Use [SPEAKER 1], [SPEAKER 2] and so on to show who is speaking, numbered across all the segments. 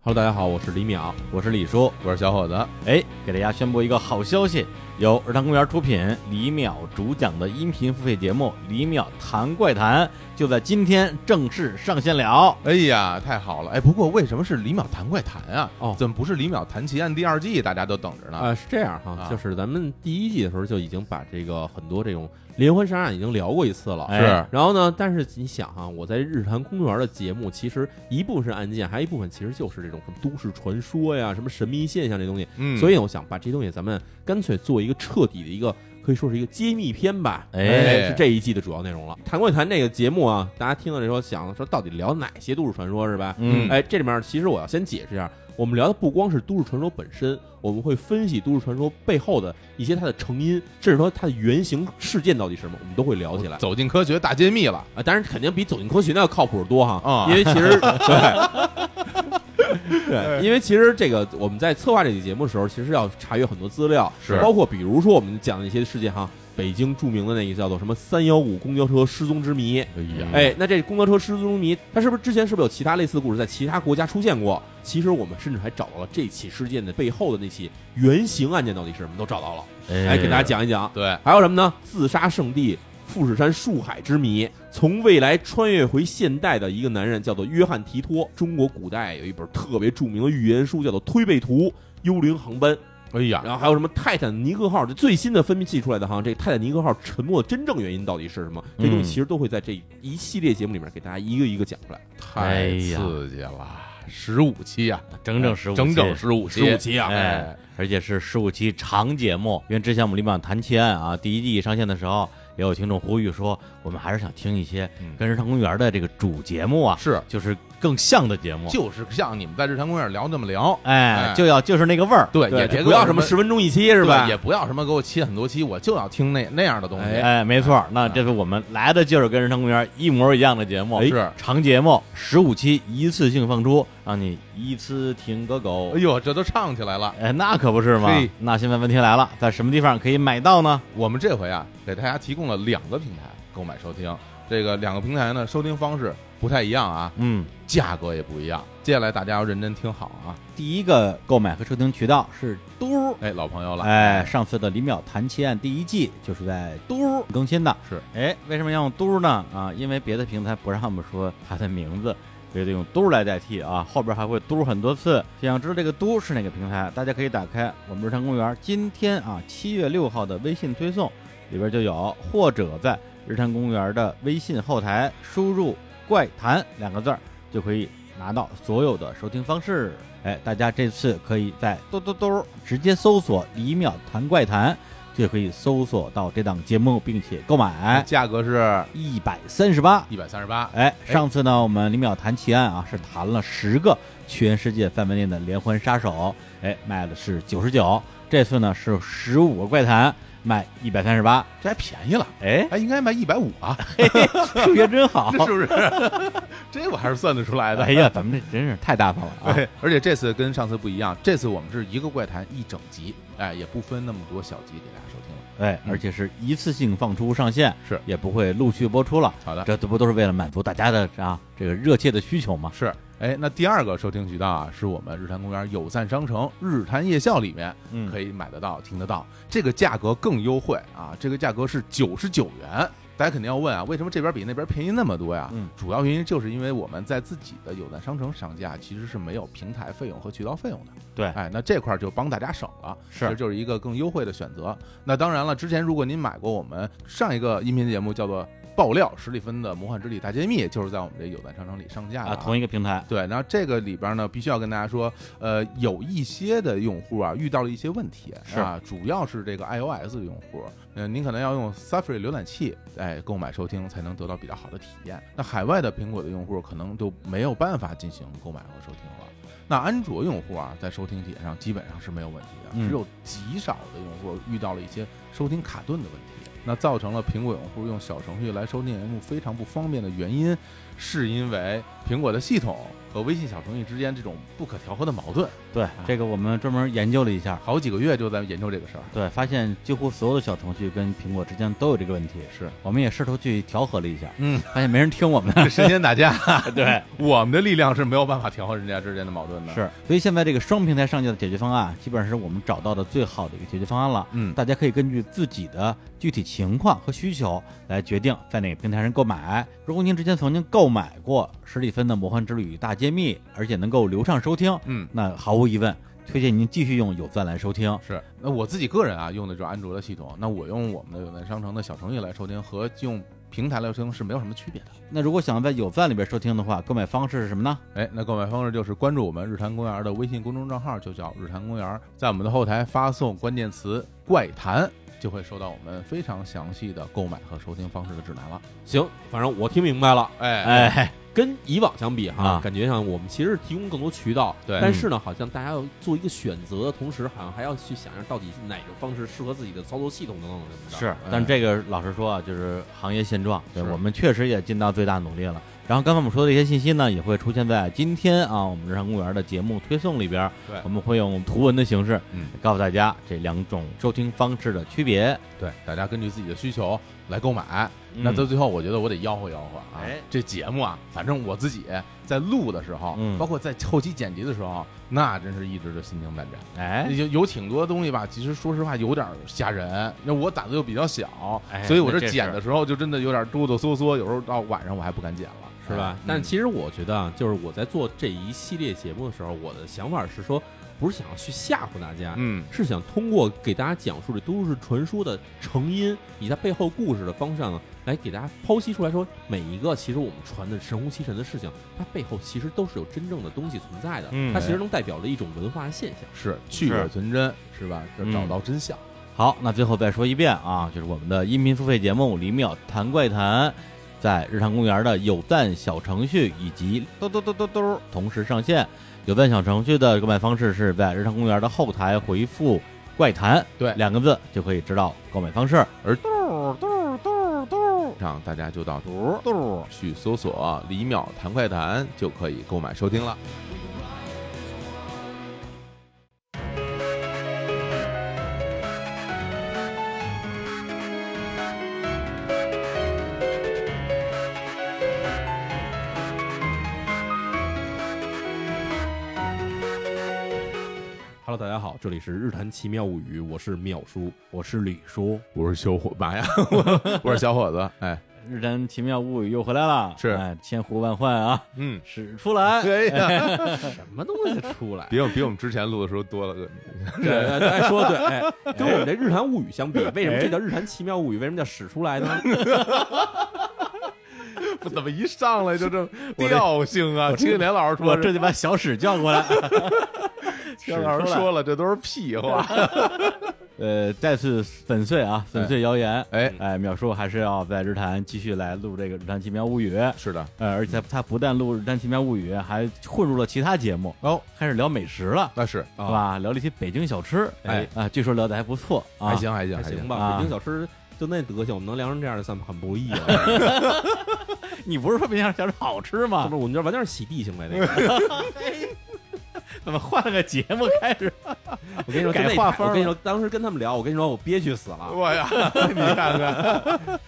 [SPEAKER 1] Hello，大家好，我是李淼，我是李叔。
[SPEAKER 2] 我是小伙子，
[SPEAKER 3] 哎，给大家宣布一个好消息，由儿童公园出品、李淼主讲的音频付费节目《李淼谈怪谈》就在今天正式上线了。
[SPEAKER 2] 哎呀，太好了！哎，不过为什么是李淼谈怪谈啊？
[SPEAKER 1] 哦
[SPEAKER 2] 怎么不是李淼谈奇案第二季？大家都等着呢。
[SPEAKER 3] 哎
[SPEAKER 1] 啊，是这样哈，
[SPEAKER 2] 啊
[SPEAKER 1] 就是咱们第一季的时候就已经把这个很多这种连环杀案已经聊过一次了，
[SPEAKER 3] 哎
[SPEAKER 2] 是，
[SPEAKER 1] 然后呢，但是你想哈、我在日坛公园的节目，其实一部分是案件，还有一部分其实就是这种什么都市传说呀、什么神秘现象这东西。
[SPEAKER 2] 嗯，
[SPEAKER 1] 所
[SPEAKER 2] 以
[SPEAKER 1] 以我想把这东西咱们干脆做一个彻底的一个，可以说是一个揭秘篇吧。
[SPEAKER 3] 哎
[SPEAKER 1] 是这一季的主要内容了。谈怪谈这个节目啊，大家听到这时候想说到底聊哪些都市传说是吧？
[SPEAKER 3] 嗯
[SPEAKER 1] 哎，这里面其实我要先解释一下，我们聊的不光是都市传说本身，我们会分析都市传说背后的一些它的成因，甚至说它的原型事件到底是什么，我们都会聊起来。
[SPEAKER 2] 走进科学大揭秘了。
[SPEAKER 1] 啊，当然肯定比走进科学那要靠谱多哈，
[SPEAKER 2] 啊
[SPEAKER 1] 因为其实对。对，因为其实这个我们在策划这期节目的时候，其实要查阅很多资料，
[SPEAKER 2] 是
[SPEAKER 1] 包括比如说我们讲的一些事件哈，北京著名的那个叫做什么“三幺五公交车失踪之谜”，
[SPEAKER 2] 哎呀，
[SPEAKER 1] 哎，那这公交车失踪谜，它是不是之前是不是有其他类似的故事在其他国家出现过？其实我们甚至还找到了这起事件的背后的那起原型案件到底是什么，都找到了，哎，给大家讲一讲。
[SPEAKER 2] 对，
[SPEAKER 1] 还有什么呢？自杀圣地富士山树海之谜，从未来穿越回现代的一个男人叫做约翰提托。中国古代有一本特别著名的预言书，叫做《推背图》。幽灵航班，
[SPEAKER 2] 哎呀，
[SPEAKER 1] 然后还有什么泰坦尼克号？这最新的分析出来的哈，这泰坦尼克号沉没的真正原因到底是什么？这东西其实都会在这一系列节目里面给大家一个一个讲出来。
[SPEAKER 3] 哎
[SPEAKER 2] 太
[SPEAKER 3] 呀
[SPEAKER 2] 刺激了！十五期呀，
[SPEAKER 3] 整整十五，
[SPEAKER 2] 整整十五
[SPEAKER 1] 十五期啊，
[SPEAKER 3] 哎，而且是十五期长节目。因为之前我们《李淼谈奇案》啊，第一季上线的时候，也有听众呼吁说，我们还是想听一些
[SPEAKER 2] 嗯
[SPEAKER 3] 跟日常公园的这个主节目啊，
[SPEAKER 2] 是，
[SPEAKER 3] 就是更像的节目。
[SPEAKER 2] 就是像你们在日常公园聊那么聊，
[SPEAKER 3] 哎
[SPEAKER 2] 哎，
[SPEAKER 3] 就要就是那个味儿。
[SPEAKER 2] 对，
[SPEAKER 1] 对
[SPEAKER 2] 也
[SPEAKER 1] 这
[SPEAKER 2] 别
[SPEAKER 1] 不
[SPEAKER 2] 给我
[SPEAKER 1] 要什么十分钟一期是吧
[SPEAKER 2] 对也？不要什么给我切很多期，我就要听那那样的东西。
[SPEAKER 3] 哎，没错，那这是我们来的就是跟人生公园一模一样的节目，
[SPEAKER 2] 哎是
[SPEAKER 3] 长节目，十五期一次性放出，让你一次听个够
[SPEAKER 2] 哎。呦，这都唱起来了。
[SPEAKER 3] 哎，那可不是嘛
[SPEAKER 2] 嘿。
[SPEAKER 3] 那现在问题来了，在什么地方可以买到呢？
[SPEAKER 2] 我们这回啊，给大家提供了两个平台购买收听。这个两个平台呢，收听方式不太一样啊，
[SPEAKER 3] 嗯，
[SPEAKER 2] 价格也不一样。接下来大家要认真听好啊！
[SPEAKER 4] 第一个购买和收听渠道是嘟儿，
[SPEAKER 2] 哎，老朋友了，
[SPEAKER 4] 哎，上次的《李淼谈奇案》第一季就是在嘟儿更新的。
[SPEAKER 2] 是，
[SPEAKER 4] 哎，为什么要用嘟儿呢？啊，因为别的平台不让我们说它的名字，所以得用嘟儿来代替啊。后边还会嘟儿很多次。想知道这个嘟儿是哪个平台，大家可以打开我们日常公园今天啊七月六号的微信推送里边就有，或者在日常公园的微信后台输入“怪谈”两个字儿就可以。拿到所有的收听方式，哎，大家这次可以在嘟嘟嘟直接搜索“李淼谈怪谈”，就可以搜索到这档节目，并且购买
[SPEAKER 2] 价格是
[SPEAKER 4] 一百三十八。
[SPEAKER 2] 一百三十八。
[SPEAKER 4] 哎，上次呢，我们李淼谈奇案啊，是谈了十个全世界范围内的连环杀手，哎，卖的是九十九。这次呢是十五个怪谈，卖一百三十八。
[SPEAKER 2] 这还便宜了，
[SPEAKER 4] 哎，
[SPEAKER 2] 哎，应该卖一百五啊，
[SPEAKER 4] 数学真好。
[SPEAKER 2] 这是不是？ 这我还是算得出来的
[SPEAKER 4] 哎。呀，咱们这真是太大方了啊！
[SPEAKER 2] 对，而且这次跟上次不一样，这次我们是一个怪谈一整集，哎，也不分那么多小集给大家收听了。
[SPEAKER 4] 哎，而且是一次性放出上线，
[SPEAKER 2] 嗯是
[SPEAKER 4] 也不会陆续播出了。
[SPEAKER 2] 好的，
[SPEAKER 4] 这这不都是为了满足大家的啊这个热切的需求吗？
[SPEAKER 2] 是，哎，那第二个收听渠道啊，是我们日坛公园友赞商城日坛夜校里面
[SPEAKER 4] 嗯
[SPEAKER 2] 可以买得到、听得到，这个价格更优惠啊，这个价格是九十九元。大家肯定要问啊，为什么这边比那边便宜那么多呀？
[SPEAKER 4] 嗯，
[SPEAKER 2] 主要原因就是因为我们在自己的友赞商城上架，其实是没有平台费用和渠道费用的。
[SPEAKER 3] 对
[SPEAKER 2] 哎，那这块儿就帮大家省了，
[SPEAKER 3] 是
[SPEAKER 2] 这就是一个更优惠的选择。那当然了，之前如果您买过我们上一个音频节目叫做《爆料史蒂芬的魔幻之旅大揭秘》，就是在我们这友赞商城里上架的
[SPEAKER 4] 啊，同一个平台，
[SPEAKER 2] 对，然后这个里边呢，必须要跟大家说，呃，有一些的用户啊，遇到了一些问题
[SPEAKER 4] 是
[SPEAKER 2] 啊，主要是这个 iOS 的用户，嗯、您可能要用 Safari 浏览器哎购买收听，才能得到比较好的体验。那海外的苹果的用户可能就没有办法进行购买和收听了。那安卓用户啊，在收听体验上基本上是没有问题的，
[SPEAKER 4] 嗯
[SPEAKER 2] 只有极少的用户遇到了一些收听卡顿的问题。那造成了苹果用户用小程序来收听节目非常不方便的原因，是因为苹果的系统和微信小程序之间这种不可调和的矛盾。
[SPEAKER 4] 对，这个我们专门研究了一下，
[SPEAKER 2] 好几个月就在研究这个事儿。
[SPEAKER 4] 对，发现几乎所有的小程序跟苹果之间都有这个问题。
[SPEAKER 2] 是，
[SPEAKER 4] 我们也试图去调和了一下，
[SPEAKER 2] 嗯，
[SPEAKER 4] 发现没人听 我们的。
[SPEAKER 2] 神仙打架，
[SPEAKER 4] 对，
[SPEAKER 2] 我们的力量是没有办法调和人家之间的矛盾的。，
[SPEAKER 4] 是，所以现在这个双平台上架的解决方案，基本上是我们找到的最好的一个解决方案了。
[SPEAKER 2] 嗯，
[SPEAKER 4] 大家可以根据自己的具体情况和需求来决定在哪个平台上购买。如果您之前曾经购买过史蒂芬的《魔幻之旅大揭秘》，而且能够流畅收听，
[SPEAKER 2] 嗯，
[SPEAKER 4] 那毫无疑问，推荐您继续用有赞来收听。
[SPEAKER 2] 是，那我自己个人啊，用的就是安卓的系统。那我用我们的有赞商城的小程序来收听和用平台来收听是没有什么区别的。
[SPEAKER 4] 那如果想在有赞里边收听的话，购买方式是什么呢？
[SPEAKER 2] 哎，那购买方式就是关注我们日坛公园的微信公众账号，就叫日坛公园，在我们的后台发送关键词“怪谈”，就会收到我们非常详细的购买和收听方式的指南了。
[SPEAKER 1] 行，反正我听明白了。
[SPEAKER 2] 哎，
[SPEAKER 4] 哎，
[SPEAKER 1] 跟以往相比哈，
[SPEAKER 4] 啊
[SPEAKER 1] 感觉上我们其实提供更多渠道，
[SPEAKER 2] 对
[SPEAKER 1] 但是呢，好像大家要做一个选择的同时，好像还要去想想到底哪个方式适合自己的操作系统等等什么的。，哎
[SPEAKER 4] 是，但这个老实说啊，就是行业现状，对
[SPEAKER 2] 嗯是
[SPEAKER 4] 我们确实也尽到最大努力了。然后刚才我们说的一些信息呢，也会出现在今天啊我们日常公园的节目推送里边，
[SPEAKER 2] 对
[SPEAKER 4] 我们会用图文的形式
[SPEAKER 2] 嗯，
[SPEAKER 4] 告诉大家这两种收听方式的区别。
[SPEAKER 2] 对，大家根据自己的需求来购买。那
[SPEAKER 4] 嗯
[SPEAKER 2] 到最后，我觉得我得吆喝吆喝啊
[SPEAKER 4] 哎，
[SPEAKER 2] 这节目啊，反正我自己在录的时候，
[SPEAKER 4] 嗯
[SPEAKER 2] 包括在后期剪辑的时候，那真是一直就心惊胆战。
[SPEAKER 4] 哎，
[SPEAKER 2] 有有挺多东西吧，其实说实话有点吓人。那我胆子又比较小，
[SPEAKER 4] 哎
[SPEAKER 2] 所以我
[SPEAKER 4] 那
[SPEAKER 2] 这
[SPEAKER 4] 这是
[SPEAKER 2] 剪的时候就真的有点哆哆嗦嗦，有时候到晚上我还不敢剪了，
[SPEAKER 1] 是吧？
[SPEAKER 2] 哎
[SPEAKER 1] 但其实我觉得啊，就是我在做这一系列节目的时候，我的想法是说，不是想要去吓唬大家，
[SPEAKER 2] 嗯
[SPEAKER 1] 是想通过给大家讲述这都市传说的成因以及它背后故事的方向呢，来给大家剖析出来说，每一个其实我们传的神乎其神的事情，它背后其实都是有真正的东西存在的，
[SPEAKER 4] 嗯
[SPEAKER 1] 它其实能代表着一种文化现象。
[SPEAKER 2] 哎是去伪存真，是吧？这
[SPEAKER 4] 嗯
[SPEAKER 2] 找到真相，
[SPEAKER 4] 好，那最后再说一遍啊，就是我们的音频付费节目《李淼谈怪谈》，在日常公园的有赞小程序以及嘟嘟嘟嘟嘟同时上线。有赞小程序的购买方式是在日常公园的后台回复“怪谈”
[SPEAKER 2] 对
[SPEAKER 4] 两个字，就可以知道购买方式。
[SPEAKER 2] 让大家就到嘟嘟去搜索“李淼谈快谈”就可以购买收听了。
[SPEAKER 1] Hello，大家好，这里是日谈奇妙物语，我是淼叔，
[SPEAKER 4] 我是李叔，
[SPEAKER 2] 我是小伙，妈呀，我我是小伙子，哎，
[SPEAKER 4] 日坛奇妙物语又回来了，
[SPEAKER 2] 是
[SPEAKER 4] 哎，千呼万唤啊，
[SPEAKER 2] 嗯，
[SPEAKER 4] 使 出来。
[SPEAKER 2] 哎呀，
[SPEAKER 1] 什么东西出 来？
[SPEAKER 2] 比我比我们之前录的时候多了个，
[SPEAKER 1] 对，哎，说得对，哎，跟我们这日谈物语相比，为什么这叫日谈奇妙物语？为什么叫使出来呢？
[SPEAKER 2] 不怎么一上来就这么
[SPEAKER 4] 这
[SPEAKER 2] 调性啊？
[SPEAKER 4] 这
[SPEAKER 2] 青年老师说
[SPEAKER 4] 我这就把小史叫 过来。
[SPEAKER 2] 秦老师
[SPEAKER 4] 使出来
[SPEAKER 2] 说了，这都是屁话。
[SPEAKER 4] 呃，再次粉碎啊，粉碎谣言。
[SPEAKER 2] 哎，
[SPEAKER 4] 哎，淼叔还是要在日坛继续来录这个《日坛奇妙物语》，
[SPEAKER 2] 是的，
[SPEAKER 4] 呃，而且他不但录《日坛奇妙物语》，还混入了其他节目，
[SPEAKER 2] 哦，
[SPEAKER 4] 开始聊美食了，
[SPEAKER 2] 那是
[SPEAKER 4] 是吧？聊了一些北京小吃，
[SPEAKER 2] 啊哎
[SPEAKER 4] 啊，据说聊的还不错啊。
[SPEAKER 2] 还，行还行
[SPEAKER 1] 还哎行
[SPEAKER 2] 行，
[SPEAKER 1] 吧，
[SPEAKER 4] 啊
[SPEAKER 1] 北京小吃就那德行，我们能聊成这样，算很不易 了。
[SPEAKER 4] 你不是说北京小吃好吃
[SPEAKER 1] 是
[SPEAKER 4] 吗
[SPEAKER 1] 不？是？我们这完全是洗地行为那 个。
[SPEAKER 4] 怎么换了个节目开始？
[SPEAKER 1] 我跟你说，
[SPEAKER 4] 改
[SPEAKER 1] 就那
[SPEAKER 4] 画
[SPEAKER 1] 台
[SPEAKER 4] 风
[SPEAKER 1] 我跟你
[SPEAKER 4] 了
[SPEAKER 1] 说，当时跟他们聊，我跟你说，我憋屈死了。
[SPEAKER 2] 我呀，你看看，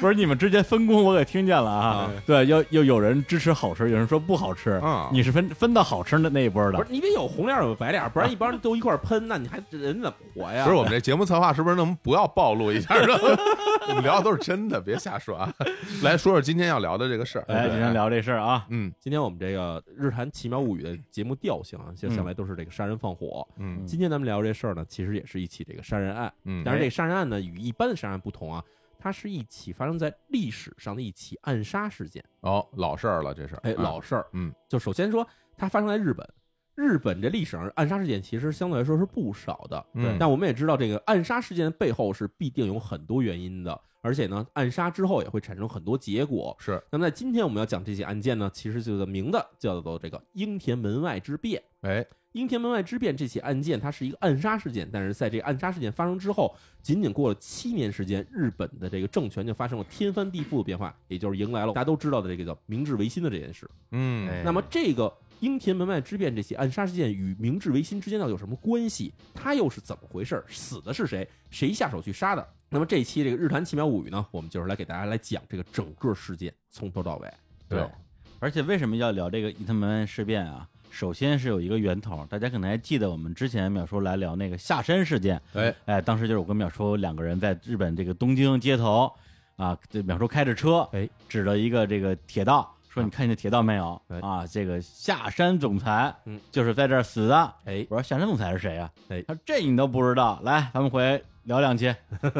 [SPEAKER 4] 不是你们之间分工，我给听见了啊。对，又又有人支持好吃，有人说不好吃，
[SPEAKER 2] 嗯
[SPEAKER 4] 你是分分到好吃的那一波的
[SPEAKER 1] 不。是你得有红脸儿有白脸儿，不然一帮人都一块儿喷，那你还人怎么活 呀？
[SPEAKER 2] 不是我们这节目策划是不是能不要暴露一下呢？我们聊的都是真的，别瞎说啊。来说说今天要聊的这个事儿，
[SPEAKER 4] 哎，今天，聊这事儿啊，
[SPEAKER 2] 嗯
[SPEAKER 1] 今天我们这个《日谈奇妙物语》的节目调性啊，就向
[SPEAKER 4] 嗯
[SPEAKER 1] 来都是这个杀人放火。
[SPEAKER 2] 嗯
[SPEAKER 1] 今天咱们聊这事儿呢，其实也是一起这个杀人案，
[SPEAKER 2] 嗯，
[SPEAKER 4] 哎
[SPEAKER 1] 但是这个杀人案呢，与一般的杀人案不同啊，它是一起发生在历史上的一起暗杀事件。
[SPEAKER 2] 哦，老事儿了，这是
[SPEAKER 1] 哎，老事儿，
[SPEAKER 2] 嗯，
[SPEAKER 1] 就首先说它发生在日本，日本这历史上暗杀事件其实相对来说是不少的，
[SPEAKER 2] 嗯
[SPEAKER 1] 但我们也知道这个暗杀事件的背后是必定有很多原因的，而且呢，暗杀之后也会产生很多结果。
[SPEAKER 2] 是，
[SPEAKER 1] 那么在今天我们要讲这起案件呢，其实就的名字叫做这个英田门外之变。
[SPEAKER 2] 哎，
[SPEAKER 1] 英田门外之变这起案件，它是一个暗杀事件，但是在这个暗杀事件发生之后，仅仅过了七年时间，日本的这个政权就发生了天翻地覆的变化，也就是迎来了大家都知道的这个叫明治维新的这件事。
[SPEAKER 2] 嗯，
[SPEAKER 4] 哎
[SPEAKER 1] 那么这个英田门外之变这起暗杀事件与明治维新之间到底有什么关系？它又是怎么回事？死的是谁？谁下手去杀的？那么这一期这个日谈奇妙物语呢，我们就是来给大家来讲这个整个事件从头到尾。
[SPEAKER 2] 对，
[SPEAKER 4] 而且为什么要聊这个伊特门事变啊？首先是有一个源头，大家可能还记得我们之前淼叔来聊那个下山事件，
[SPEAKER 2] 哎，
[SPEAKER 4] 哎，当时就是我跟淼叔两个人在日本这个东京街头啊，这淼叔开着车，
[SPEAKER 1] 哎，啊
[SPEAKER 4] 指了一个这个铁道，说你看见铁道没有？
[SPEAKER 1] 哎
[SPEAKER 4] 啊，这个下山总裁，
[SPEAKER 1] 嗯，
[SPEAKER 4] 就是在这儿死的。
[SPEAKER 1] 哎，
[SPEAKER 4] 我说下山总裁是谁啊？
[SPEAKER 1] 哎
[SPEAKER 4] 他说这你都不知道，来，咱们回聊 两期，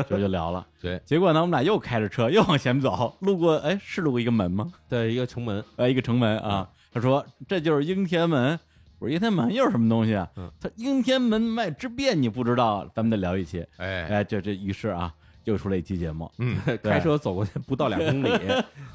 [SPEAKER 4] 就就聊了。
[SPEAKER 2] 对，
[SPEAKER 4] 结果呢，我们俩又开着车又往前走，路过，哎，是路过一个门吗？
[SPEAKER 1] 的一个城 门，
[SPEAKER 4] 呃，一个城门啊。
[SPEAKER 1] 嗯
[SPEAKER 4] 他说这就是应天门。我说应天门又是什么东西啊？
[SPEAKER 1] 嗯
[SPEAKER 4] 他说应天门外之变你不知道，咱们得聊一期。
[SPEAKER 2] 哎，
[SPEAKER 4] 哎，这这于是啊，又出了一期节目。
[SPEAKER 2] 嗯，
[SPEAKER 1] 开车走过去不到两公里，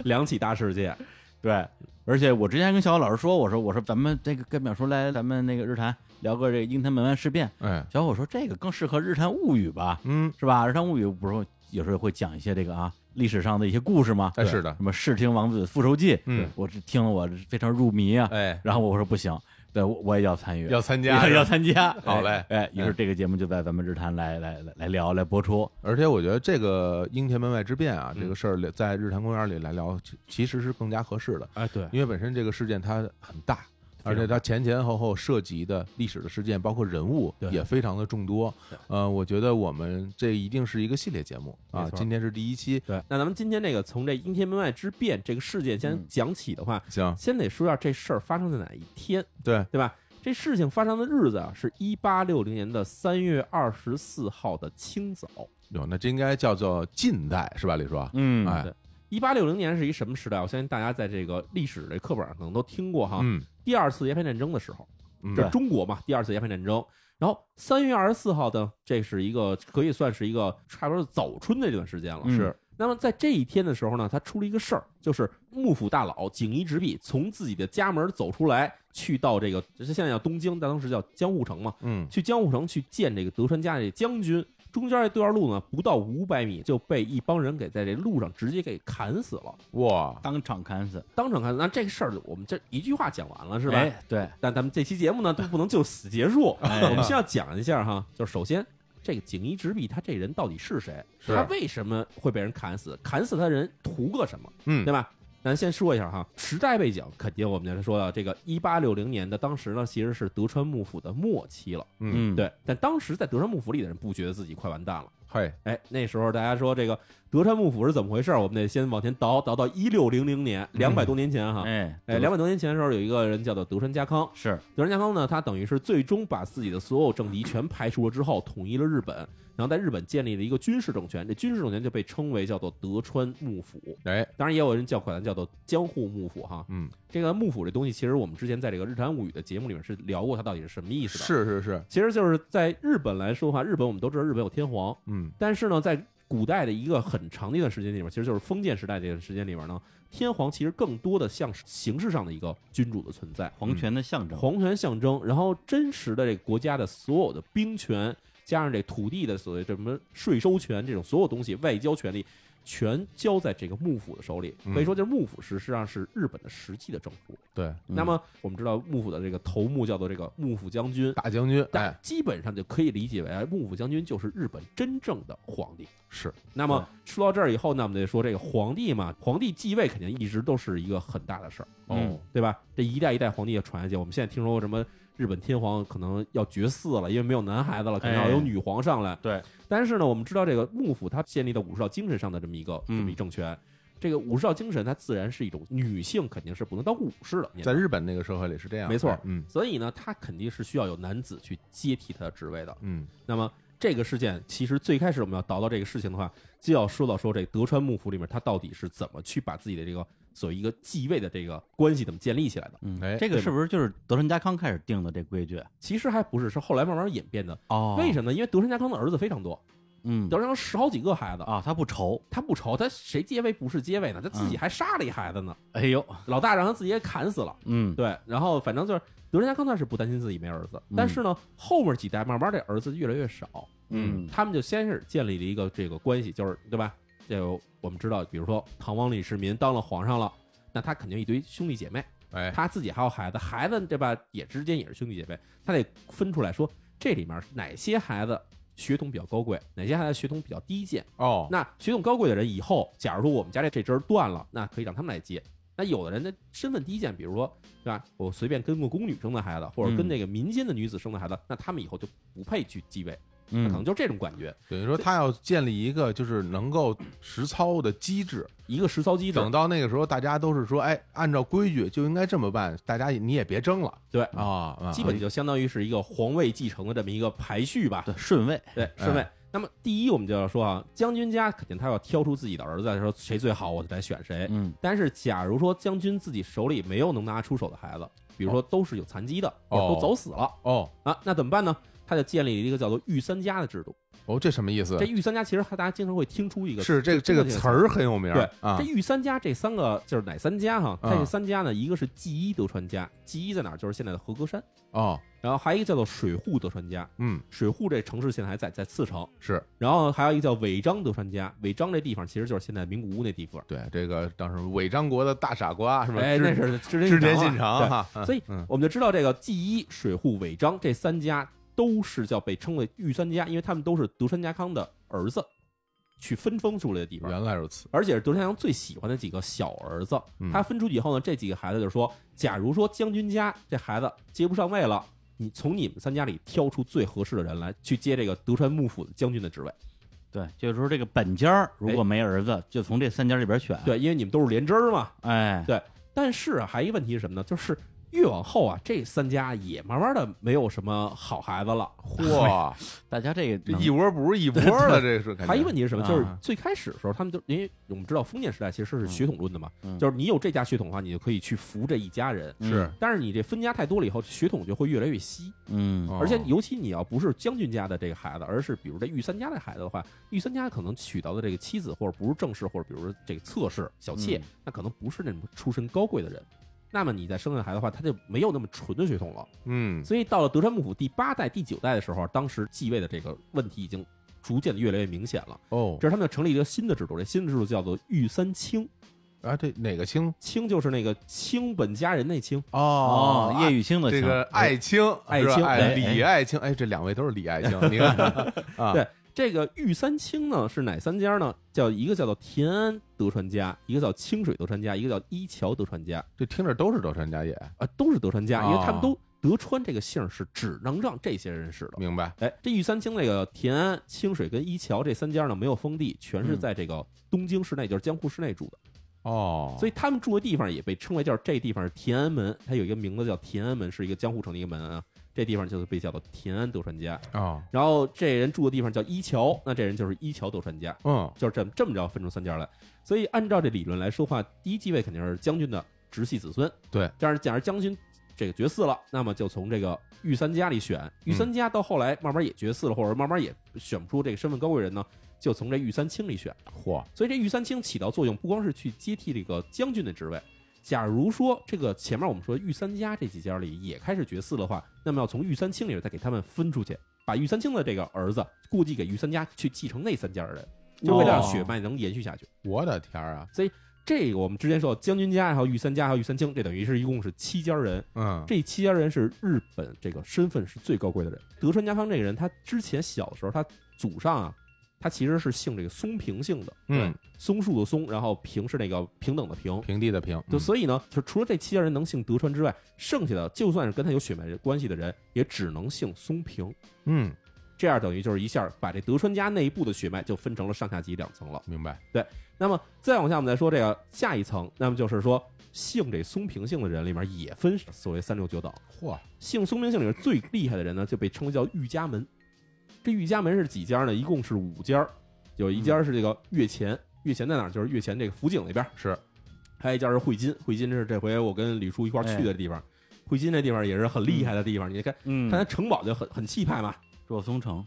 [SPEAKER 1] 两起大事件。
[SPEAKER 4] 对，而且我之前跟小虎老师说，我说我说咱们这个跟淼叔来咱们那个日坛聊个这个应天门外事变。
[SPEAKER 2] 哎，
[SPEAKER 4] 小虎说这个更适合日坛物语吧，
[SPEAKER 2] 嗯，
[SPEAKER 4] 是吧？日坛物语不是有时候会讲一些这个啊历史上的一些故事吗？
[SPEAKER 2] 哎是的
[SPEAKER 4] 什么视听王子复仇记，
[SPEAKER 2] 嗯，
[SPEAKER 4] 我这听了我非常入迷啊。
[SPEAKER 2] 哎，
[SPEAKER 4] 然后我说不行，对我我也要参与，
[SPEAKER 2] 要参加
[SPEAKER 4] 要
[SPEAKER 2] 是吧
[SPEAKER 4] 要参加。
[SPEAKER 2] 好嘞
[SPEAKER 4] 哎，于是这个节目就在咱们日坛来来来来聊来播出。
[SPEAKER 2] 而且我觉得这个英田门外之变啊，这个事儿在日坛公园里来聊，其其实是更加合适的，
[SPEAKER 1] 哎，对，
[SPEAKER 2] 因为本身这个事件它很大，
[SPEAKER 1] 非常
[SPEAKER 2] 而且它前前后后涉及的历史的事件，包括人物
[SPEAKER 1] 对
[SPEAKER 2] 也非常的众多
[SPEAKER 1] 对。
[SPEAKER 2] 呃，我觉得我们这一定是一个系列节目啊
[SPEAKER 1] 没，错
[SPEAKER 2] 今天是第一期，
[SPEAKER 1] 那咱们今天这个从这应天门外之变这个事件先讲起的话，
[SPEAKER 2] 行，
[SPEAKER 1] 先得说一下这事儿发生在哪一天。
[SPEAKER 2] 对，
[SPEAKER 1] 对吧？这事情发生的日子啊，是一八六零年的三月二十四号的清早。
[SPEAKER 2] 有那这应该叫做近代是吧，李叔？
[SPEAKER 4] 嗯
[SPEAKER 2] 哎
[SPEAKER 1] 对，一八六零年是一什么时代？我相信大家在这个历史的课本上可能都听过哈。
[SPEAKER 2] 嗯，
[SPEAKER 1] 第二次鸦片战争的时候，
[SPEAKER 2] 嗯
[SPEAKER 1] 这是中国嘛？第二次鸦片战争。然后三月二十四号呢，这是一个可以算是一个差不多是早春的这段时间了。
[SPEAKER 4] 嗯
[SPEAKER 2] 是
[SPEAKER 1] 那么在这一天的时候呢，他出了一个事儿，就是幕府大佬锦衣直弼从自己的家门走出来，去到这个这现在叫东京，但当时叫江户城嘛。
[SPEAKER 2] 嗯，
[SPEAKER 1] 去江户城去见这个德川家这将军。中间这对段路呢，不到五百米就被一帮人给在这路上直接给砍死了，
[SPEAKER 2] 哇，
[SPEAKER 4] 当场砍死
[SPEAKER 1] 当场砍死。那这个事儿我们这一句话讲完了是吧？
[SPEAKER 4] 哎对，
[SPEAKER 1] 但咱们这期节目呢都不能就此结束，
[SPEAKER 4] 哎
[SPEAKER 1] 我们先要讲一下哈，就是首先这个锦衣直弼他这人到底是谁？
[SPEAKER 2] 是
[SPEAKER 1] 他为什么会被人砍死？砍死他的人图个什么？
[SPEAKER 2] 嗯
[SPEAKER 1] 对吧？咱先说一下哈，时代背景，肯定我们就说到这个一八六零年的当时呢，其实是德川幕府的末期了。
[SPEAKER 2] 嗯，
[SPEAKER 1] 对，但当时在德川幕府里的人不觉得自己快完蛋了。
[SPEAKER 2] 嘿，
[SPEAKER 1] 哎，那时候大家说这个德川幕府是怎么回事儿？我们得先往前倒，倒到一六零零年，两百多年前哈。
[SPEAKER 4] 哎
[SPEAKER 1] 哎，两百多年前的时候，有一个人叫做德川家康。
[SPEAKER 4] 是
[SPEAKER 1] 德川家康呢，他等于是最终把自己的所有政敌全排除了之后，统一了日本，然后在日本建立了一个军事政权。这军事政权就被称为叫做德川幕府，
[SPEAKER 2] 哎，
[SPEAKER 1] 当然也有人叫管它叫做江户幕府哈。
[SPEAKER 2] 嗯，
[SPEAKER 1] 这个幕府这东西，其实我们之前在这个《日谈物语》的节目里面是聊过它到底是什么意思的。
[SPEAKER 2] 是是是，
[SPEAKER 1] 其实就是在日本来说的话，日本我们都知道日本有天皇，
[SPEAKER 2] 嗯，
[SPEAKER 1] 但是呢，在古代的一个很长的一段时间里面，其实就是封建时代这段时间里面呢，天皇其实更多的像是形式上的一个君主的存在，
[SPEAKER 4] 皇权的象征。
[SPEAKER 1] 皇权象征，然后真实的这个国家的所有的兵权，加上这土地的所谓这什么税收权这种所有东西，外交权利。全交在这个幕府的手里，
[SPEAKER 2] 嗯
[SPEAKER 1] 可以说，这幕府实实际上是日本的实际的政府。
[SPEAKER 2] 对，
[SPEAKER 4] 嗯
[SPEAKER 1] 那么，我们知道幕府的这个头目叫做这个幕府将军，
[SPEAKER 2] 大将军，
[SPEAKER 1] 但
[SPEAKER 2] 哎，
[SPEAKER 1] 基本上就可以理解为幕府将军就是日本真正的皇帝。
[SPEAKER 2] 是，
[SPEAKER 1] 那么说到这儿以后呢，我们得说这个皇帝嘛，皇帝继位肯定一直都是一个很大的事儿，
[SPEAKER 2] 哦
[SPEAKER 4] 嗯，
[SPEAKER 1] 对吧？这一代一代皇帝也传下去，我们现在听说什么日本天皇可能要绝嗣了，因为没有男孩子了，可能要有女皇上来。
[SPEAKER 4] 哎对，
[SPEAKER 1] 但是呢，我们知道这个幕府它建立的武士道精神上的这么一个这
[SPEAKER 4] 嗯
[SPEAKER 1] 么一政权。这个武士道精神，它自然是一种女性肯定是不能当武士的，
[SPEAKER 2] 在日本那个社会里是这样，
[SPEAKER 1] 没错
[SPEAKER 2] 哎嗯
[SPEAKER 1] 所以呢，它肯定是需要有男子去接替他的职位的。
[SPEAKER 2] 嗯，
[SPEAKER 1] 那么这个事件，其实最开始我们要倒到这个事情的话，就要说到说这德川幕府里面，他到底是怎么去把自己的这个所一个继位的这个关系怎么建立起来的。
[SPEAKER 4] 嗯，
[SPEAKER 2] 哎
[SPEAKER 4] 这个是不是就是德川家康开始定的这规矩？
[SPEAKER 1] 其实还不是，是后来慢慢演变的。
[SPEAKER 4] 哦
[SPEAKER 1] 为什么呢？因为德川家康的儿子非常多，
[SPEAKER 4] 嗯
[SPEAKER 1] 德川家康十好几个孩子，
[SPEAKER 4] 啊，他不愁。
[SPEAKER 1] 他不愁他谁接位不是接位呢，
[SPEAKER 4] 嗯
[SPEAKER 1] 他自己还杀了一孩子呢，
[SPEAKER 4] 哎呦，
[SPEAKER 1] 老大让他自己给砍死了。
[SPEAKER 4] 嗯，
[SPEAKER 1] 对，然后反正就是德川家康那是不担心自己没儿子，
[SPEAKER 4] 嗯
[SPEAKER 1] 但是呢，后面几代慢慢这儿子越来越少，
[SPEAKER 4] 嗯
[SPEAKER 1] 他们就先是建立了一个这个关系，就是对吧？就我们知道，比如说唐王李世民当了皇上了，那他肯定一堆兄弟姐妹，
[SPEAKER 2] 哎，
[SPEAKER 1] 他自己还有孩子，孩子对吧？也之间也是兄弟姐妹，他得分出来说这里面哪些孩子血统比较高贵，哪些孩子血统比较低贱。
[SPEAKER 2] 哦，
[SPEAKER 1] 那血统高贵的人以后，假如说我们家这这枝儿断了，那可以让他们来接。那有的人的身份低贱，比如说，对吧？我随便跟个宫女生的孩子，或者跟那个民间的女子生的孩子，那他们以后就不配去继位，那可能
[SPEAKER 4] 嗯
[SPEAKER 1] 就是这种感觉。
[SPEAKER 2] 等于说他要建立一个就是能够实操的机制，
[SPEAKER 1] 一个实操机制，
[SPEAKER 2] 等到那个时候大家都是说，哎，按照规矩就应该这么办，大家也你也别争了
[SPEAKER 1] 对，
[SPEAKER 2] 啊，啊
[SPEAKER 1] 嗯基本就相当于是一个皇位继承的这么一个排序吧。
[SPEAKER 4] 对，顺位，
[SPEAKER 1] 对，顺
[SPEAKER 2] 嗯
[SPEAKER 1] 位。那么第一，我们就要说啊，将军家肯定他要挑出自己的儿子来说谁最好，我就来选谁。
[SPEAKER 4] 嗯
[SPEAKER 1] 但是假如说将军自己手里没有能拿出手的孩子，比如说都是有残疾的，或者
[SPEAKER 2] 哦
[SPEAKER 1] 都走死了
[SPEAKER 2] 哦
[SPEAKER 1] 啊，那怎么办呢？他就建立了一个叫做御三家的制度。
[SPEAKER 2] 哦，这什么意思
[SPEAKER 1] 这？御三家其实大家经常会听出一个
[SPEAKER 2] 是这个这个词儿很有名
[SPEAKER 1] 对，
[SPEAKER 2] 啊
[SPEAKER 1] 这，御三家这三个就是哪三家哈？它
[SPEAKER 2] 嗯
[SPEAKER 1] 这三家呢，一个是纪伊德川家，纪伊在哪儿？就是现在的和歌山。
[SPEAKER 2] 哦，
[SPEAKER 1] 然后还有一个叫做水户德川家，
[SPEAKER 2] 嗯，
[SPEAKER 1] 水户这城市现在还在，在次城。
[SPEAKER 2] 是
[SPEAKER 1] 然后还有一个叫尾张德川家，尾张这地方其实就是现在名古屋那地方，
[SPEAKER 2] 对这个当时伪张国的大傻瓜是吧？
[SPEAKER 1] 哎，
[SPEAKER 2] 织
[SPEAKER 1] 那是织
[SPEAKER 2] 织田
[SPEAKER 1] 田
[SPEAKER 2] 信
[SPEAKER 1] 信
[SPEAKER 2] 长
[SPEAKER 1] 长啊。
[SPEAKER 2] 哈，
[SPEAKER 1] 对
[SPEAKER 2] 嗯
[SPEAKER 1] 所以
[SPEAKER 2] 嗯
[SPEAKER 1] 我们就知道这个纪伊、水户、尾张这三家都是叫被称为御三家，因为他们都是德川家康的儿子去分封出来的地方。
[SPEAKER 2] 原来如此，
[SPEAKER 1] 而且是德川家康最喜欢的几个小儿子
[SPEAKER 2] 嗯，
[SPEAKER 1] 他分出去以后呢，这几个孩子就说：假如说将军家这孩子接不上位了，你从你们三家里挑出最合适的人来去接这个德川幕府的将军的职位。
[SPEAKER 4] 对，就是说这个本家儿如果没儿子，就从这三家里边选。，
[SPEAKER 1] 对，因为你们都是连枝儿嘛，
[SPEAKER 4] 哎，
[SPEAKER 1] 但是啊，还有一个问题是什么呢？就是越往后啊，这三家也慢慢的没有什么好孩子了。
[SPEAKER 2] 嚯，
[SPEAKER 4] 大家这
[SPEAKER 2] 这
[SPEAKER 4] 个能
[SPEAKER 2] 一窝不如一窝了，这是感觉
[SPEAKER 1] 还有一个问题是什么？
[SPEAKER 4] 啊
[SPEAKER 1] 就是最开始的时候，他们就因为我们知道封建时代其实是血统论的嘛，
[SPEAKER 4] 嗯
[SPEAKER 1] 就是你有这家血统的话，你就可以去服这一家人。
[SPEAKER 2] 嗯是
[SPEAKER 1] 但是你这分家太多了以后，血统就会越来越稀，
[SPEAKER 4] 嗯
[SPEAKER 2] 哦
[SPEAKER 1] 而且尤其你要不是将军家的这个孩子，而是比如这御三家的孩子的话，御三家可能娶到的这个妻子或者不是正室，或者比如说这个侧室、小妾，
[SPEAKER 4] 嗯
[SPEAKER 1] 那可能不是那种出身高贵的人。那么你再生下孩子的话，他就没有那么纯的血统了。
[SPEAKER 2] 嗯
[SPEAKER 1] 所以到了德川幕府第八代、第九代的时候，当时继位的这个问题已经逐渐的越来越明显了。
[SPEAKER 2] 哦
[SPEAKER 1] 这是他们就成立一个新的制度，这新的制度叫做御三卿，
[SPEAKER 2] 啊这哪个清
[SPEAKER 1] 卿就是那个卿本家人那卿，
[SPEAKER 4] 哦，叶玉卿的
[SPEAKER 2] 啊这
[SPEAKER 4] 卿
[SPEAKER 2] 个爱卿，
[SPEAKER 1] 哎爱
[SPEAKER 2] 是吧
[SPEAKER 1] 卿
[SPEAKER 2] 哎
[SPEAKER 1] 哎
[SPEAKER 2] 李爱卿，哎，这两位都是李爱卿，你看 啊，
[SPEAKER 1] 对这个御三卿呢是哪三家呢？叫一个叫做田安德川家，一个叫清水德川家，一个叫伊桥德川家，
[SPEAKER 2] 这听着都是德川家也，
[SPEAKER 1] 啊，都是德川家，
[SPEAKER 2] 哦
[SPEAKER 1] 因为他们都德川这个姓儿是只能让这些人使的。
[SPEAKER 2] 明白？
[SPEAKER 1] 哎，这御三卿那个田安、清水跟伊桥这三家呢，没有封地，全是在这个东京市内，就是江户市内住的，
[SPEAKER 2] 哦，
[SPEAKER 1] 所以他们住的地方也被称为叫这地方是田安门，它有一个名字叫田安门，是一个江户城的一个门啊，这地方就是被叫做田安德川家。
[SPEAKER 2] 哦，
[SPEAKER 1] 然后这人住的地方叫伊桥，那这人就是伊桥德川家。
[SPEAKER 2] 嗯，
[SPEAKER 1] 就是这么这么着分出三家来。所以按照这理论来说话，第一继位肯定是将军的直系子孙。
[SPEAKER 2] 对，
[SPEAKER 1] 但是假如将军这个绝嗣了，那么就从这个御三家里选。御三家到后来慢慢也绝嗣了，或者慢慢也选不出这个身份高贵人呢，就从这御三卿里选。
[SPEAKER 2] 嚯，
[SPEAKER 1] 所以这御三卿起到作用，不光是去接替这个将军的职位。假如说这个前面我们说御三家这几家里也开始绝嗣的话，那么要从御三卿里边再给他们分出去，把御三卿的这个儿子估计给御三家去继承那三家的人，就为了让血脉能延续下去。
[SPEAKER 2] 我的天儿啊，
[SPEAKER 1] 这个我们之前说到将军家，还有御三家，还有御三卿，这等于是一共是七家人。
[SPEAKER 2] 嗯，
[SPEAKER 1] 这七家人是日本这个身份是最高贵的人。德川家康这个人，他之前小的时候，他祖上啊，他其实是姓这个松平姓的，
[SPEAKER 2] 嗯，
[SPEAKER 1] 松树的松，然后平是那个平等的平。
[SPEAKER 2] 平嗯地的平，
[SPEAKER 1] 就所以呢，就除了这七家人能姓德川之外，剩下的就算是跟他有血脉关系的人，也只能姓松平。
[SPEAKER 2] 嗯，
[SPEAKER 1] 这样等于就是一下把这德川家内部的血脉就分成了上下级两层了。
[SPEAKER 2] 明白，
[SPEAKER 1] 那么再往下，我们再说这个下一层，那么就是说姓这松平姓的人里面也分所谓三六九等。
[SPEAKER 2] 嚯，
[SPEAKER 1] 姓松平姓里面最厉害的人呢，就被称为叫御家门。这御家门是几家呢？一共是五家儿，有一家是这个越前，越前在哪儿？就是越前这个福井那边儿
[SPEAKER 2] 是
[SPEAKER 1] 还有一家是汇金，汇金是这回我跟李叔一块儿去的地方。汇金这地方也是很厉害的地方，你看，
[SPEAKER 4] 嗯
[SPEAKER 1] 看它城堡就很很气派嘛，
[SPEAKER 4] 若松城，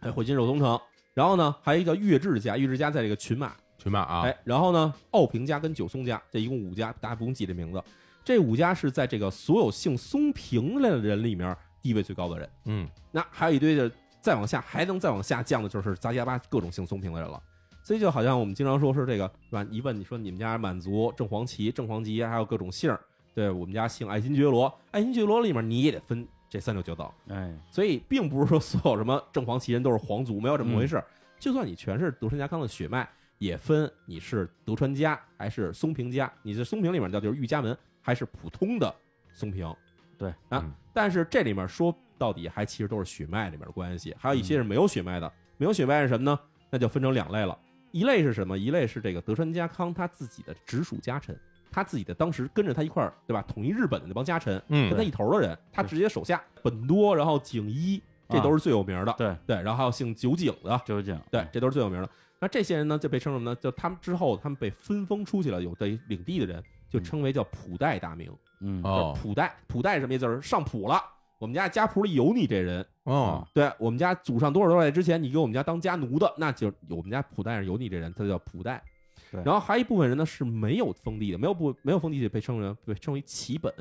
[SPEAKER 1] 哎，汇金肉松城。然后呢，还有一个叫月之家，月之家在这个群马，
[SPEAKER 2] 群马啊，
[SPEAKER 1] 哎，然后呢，奥平家跟九松家，这一共五家，大家不用记这名字。这五家是在这个所有姓松平的人里面地位最高的人。
[SPEAKER 2] 嗯，
[SPEAKER 1] 那还有一堆的，再往下还能再往下降的，就是杂七杂八各种姓松平的人了。所以就好像我们经常说是这个，是吧？一问你说你们家满族、正黄旗、正黄旗，还有各种姓儿，对我们家姓爱新觉罗，爱新觉罗里面你也得分这三六九等。
[SPEAKER 4] 哎，
[SPEAKER 1] 所以并不是说所有什么正黄旗人都是皇族，没有这么回事。儿。就算你全是德川家康的血脉，也分你是德川家还是松平家，你是松平里面叫就是御家门，还是普通的松平。
[SPEAKER 4] 对
[SPEAKER 1] 啊，
[SPEAKER 2] 嗯
[SPEAKER 1] 但是这里面说到底还其实都是血脉里面的关系，还有一些是没有血脉的。没有血脉是什么呢？那就分成两类了。一类是什么？一类是这个德川家康他自己的直属家臣，他自己的当时跟着他一块儿，对吧？统一日本的那帮家臣，
[SPEAKER 2] 嗯
[SPEAKER 1] 跟他一头的人，他直接手下本多，然后景一，这都是最有名的。
[SPEAKER 4] 啊对嗯
[SPEAKER 1] 对，然后还有姓酒井的，
[SPEAKER 4] 究竟
[SPEAKER 1] 对，这都是最有名的。那这些人呢，就被称什么呢？就他们之后，他们被分封出去了，有的领地的人就称为叫普代大名，
[SPEAKER 4] 嗯
[SPEAKER 2] 哦
[SPEAKER 1] 就是普代，普代是什么意思？就是上谱了。我们家家谱里有你这人，
[SPEAKER 2] 哦，
[SPEAKER 1] 对我们家祖上多少多少代之前，你给我们家当家奴的，那就是我们家普代上有你这人，他就叫普代。
[SPEAKER 4] 对
[SPEAKER 1] 然后还有一部分人呢是没有封地的，没有不没有封地就被称为被称为旗本，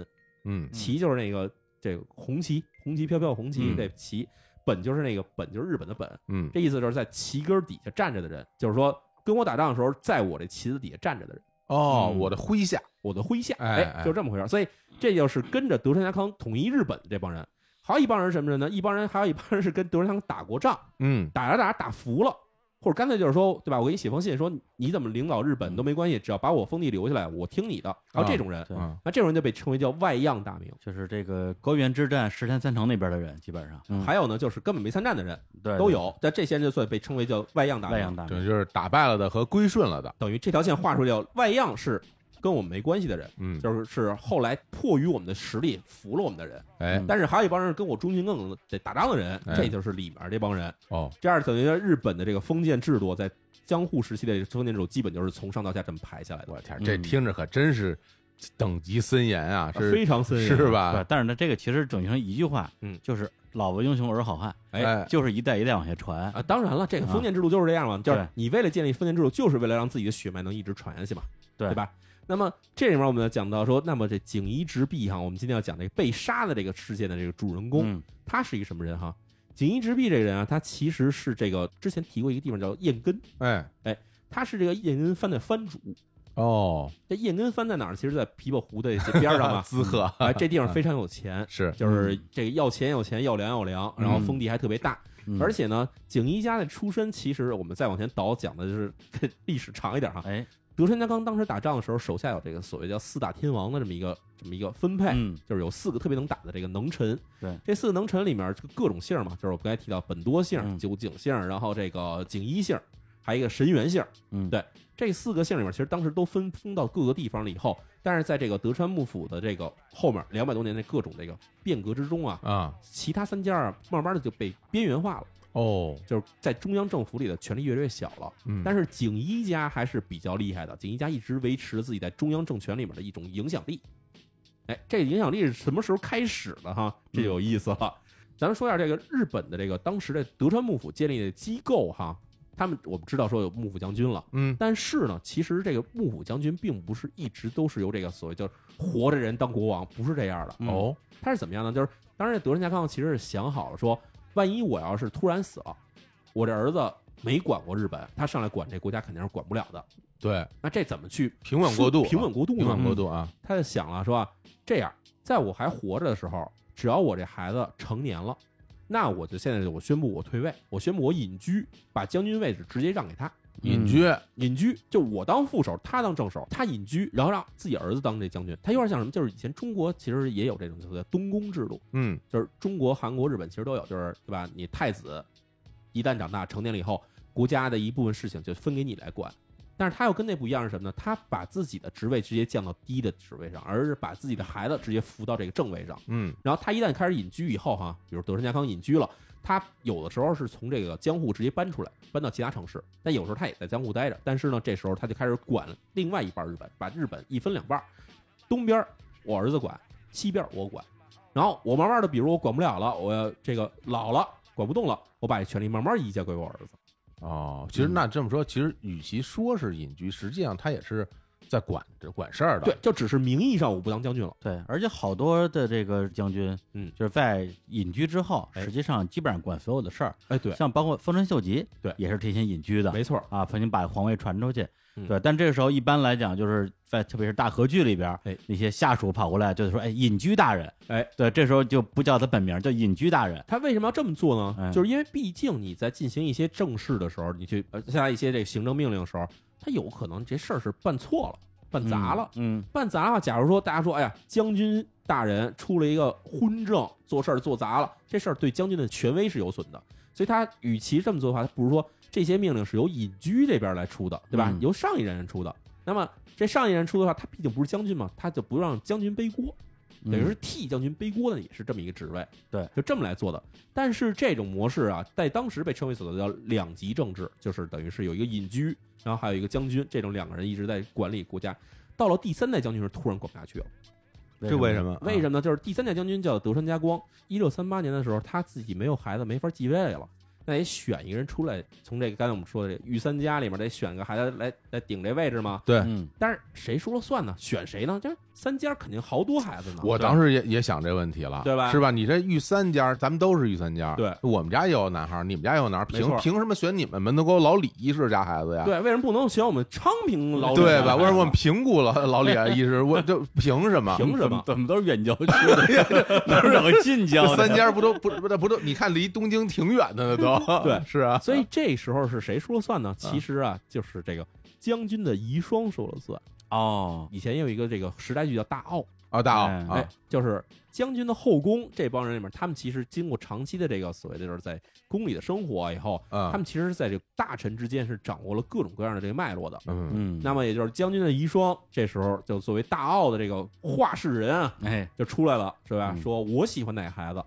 [SPEAKER 2] 嗯
[SPEAKER 1] 旗就是那个这个红旗，红旗飘飘红旗
[SPEAKER 2] 嗯
[SPEAKER 1] 这旗，本就是那个本就是日本的本，
[SPEAKER 2] 嗯
[SPEAKER 1] 这意思就是在旗根儿底下站着的人，就是说跟我打仗的时候，在我这旗子底下站着的人，
[SPEAKER 2] 哦，
[SPEAKER 1] 嗯
[SPEAKER 2] 我的麾下，
[SPEAKER 1] 我的麾下，
[SPEAKER 2] 哎
[SPEAKER 1] 哎，就这么回事儿。所以这就是跟着德川家康统一日本的这帮人，还有一帮人是什么人呢？一帮人还有一帮人是跟德川家康打过仗，
[SPEAKER 2] 嗯
[SPEAKER 1] 打着打着打服了。或者干脆就是说，对吧？我给你写封信，说你怎么领导日本
[SPEAKER 2] 嗯
[SPEAKER 1] 都没关系，只要把我封地留下来，我听你的。还有这种人，
[SPEAKER 4] 对
[SPEAKER 2] 嗯
[SPEAKER 1] 那这种人就被称为叫外样大名。
[SPEAKER 4] 就是这个高原之战石田三成那边的人，基本上嗯
[SPEAKER 1] 还有呢，就是根本没参战的人
[SPEAKER 4] 对
[SPEAKER 1] 都有，但这些人就算被称为叫外样大
[SPEAKER 4] 对
[SPEAKER 1] 名
[SPEAKER 4] 外。洋大
[SPEAKER 2] 对，就是打败了的和归顺了的，
[SPEAKER 1] 等于这条线画出来叫外样是跟我们没关系的人，
[SPEAKER 2] 嗯，
[SPEAKER 1] 就是是后来迫于我们的实力服了我们的人。
[SPEAKER 2] 哎
[SPEAKER 1] 但是还有一帮人跟我忠心耿耿的得打仗的人，
[SPEAKER 2] 哎
[SPEAKER 1] 这就是里面这帮人。
[SPEAKER 2] 哦，
[SPEAKER 1] 这样等于日本的这个封建制度在江户时期的这个封建制度，基本就是从上到下这么排下来的，
[SPEAKER 2] 我天，
[SPEAKER 4] 嗯
[SPEAKER 2] 这听着可真是等级森严啊，是
[SPEAKER 1] 非常森严。
[SPEAKER 2] 是
[SPEAKER 4] 对
[SPEAKER 2] 吧？，
[SPEAKER 4] 但是呢，这个其实整成一句话，
[SPEAKER 1] 啊嗯
[SPEAKER 4] 就是老婆英雄儿好汉，
[SPEAKER 2] 哎
[SPEAKER 4] 就是一代一代往下传，
[SPEAKER 1] 啊，当然了，这个封建制度就是这样嘛，就是
[SPEAKER 4] 对
[SPEAKER 1] 你为了建立封建制度，就是为了让自己的血脉能一直传下去嘛，
[SPEAKER 4] 对
[SPEAKER 1] 吧？那么这里面我们要讲到说，那么这锦衣直弼哈，我们今天要讲这个被杀的这个事件的这个主人公，
[SPEAKER 4] 嗯
[SPEAKER 1] 他是一个什么人哈？锦衣直弼这个人啊，他其实是这个之前提过一个地方叫燕根，
[SPEAKER 2] 哎
[SPEAKER 1] 他是这个燕根藩的藩主。
[SPEAKER 2] 哦，
[SPEAKER 1] 这燕根藩在哪儿？其实，在琵琶湖的这边上 嘛。
[SPEAKER 2] 滋贺
[SPEAKER 1] 啊，这地方非常有钱，
[SPEAKER 2] 是
[SPEAKER 1] 就是这个要钱要钱，要粮要粮，然后封地还特别大。
[SPEAKER 4] 嗯
[SPEAKER 1] 而且呢，景一家的出身，其实我们再往前倒讲的就是 历史长一点哈。
[SPEAKER 4] 哎，
[SPEAKER 1] 德川家康当时打仗的时候，手下有这个所谓叫四大天王的这么一个这么一个分配，
[SPEAKER 4] 嗯
[SPEAKER 1] 就是有四个特别能打的这个能臣。
[SPEAKER 4] 对，
[SPEAKER 1] 这四个能臣里面就各种姓嘛，就是我刚才提到本多姓、
[SPEAKER 4] 嗯
[SPEAKER 1] 酒井姓，然后这个景一姓，还有一个神原姓。
[SPEAKER 4] 嗯
[SPEAKER 1] 对，这四个姓里面，其实当时都分封到各个地方了以后，但是在这个德川幕府的这个后面两百多年的各种这个变革之中啊，
[SPEAKER 2] 啊
[SPEAKER 1] 其他三家啊，慢慢的就被边缘化了。
[SPEAKER 2] 哦，
[SPEAKER 1] 就是在中央政府里的权力越来越小了。
[SPEAKER 2] 嗯，
[SPEAKER 1] 但是锦衣家还是比较厉害的，锦衣家一直维持着自己在中央政权里面的一种影响力。哎，这影响力是什么时候开始的哈？这有意思了。咱们说一下这个日本的这个当时的德川幕府建立的机构哈，他们我们知道说有幕府将军了。
[SPEAKER 2] 嗯
[SPEAKER 1] 但是呢，其实这个幕府将军并不是一直都是由这个所谓叫活着人当国王，不是这样的。
[SPEAKER 2] 哦
[SPEAKER 1] 他是怎么样呢？就是当然，德川家康其实是想好了说，万一我要是突然死了，我这儿子没管过日本，他上来管这国家肯定是管不了的。
[SPEAKER 2] 对，
[SPEAKER 1] 那这怎么去
[SPEAKER 2] 平稳过渡啊，
[SPEAKER 1] 平稳过渡呢？嗯
[SPEAKER 2] 平稳过渡啊，
[SPEAKER 1] 他就想了说，这样，在我还活着的时候，只要我这孩子成年了，那我就现在就我宣布我退位，我宣布我隐居，把将军位置直接让给他。
[SPEAKER 2] 隐居
[SPEAKER 1] 隐居，就我当副手，他当正手，他隐居，然后让自己儿子当这将军，他有点像什么？就是以前中国其实也有这种所谓的东宫制度，
[SPEAKER 2] 嗯
[SPEAKER 1] 就是中国、韩国、日本其实都有，就是对吧？你太子一旦长大成年了以后，国家的一部分事情就分给你来管。但是他又跟那不一样是什么呢？他把自己的职位直接降到低的职位上，而是把自己的孩子直接扶到这个正位上。
[SPEAKER 2] 嗯
[SPEAKER 1] 然后他一旦开始隐居以后，哈，比如德川家康隐居了，它有的时候是从这个江户直接搬出来，搬到其他城市，但有时候它也在江户待着。但是呢，这时候它就开始管另外一半日本，把日本一分两半儿，东边儿我儿子管，西边儿我管。然后我慢慢的，比如我管不了了，我这个老了管不动了，我把这权力慢慢移交给我儿子。
[SPEAKER 2] 哦，
[SPEAKER 1] 嗯
[SPEAKER 2] 其实那这么说，其实与其说是隐居，实际上他也是在管着管事儿的。
[SPEAKER 1] 对，，就只是名义上我不当将军了。
[SPEAKER 4] 对，而且好多的这个将军，
[SPEAKER 1] 嗯
[SPEAKER 4] 就是在隐居之后，
[SPEAKER 1] 哎
[SPEAKER 4] 实际上基本上管所有的事儿，
[SPEAKER 1] 哎，对，
[SPEAKER 4] 像包括丰臣秀吉，
[SPEAKER 1] 对
[SPEAKER 4] 也是提前隐居的，
[SPEAKER 1] 没错儿，
[SPEAKER 4] 啊，曾经把皇位传出去，
[SPEAKER 1] 嗯
[SPEAKER 4] 对。但这个时候一般来讲，就是在特别是大和剧里边，
[SPEAKER 1] 哎
[SPEAKER 4] 那些下属跑过来就是说，哎，隐居大人，
[SPEAKER 1] 哎，
[SPEAKER 4] 对，这时候就不叫他本名，叫隐居大人，
[SPEAKER 1] 他为什么要这么做呢？
[SPEAKER 4] 嗯
[SPEAKER 1] 就是因为毕竟你在进行一些正事的时候，你去呃下达一些这个行政命令的时候，他有可能这事儿是办错了、办砸了、
[SPEAKER 4] 嗯，
[SPEAKER 1] 办砸了。假如说大家说，哎呀，将军大人出了一个昏政，做事儿做砸了，这事儿对将军的权威是有损的。所以他与其这么做的话，他不如说这些命令是由隐居这边来出的，对吧？
[SPEAKER 4] 嗯
[SPEAKER 1] 由上一任人出的。那么这上一任出的话，他毕竟不是将军嘛，他就不让将军背锅。
[SPEAKER 4] 嗯
[SPEAKER 1] 等于是替将军背锅的，也是这么一个职位，
[SPEAKER 4] 对，
[SPEAKER 1] 就这么来做的。但是这种模式啊，在当时被称为所谓的叫两级政治，就是等于是有一个隐居，然后还有一个将军，这种两个人一直在管理国家。到了第三代将军时，突然管不下去了，
[SPEAKER 2] 这为什
[SPEAKER 4] 么？
[SPEAKER 2] 么？
[SPEAKER 1] 为什么呢？就是第三代将军叫德川家光，一六三八年的时候，他自己没有孩子，没法继位了。那也选一个人出来，从这个刚才我们说的这御三家里面得选个孩子来来顶这位置嘛。
[SPEAKER 2] 对
[SPEAKER 4] 嗯，
[SPEAKER 1] 但是谁说了算呢？选谁呢？这三家肯定好多孩子呢。
[SPEAKER 2] 我当时也也想这问题了，
[SPEAKER 1] 啊对吧
[SPEAKER 2] 是吧？你这御三家，咱们都是御三家，
[SPEAKER 1] 对
[SPEAKER 2] 我们家也有男孩，你们家也有男孩，
[SPEAKER 1] 没
[SPEAKER 2] 凭
[SPEAKER 1] 错
[SPEAKER 2] 凭什么选你们门头沟老李医师家孩子呀？
[SPEAKER 1] 对，为什么不能选我们昌平老李
[SPEAKER 2] 对
[SPEAKER 1] 家
[SPEAKER 2] 吧？
[SPEAKER 1] 的
[SPEAKER 2] 为什么我
[SPEAKER 1] 孩
[SPEAKER 2] 们
[SPEAKER 1] 子
[SPEAKER 2] 评估了老李医师？我就凭什么？
[SPEAKER 1] 凭什么
[SPEAKER 4] 怎么都是远郊区的， 哪儿找个近郊
[SPEAKER 2] 这
[SPEAKER 4] 的？
[SPEAKER 2] 三家不都不不不都？你看离东京挺远的呢，都
[SPEAKER 1] 对
[SPEAKER 2] 是 啊，
[SPEAKER 1] 所以这时候是谁说了算呢？其实啊，就是这个将军的遗孀说了算。啊
[SPEAKER 4] 哦，
[SPEAKER 1] 以前也有一个这个时代剧叫《大奥》，
[SPEAKER 2] 啊，大奥
[SPEAKER 4] 哎
[SPEAKER 2] 啊
[SPEAKER 1] 哎，，就是将军的后宫这帮人里面，他们其实经过长期的这个所谓的就是在宫里的生活以后，
[SPEAKER 2] 嗯
[SPEAKER 1] 哎他们其实是在这个大臣之间是掌握了各种各样的这个脉络的。
[SPEAKER 2] 嗯，
[SPEAKER 4] 嗯，
[SPEAKER 1] 那么也就是将军的遗孀，这时候就作为大奥的这个话事人啊，
[SPEAKER 4] 哎，
[SPEAKER 1] 就出来了，是吧？
[SPEAKER 4] 嗯
[SPEAKER 1] 说我喜欢哪个孩子，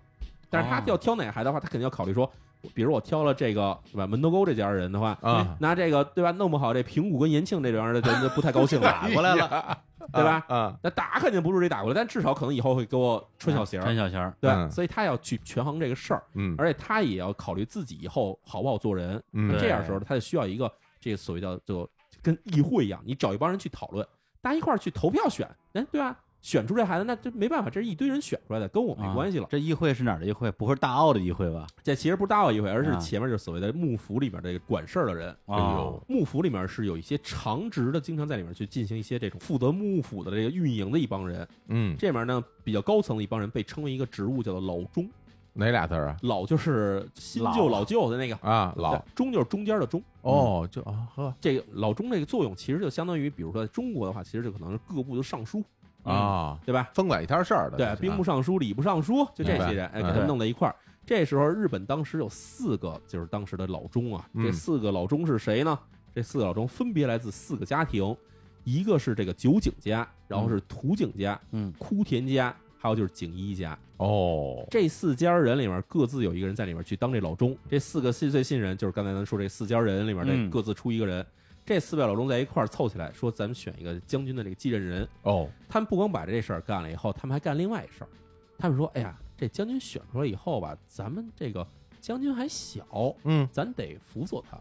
[SPEAKER 1] 但是他
[SPEAKER 4] 哦
[SPEAKER 1] 要挑哪个孩子的话，他肯定要考虑说，比如我挑了这个对吧，门头沟这家人的话，
[SPEAKER 2] 啊
[SPEAKER 1] 那这个对吧，弄不好这平谷跟延庆这边的人就就不太高兴了
[SPEAKER 4] 打，过来了，
[SPEAKER 2] 了，
[SPEAKER 1] 对吧？
[SPEAKER 2] 哎啊，
[SPEAKER 1] 那打肯定不是这打过来，但至少可能以后会给我穿小鞋儿，
[SPEAKER 4] 穿小鞋儿，
[SPEAKER 1] 对吧，
[SPEAKER 2] 嗯
[SPEAKER 1] 所以他要去权衡这个事儿，
[SPEAKER 2] 嗯
[SPEAKER 1] 而且他也要考虑自己以后好不好做人。
[SPEAKER 2] 嗯
[SPEAKER 1] 那
[SPEAKER 4] 对
[SPEAKER 1] 这样时候，他就需要一个这个所谓叫做跟议会一样，你找一帮人去讨论，大家一块儿去投票选，哎，对吧？选出这孩子，那就没办法，这是一堆人选出来的，跟我没
[SPEAKER 4] 啊
[SPEAKER 1] 关系了。
[SPEAKER 4] 这议会是哪儿的议会？不会是大澳的议会吧？
[SPEAKER 1] 这其实不是大奥一会，而是
[SPEAKER 4] 啊
[SPEAKER 1] 前面就是所谓的幕府里边这个管事儿的人。啊
[SPEAKER 4] 哎呦
[SPEAKER 1] 幕府里面是有一些长职的，经常在里面去进行一些这种负责幕府的这个运营的一帮人。
[SPEAKER 2] 嗯，
[SPEAKER 1] 这里面呢，比较高层的一帮人被称为一个职务叫做老中，
[SPEAKER 2] 哪俩字儿啊？
[SPEAKER 1] 老就是新旧老旧的那个，
[SPEAKER 2] 啊，老
[SPEAKER 1] 中就是中间的中。
[SPEAKER 2] 哦，就啊呵
[SPEAKER 1] 这个老中这个作用其实就相当于，比如说在中国的话，其实就可能是各部的尚书，
[SPEAKER 2] 啊，
[SPEAKER 1] 对吧？
[SPEAKER 2] 分管一摊事儿的，
[SPEAKER 1] 嗯对，兵部尚书、礼部尚书，就这些人，哎，
[SPEAKER 2] 呃啊明白
[SPEAKER 1] 给他们弄到一块儿。这时候，日本当时有四个，就是当时的老中啊。
[SPEAKER 2] 嗯
[SPEAKER 1] 这四个老中是谁呢？这四个老中分别来自四个家庭，一个是这个酒井家，然后是土井家、
[SPEAKER 4] 嗯，
[SPEAKER 1] 枯田家，还有就是井一家。
[SPEAKER 2] 哦，
[SPEAKER 1] 这四家人里面各自有一个人在里面去当这老中。这四个细碎信人，就是刚才咱说这四家人里面
[SPEAKER 4] 嗯
[SPEAKER 1] 这各自出一个人。这四位老中在一块儿凑起来说，咱们选一个将军的这个继任人。
[SPEAKER 2] 哦，
[SPEAKER 1] 他们不光把这事儿干了以后，他们还干另外一事儿。他们说：“哎呀，这将军选出来以后吧，咱们这个将军还小，
[SPEAKER 2] 嗯
[SPEAKER 1] 咱得辅佐他，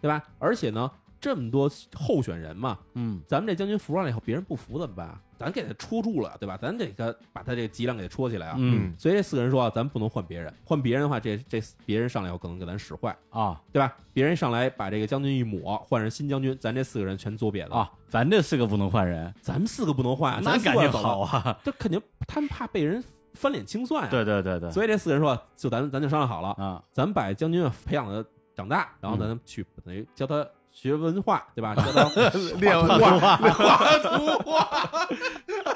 [SPEAKER 1] 对吧？而且呢，这么多候选人嘛，
[SPEAKER 4] 嗯，
[SPEAKER 1] 咱们这将军服上了以后，别人不服怎么办啊？咱给他戳住了，对吧？咱得给他把他这个脊梁给他戳起来啊！
[SPEAKER 4] 嗯
[SPEAKER 1] 所以这四个人说啊，咱不能换别人，换别人的话，这这别人上来以后可能给咱使坏，
[SPEAKER 2] 嗯
[SPEAKER 4] 啊
[SPEAKER 1] 对吧？别人上来把这个将军一抹，换成新将军，咱这四个人全作瘪的！
[SPEAKER 4] 啊，咱这四个不能换人，
[SPEAKER 1] 咱们四个不能换啊，
[SPEAKER 4] 那
[SPEAKER 1] 咱四
[SPEAKER 4] 感
[SPEAKER 1] 个
[SPEAKER 4] 觉
[SPEAKER 1] 要走了
[SPEAKER 4] 好啊！
[SPEAKER 1] 这肯定他们怕被人翻脸清算呀、啊
[SPEAKER 4] 对对对对，
[SPEAKER 1] 所以这四个人说，啊就咱咱就商量好了，
[SPEAKER 4] 啊，
[SPEAKER 1] 咱们把将军培养的长大，然
[SPEAKER 4] 嗯
[SPEAKER 1] 后咱们去等于教他学文化，对吧？教 他
[SPEAKER 2] 练画画图画，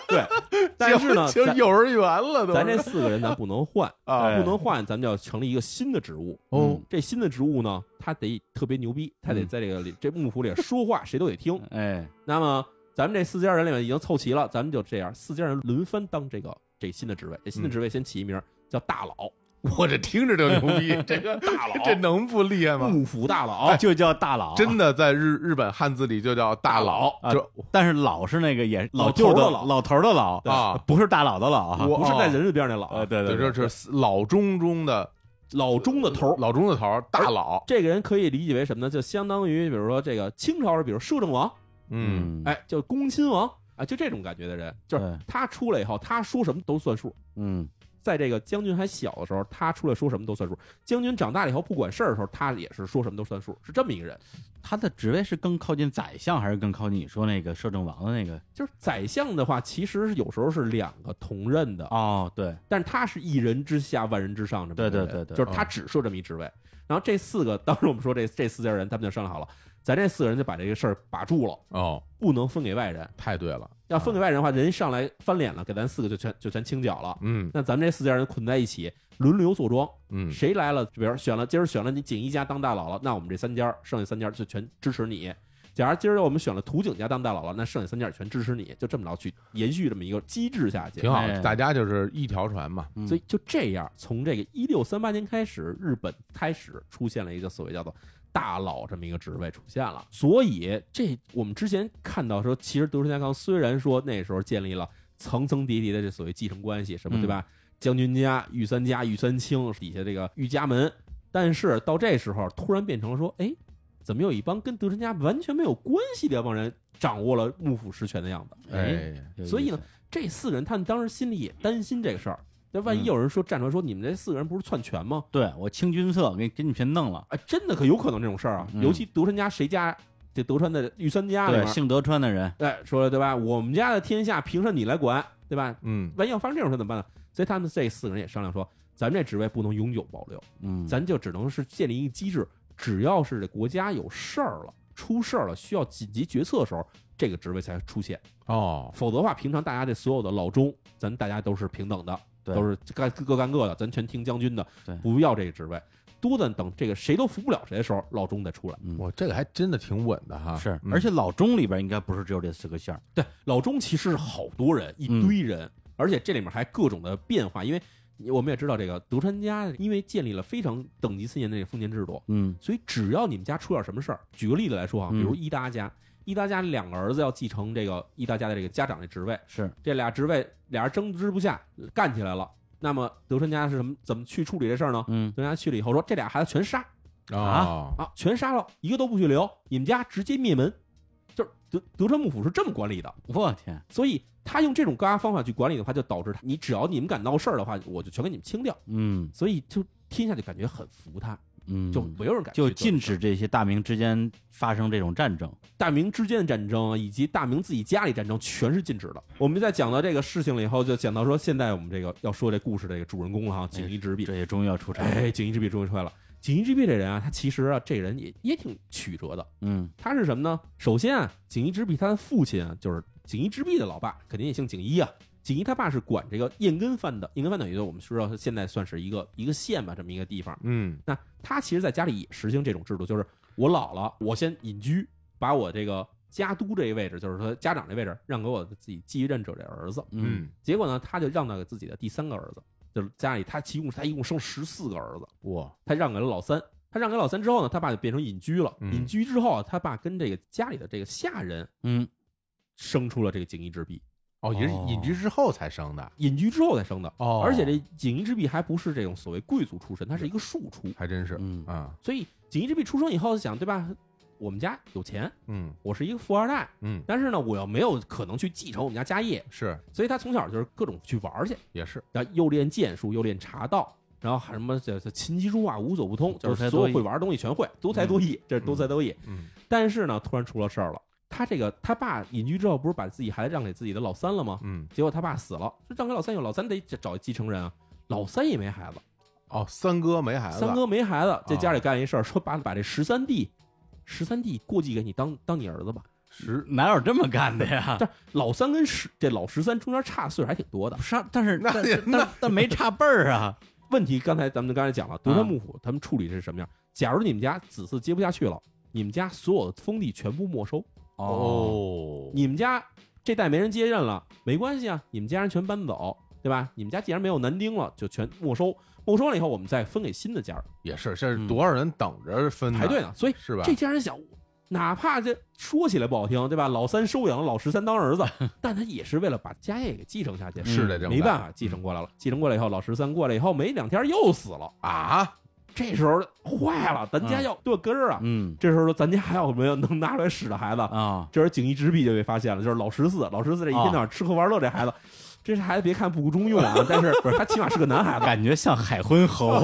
[SPEAKER 1] 对，但是 呢，
[SPEAKER 2] 就
[SPEAKER 1] 咱
[SPEAKER 2] 幼儿园了都，
[SPEAKER 1] 咱这四个人咱不能换，
[SPEAKER 2] 啊
[SPEAKER 1] 不能换，咱们就要成立一个新的职务。嗯
[SPEAKER 2] 哦，
[SPEAKER 1] 这新的职务呢，他得特别牛逼，他得在这个里这幕府里说话，谁都得 听。
[SPEAKER 4] 哎，
[SPEAKER 1] 那么咱们这四家人里面已经凑齐了，咱们就这样，四家人轮番当这个这新的职位。这新的职位先起一名叫大佬，
[SPEAKER 2] 我这听着就牛逼，这个
[SPEAKER 1] 大佬，
[SPEAKER 2] 这能不厉害 吗？
[SPEAKER 1] 幕府大佬，
[SPEAKER 4] 哎就叫大佬，
[SPEAKER 2] 真的在日日本汉字里就叫大佬，
[SPEAKER 4] 啊
[SPEAKER 2] 就
[SPEAKER 4] 但是老是那个也
[SPEAKER 1] 老
[SPEAKER 4] 舅
[SPEAKER 1] 头
[SPEAKER 4] 的
[SPEAKER 1] 儿的老
[SPEAKER 4] 老头儿的老
[SPEAKER 2] 啊
[SPEAKER 4] 不是大佬的老啊，
[SPEAKER 2] 我
[SPEAKER 1] 不是在
[SPEAKER 2] 哦
[SPEAKER 1] 人字边那老
[SPEAKER 4] 呃，
[SPEAKER 1] 啊，
[SPEAKER 4] 对对
[SPEAKER 2] 对，
[SPEAKER 4] 对，
[SPEAKER 2] 这是老中中的
[SPEAKER 1] 老钟的头儿。
[SPEAKER 2] 老中的头儿大佬，
[SPEAKER 1] 这个人可以理解为什么呢？就相当于比如说这个清朝时，比如摄政王，
[SPEAKER 2] 嗯，
[SPEAKER 4] 哎，
[SPEAKER 1] 哎，叫恭亲王，啊，就这种感觉的人，就是
[SPEAKER 4] 对
[SPEAKER 1] 他出来以后，他说什么都算数。
[SPEAKER 4] 嗯
[SPEAKER 1] 在这个将军还小的时候，他出来说什么都算数；将军长大了以后不管事儿的时候，他也是说什么都算数，是这么一个人。
[SPEAKER 4] 他的职位是更靠近宰相，还是更靠近你说那个摄政王的那个？
[SPEAKER 1] 就是宰相的话，其实有时候是两个同任的，
[SPEAKER 4] 哦，对，
[SPEAKER 1] 但是他是一人之下，万人之上这么一个
[SPEAKER 4] 对对
[SPEAKER 1] 人。
[SPEAKER 4] 对嗯对
[SPEAKER 1] 就是他只设这么一职位。然后这四个，当时我们说这这四家人，他们就商量好了，咱这四个人就把这个事儿把住了，
[SPEAKER 2] 哦，
[SPEAKER 1] 不能分给外人。
[SPEAKER 2] 太对了，
[SPEAKER 1] 要分给外人的话，人一上来翻脸了，给咱四个就全就全清剿了。
[SPEAKER 2] 嗯
[SPEAKER 1] 那咱们这四家人捆在一起，轮流坐庄，
[SPEAKER 2] 嗯
[SPEAKER 1] 谁来了，比如选了，今儿选了你锦衣家当大佬了，那我们这三家剩下三家就全支持你。假如今儿我们选了图景家当大佬了，那剩下三家也全支持你，就这么着去延续这么一个机制下去。
[SPEAKER 2] 挺好
[SPEAKER 4] 哎，
[SPEAKER 2] 大家就是一条船嘛，
[SPEAKER 4] 嗯
[SPEAKER 1] 所以就这样，从这个一六三八年开始，日本开始出现了一个所谓叫做大佬这么一个职位出现了。所以这我们之前看到说，其实德川家康虽然说那时候建立了层层叠叠的这所谓继承关系，什么
[SPEAKER 4] 嗯
[SPEAKER 1] 对吧？将军家、御三家、御三卿底下这个御家门，但是到这时候突然变成了说，哎，怎么有一帮跟德川家完全没有关系的一帮人掌握了幕府实权的样子？
[SPEAKER 2] 哎，
[SPEAKER 4] 有意思
[SPEAKER 1] 所以呢，这四个人他们当时心里也担心这个事儿。那
[SPEAKER 4] 嗯
[SPEAKER 1] 万一有人说站出来说你们这四个人不是篡权吗？
[SPEAKER 4] 对我清君侧给给你们全弄了。
[SPEAKER 1] 哎，真的可有可能这种事儿啊！
[SPEAKER 4] 嗯
[SPEAKER 1] 尤其德川家谁家这德川的御三家里
[SPEAKER 4] 对，
[SPEAKER 1] 面，
[SPEAKER 4] 姓德川的人，
[SPEAKER 1] 哎，说了对吧？我们家的天下凭什么你来管？对吧？
[SPEAKER 2] 嗯
[SPEAKER 1] 万一要发生这种事怎么办呢？所以他们这四个人也商量说，咱们这职位不能永久保留，
[SPEAKER 4] 嗯，
[SPEAKER 1] 咱就只能是建立一个机制，只要是这国家有事儿了、出事儿了，需要紧急决策的时候，这个职位才出现。
[SPEAKER 2] 哦，
[SPEAKER 1] 否则的话，平常大家这所有的老中，咱大家都是平等的，
[SPEAKER 4] 对
[SPEAKER 1] 都是干各干各的，咱全听将军的
[SPEAKER 4] 对，
[SPEAKER 1] 不要这个职位。多的等这个谁都服不了谁的时候，老中再出来。
[SPEAKER 2] 我这个还真的挺稳的哈，
[SPEAKER 4] 是，
[SPEAKER 2] 嗯
[SPEAKER 4] 而且老钟里边应该不是只有这四个姓儿，
[SPEAKER 1] 对，老中其实是好多人，一
[SPEAKER 4] 嗯
[SPEAKER 1] 堆人，而且这里面还各种的变化，因为我们也知道这个德川家，因为建立了非常等级森严的这个封建制度，
[SPEAKER 4] 嗯
[SPEAKER 1] 所以只要你们家出点什么事儿，举个例子来说啊，
[SPEAKER 4] 嗯
[SPEAKER 1] 比如伊达家，伊达家两个儿子要继承这个伊达家的这个家长的职位，
[SPEAKER 4] 是，
[SPEAKER 1] 这俩职位俩人争执不下，干起来了。那么德川家是什么怎么去处理这事儿呢？
[SPEAKER 4] 嗯
[SPEAKER 1] 德川家去了以后说，这俩孩子全杀
[SPEAKER 2] 啊，
[SPEAKER 1] 啊，全杀了，一个都不许留，你们家直接灭门。就是德德川幕府是这么管理的，
[SPEAKER 4] 我天，
[SPEAKER 1] 所以他用这种高压方法去管理的话，就导致他你只要你们敢闹事儿的话，我就全给你们清掉。
[SPEAKER 4] 嗯
[SPEAKER 1] 所以就天下就感觉很服他，
[SPEAKER 4] 嗯，
[SPEAKER 1] 就没有人敢去
[SPEAKER 4] 就
[SPEAKER 1] 做
[SPEAKER 4] 禁止这些大明之间发生这种战争，
[SPEAKER 1] 大明之间的战争啊，以及大明自己家里战争，全是禁止的。我们在讲到这个事情了以后，就讲到说现在我们这个要说这故事这个主人公了哈，锦衣直弼。
[SPEAKER 4] 这也终于要出场了，
[SPEAKER 1] 哎，锦衣之弼终于出来了。锦衣之弼这人啊，他其实啊，这人也也挺曲折的。
[SPEAKER 4] 嗯
[SPEAKER 1] 他是什么呢？首先啊，锦衣之弼他的父亲啊，就是锦衣之弼的老爸，肯定也姓锦衣啊。锦衣他爸是管这个燕根藩的，燕根藩等于我们知道现在算是一个一个县吧，这么一个地方。
[SPEAKER 2] 嗯
[SPEAKER 1] 那他其实在家里也实行这种制度，就是我老了，我先隐居，把我这个家督这一位置，就是说家长这位置，让给我自己继任者这儿子。
[SPEAKER 4] 嗯
[SPEAKER 2] 嗯，
[SPEAKER 1] 结果呢，他就让到给自己的第三个儿子，就是家里他一共他一共生十四个儿子，
[SPEAKER 2] 哇，
[SPEAKER 1] 他让给了老三。他让给老三之后呢，他爸就变成隐居了。
[SPEAKER 2] 嗯
[SPEAKER 1] 隐居之后啊，他爸跟这个家里的这个下人
[SPEAKER 4] 嗯，
[SPEAKER 1] 生出了这个锦衣之婢，
[SPEAKER 2] 哦，也是
[SPEAKER 4] 哦
[SPEAKER 2] 隐居之后才生的，
[SPEAKER 1] 隐居之后才生的。
[SPEAKER 2] 哦
[SPEAKER 1] 而且这锦衣之婢还不是这种所谓贵族出身，他是一个庶出。
[SPEAKER 2] 还真是，
[SPEAKER 4] 嗯
[SPEAKER 2] 啊，
[SPEAKER 1] 所以锦衣之婢出生以后想，对吧？我们家有钱，
[SPEAKER 2] 嗯
[SPEAKER 1] 我是一个富二代，
[SPEAKER 2] 嗯，
[SPEAKER 1] 但是呢，我又没有可能去继承我们家家业，
[SPEAKER 2] 是
[SPEAKER 1] 所以他从小就是各种去玩儿去，
[SPEAKER 2] 也是，
[SPEAKER 1] 然后又练剑术，又练茶道，然后还什么这这琴棋书画无所不通，就
[SPEAKER 4] 多才
[SPEAKER 1] 是
[SPEAKER 4] 多
[SPEAKER 1] 所
[SPEAKER 4] 艺
[SPEAKER 1] 有会玩的东西全会，多才多艺，这是多才多艺。
[SPEAKER 2] 嗯
[SPEAKER 1] 但是呢，突然出了事儿了，他这个他爸隐居之后，不是把自己孩子让给自己的老三了吗？
[SPEAKER 2] 嗯，
[SPEAKER 1] 结果他爸死了，这让给老三有，老三得找继承人啊。老三也没孩子，
[SPEAKER 2] 哦，三哥没孩子，啊
[SPEAKER 1] 三哥没孩子，在家里干一事儿，说把把这十三弟，十三弟过继给你当当你儿子吧。
[SPEAKER 2] 十，
[SPEAKER 4] 哪有这么干的呀？
[SPEAKER 1] 但老三跟十这老十三中间差岁数还挺多的。
[SPEAKER 4] 是，啊但是
[SPEAKER 2] 那
[SPEAKER 4] 但
[SPEAKER 2] 也
[SPEAKER 4] 但但没差辈儿啊，
[SPEAKER 1] 问题刚才咱们刚才讲了，
[SPEAKER 2] 啊
[SPEAKER 1] 德川幕府他们处理是什么样？假如你们家子嗣接不下去了，你们家所有的封地全部没收，
[SPEAKER 2] 哦，
[SPEAKER 1] 你们家这代没人接任了，没关系啊，你们家人全搬走，对吧？你们家既然没有男丁了，就全没收。没收完了以后，我们再分给新的家儿
[SPEAKER 2] 也是，这是
[SPEAKER 1] 嗯
[SPEAKER 2] 多少人等着分呢
[SPEAKER 1] 排队呢。所以
[SPEAKER 2] 嗯啊是吧？
[SPEAKER 1] 这家人想，哪怕这说起来不好听，对吧？老三收养老十三当 儿子，但他也是为了把家业给继承下去，
[SPEAKER 2] 是的嗯这
[SPEAKER 1] 嗯
[SPEAKER 2] 么
[SPEAKER 1] 没
[SPEAKER 2] 办
[SPEAKER 1] 办法继承过来了。继承过来以后，老十三过来以后没两天又死了，
[SPEAKER 2] 啊，
[SPEAKER 1] 这时候坏了，咱家要剁根儿啊！
[SPEAKER 4] 嗯
[SPEAKER 1] 这时候说咱家还有没有能拿出来使的孩子？
[SPEAKER 4] 啊，
[SPEAKER 1] 这时候警一直毙就被发现了，就是老十四，老十四这一天到晚吃喝玩乐这孩子。这孩子别看不顾中用啊， 但是他起码是个男孩子，
[SPEAKER 4] 啊感觉像海昏 侯，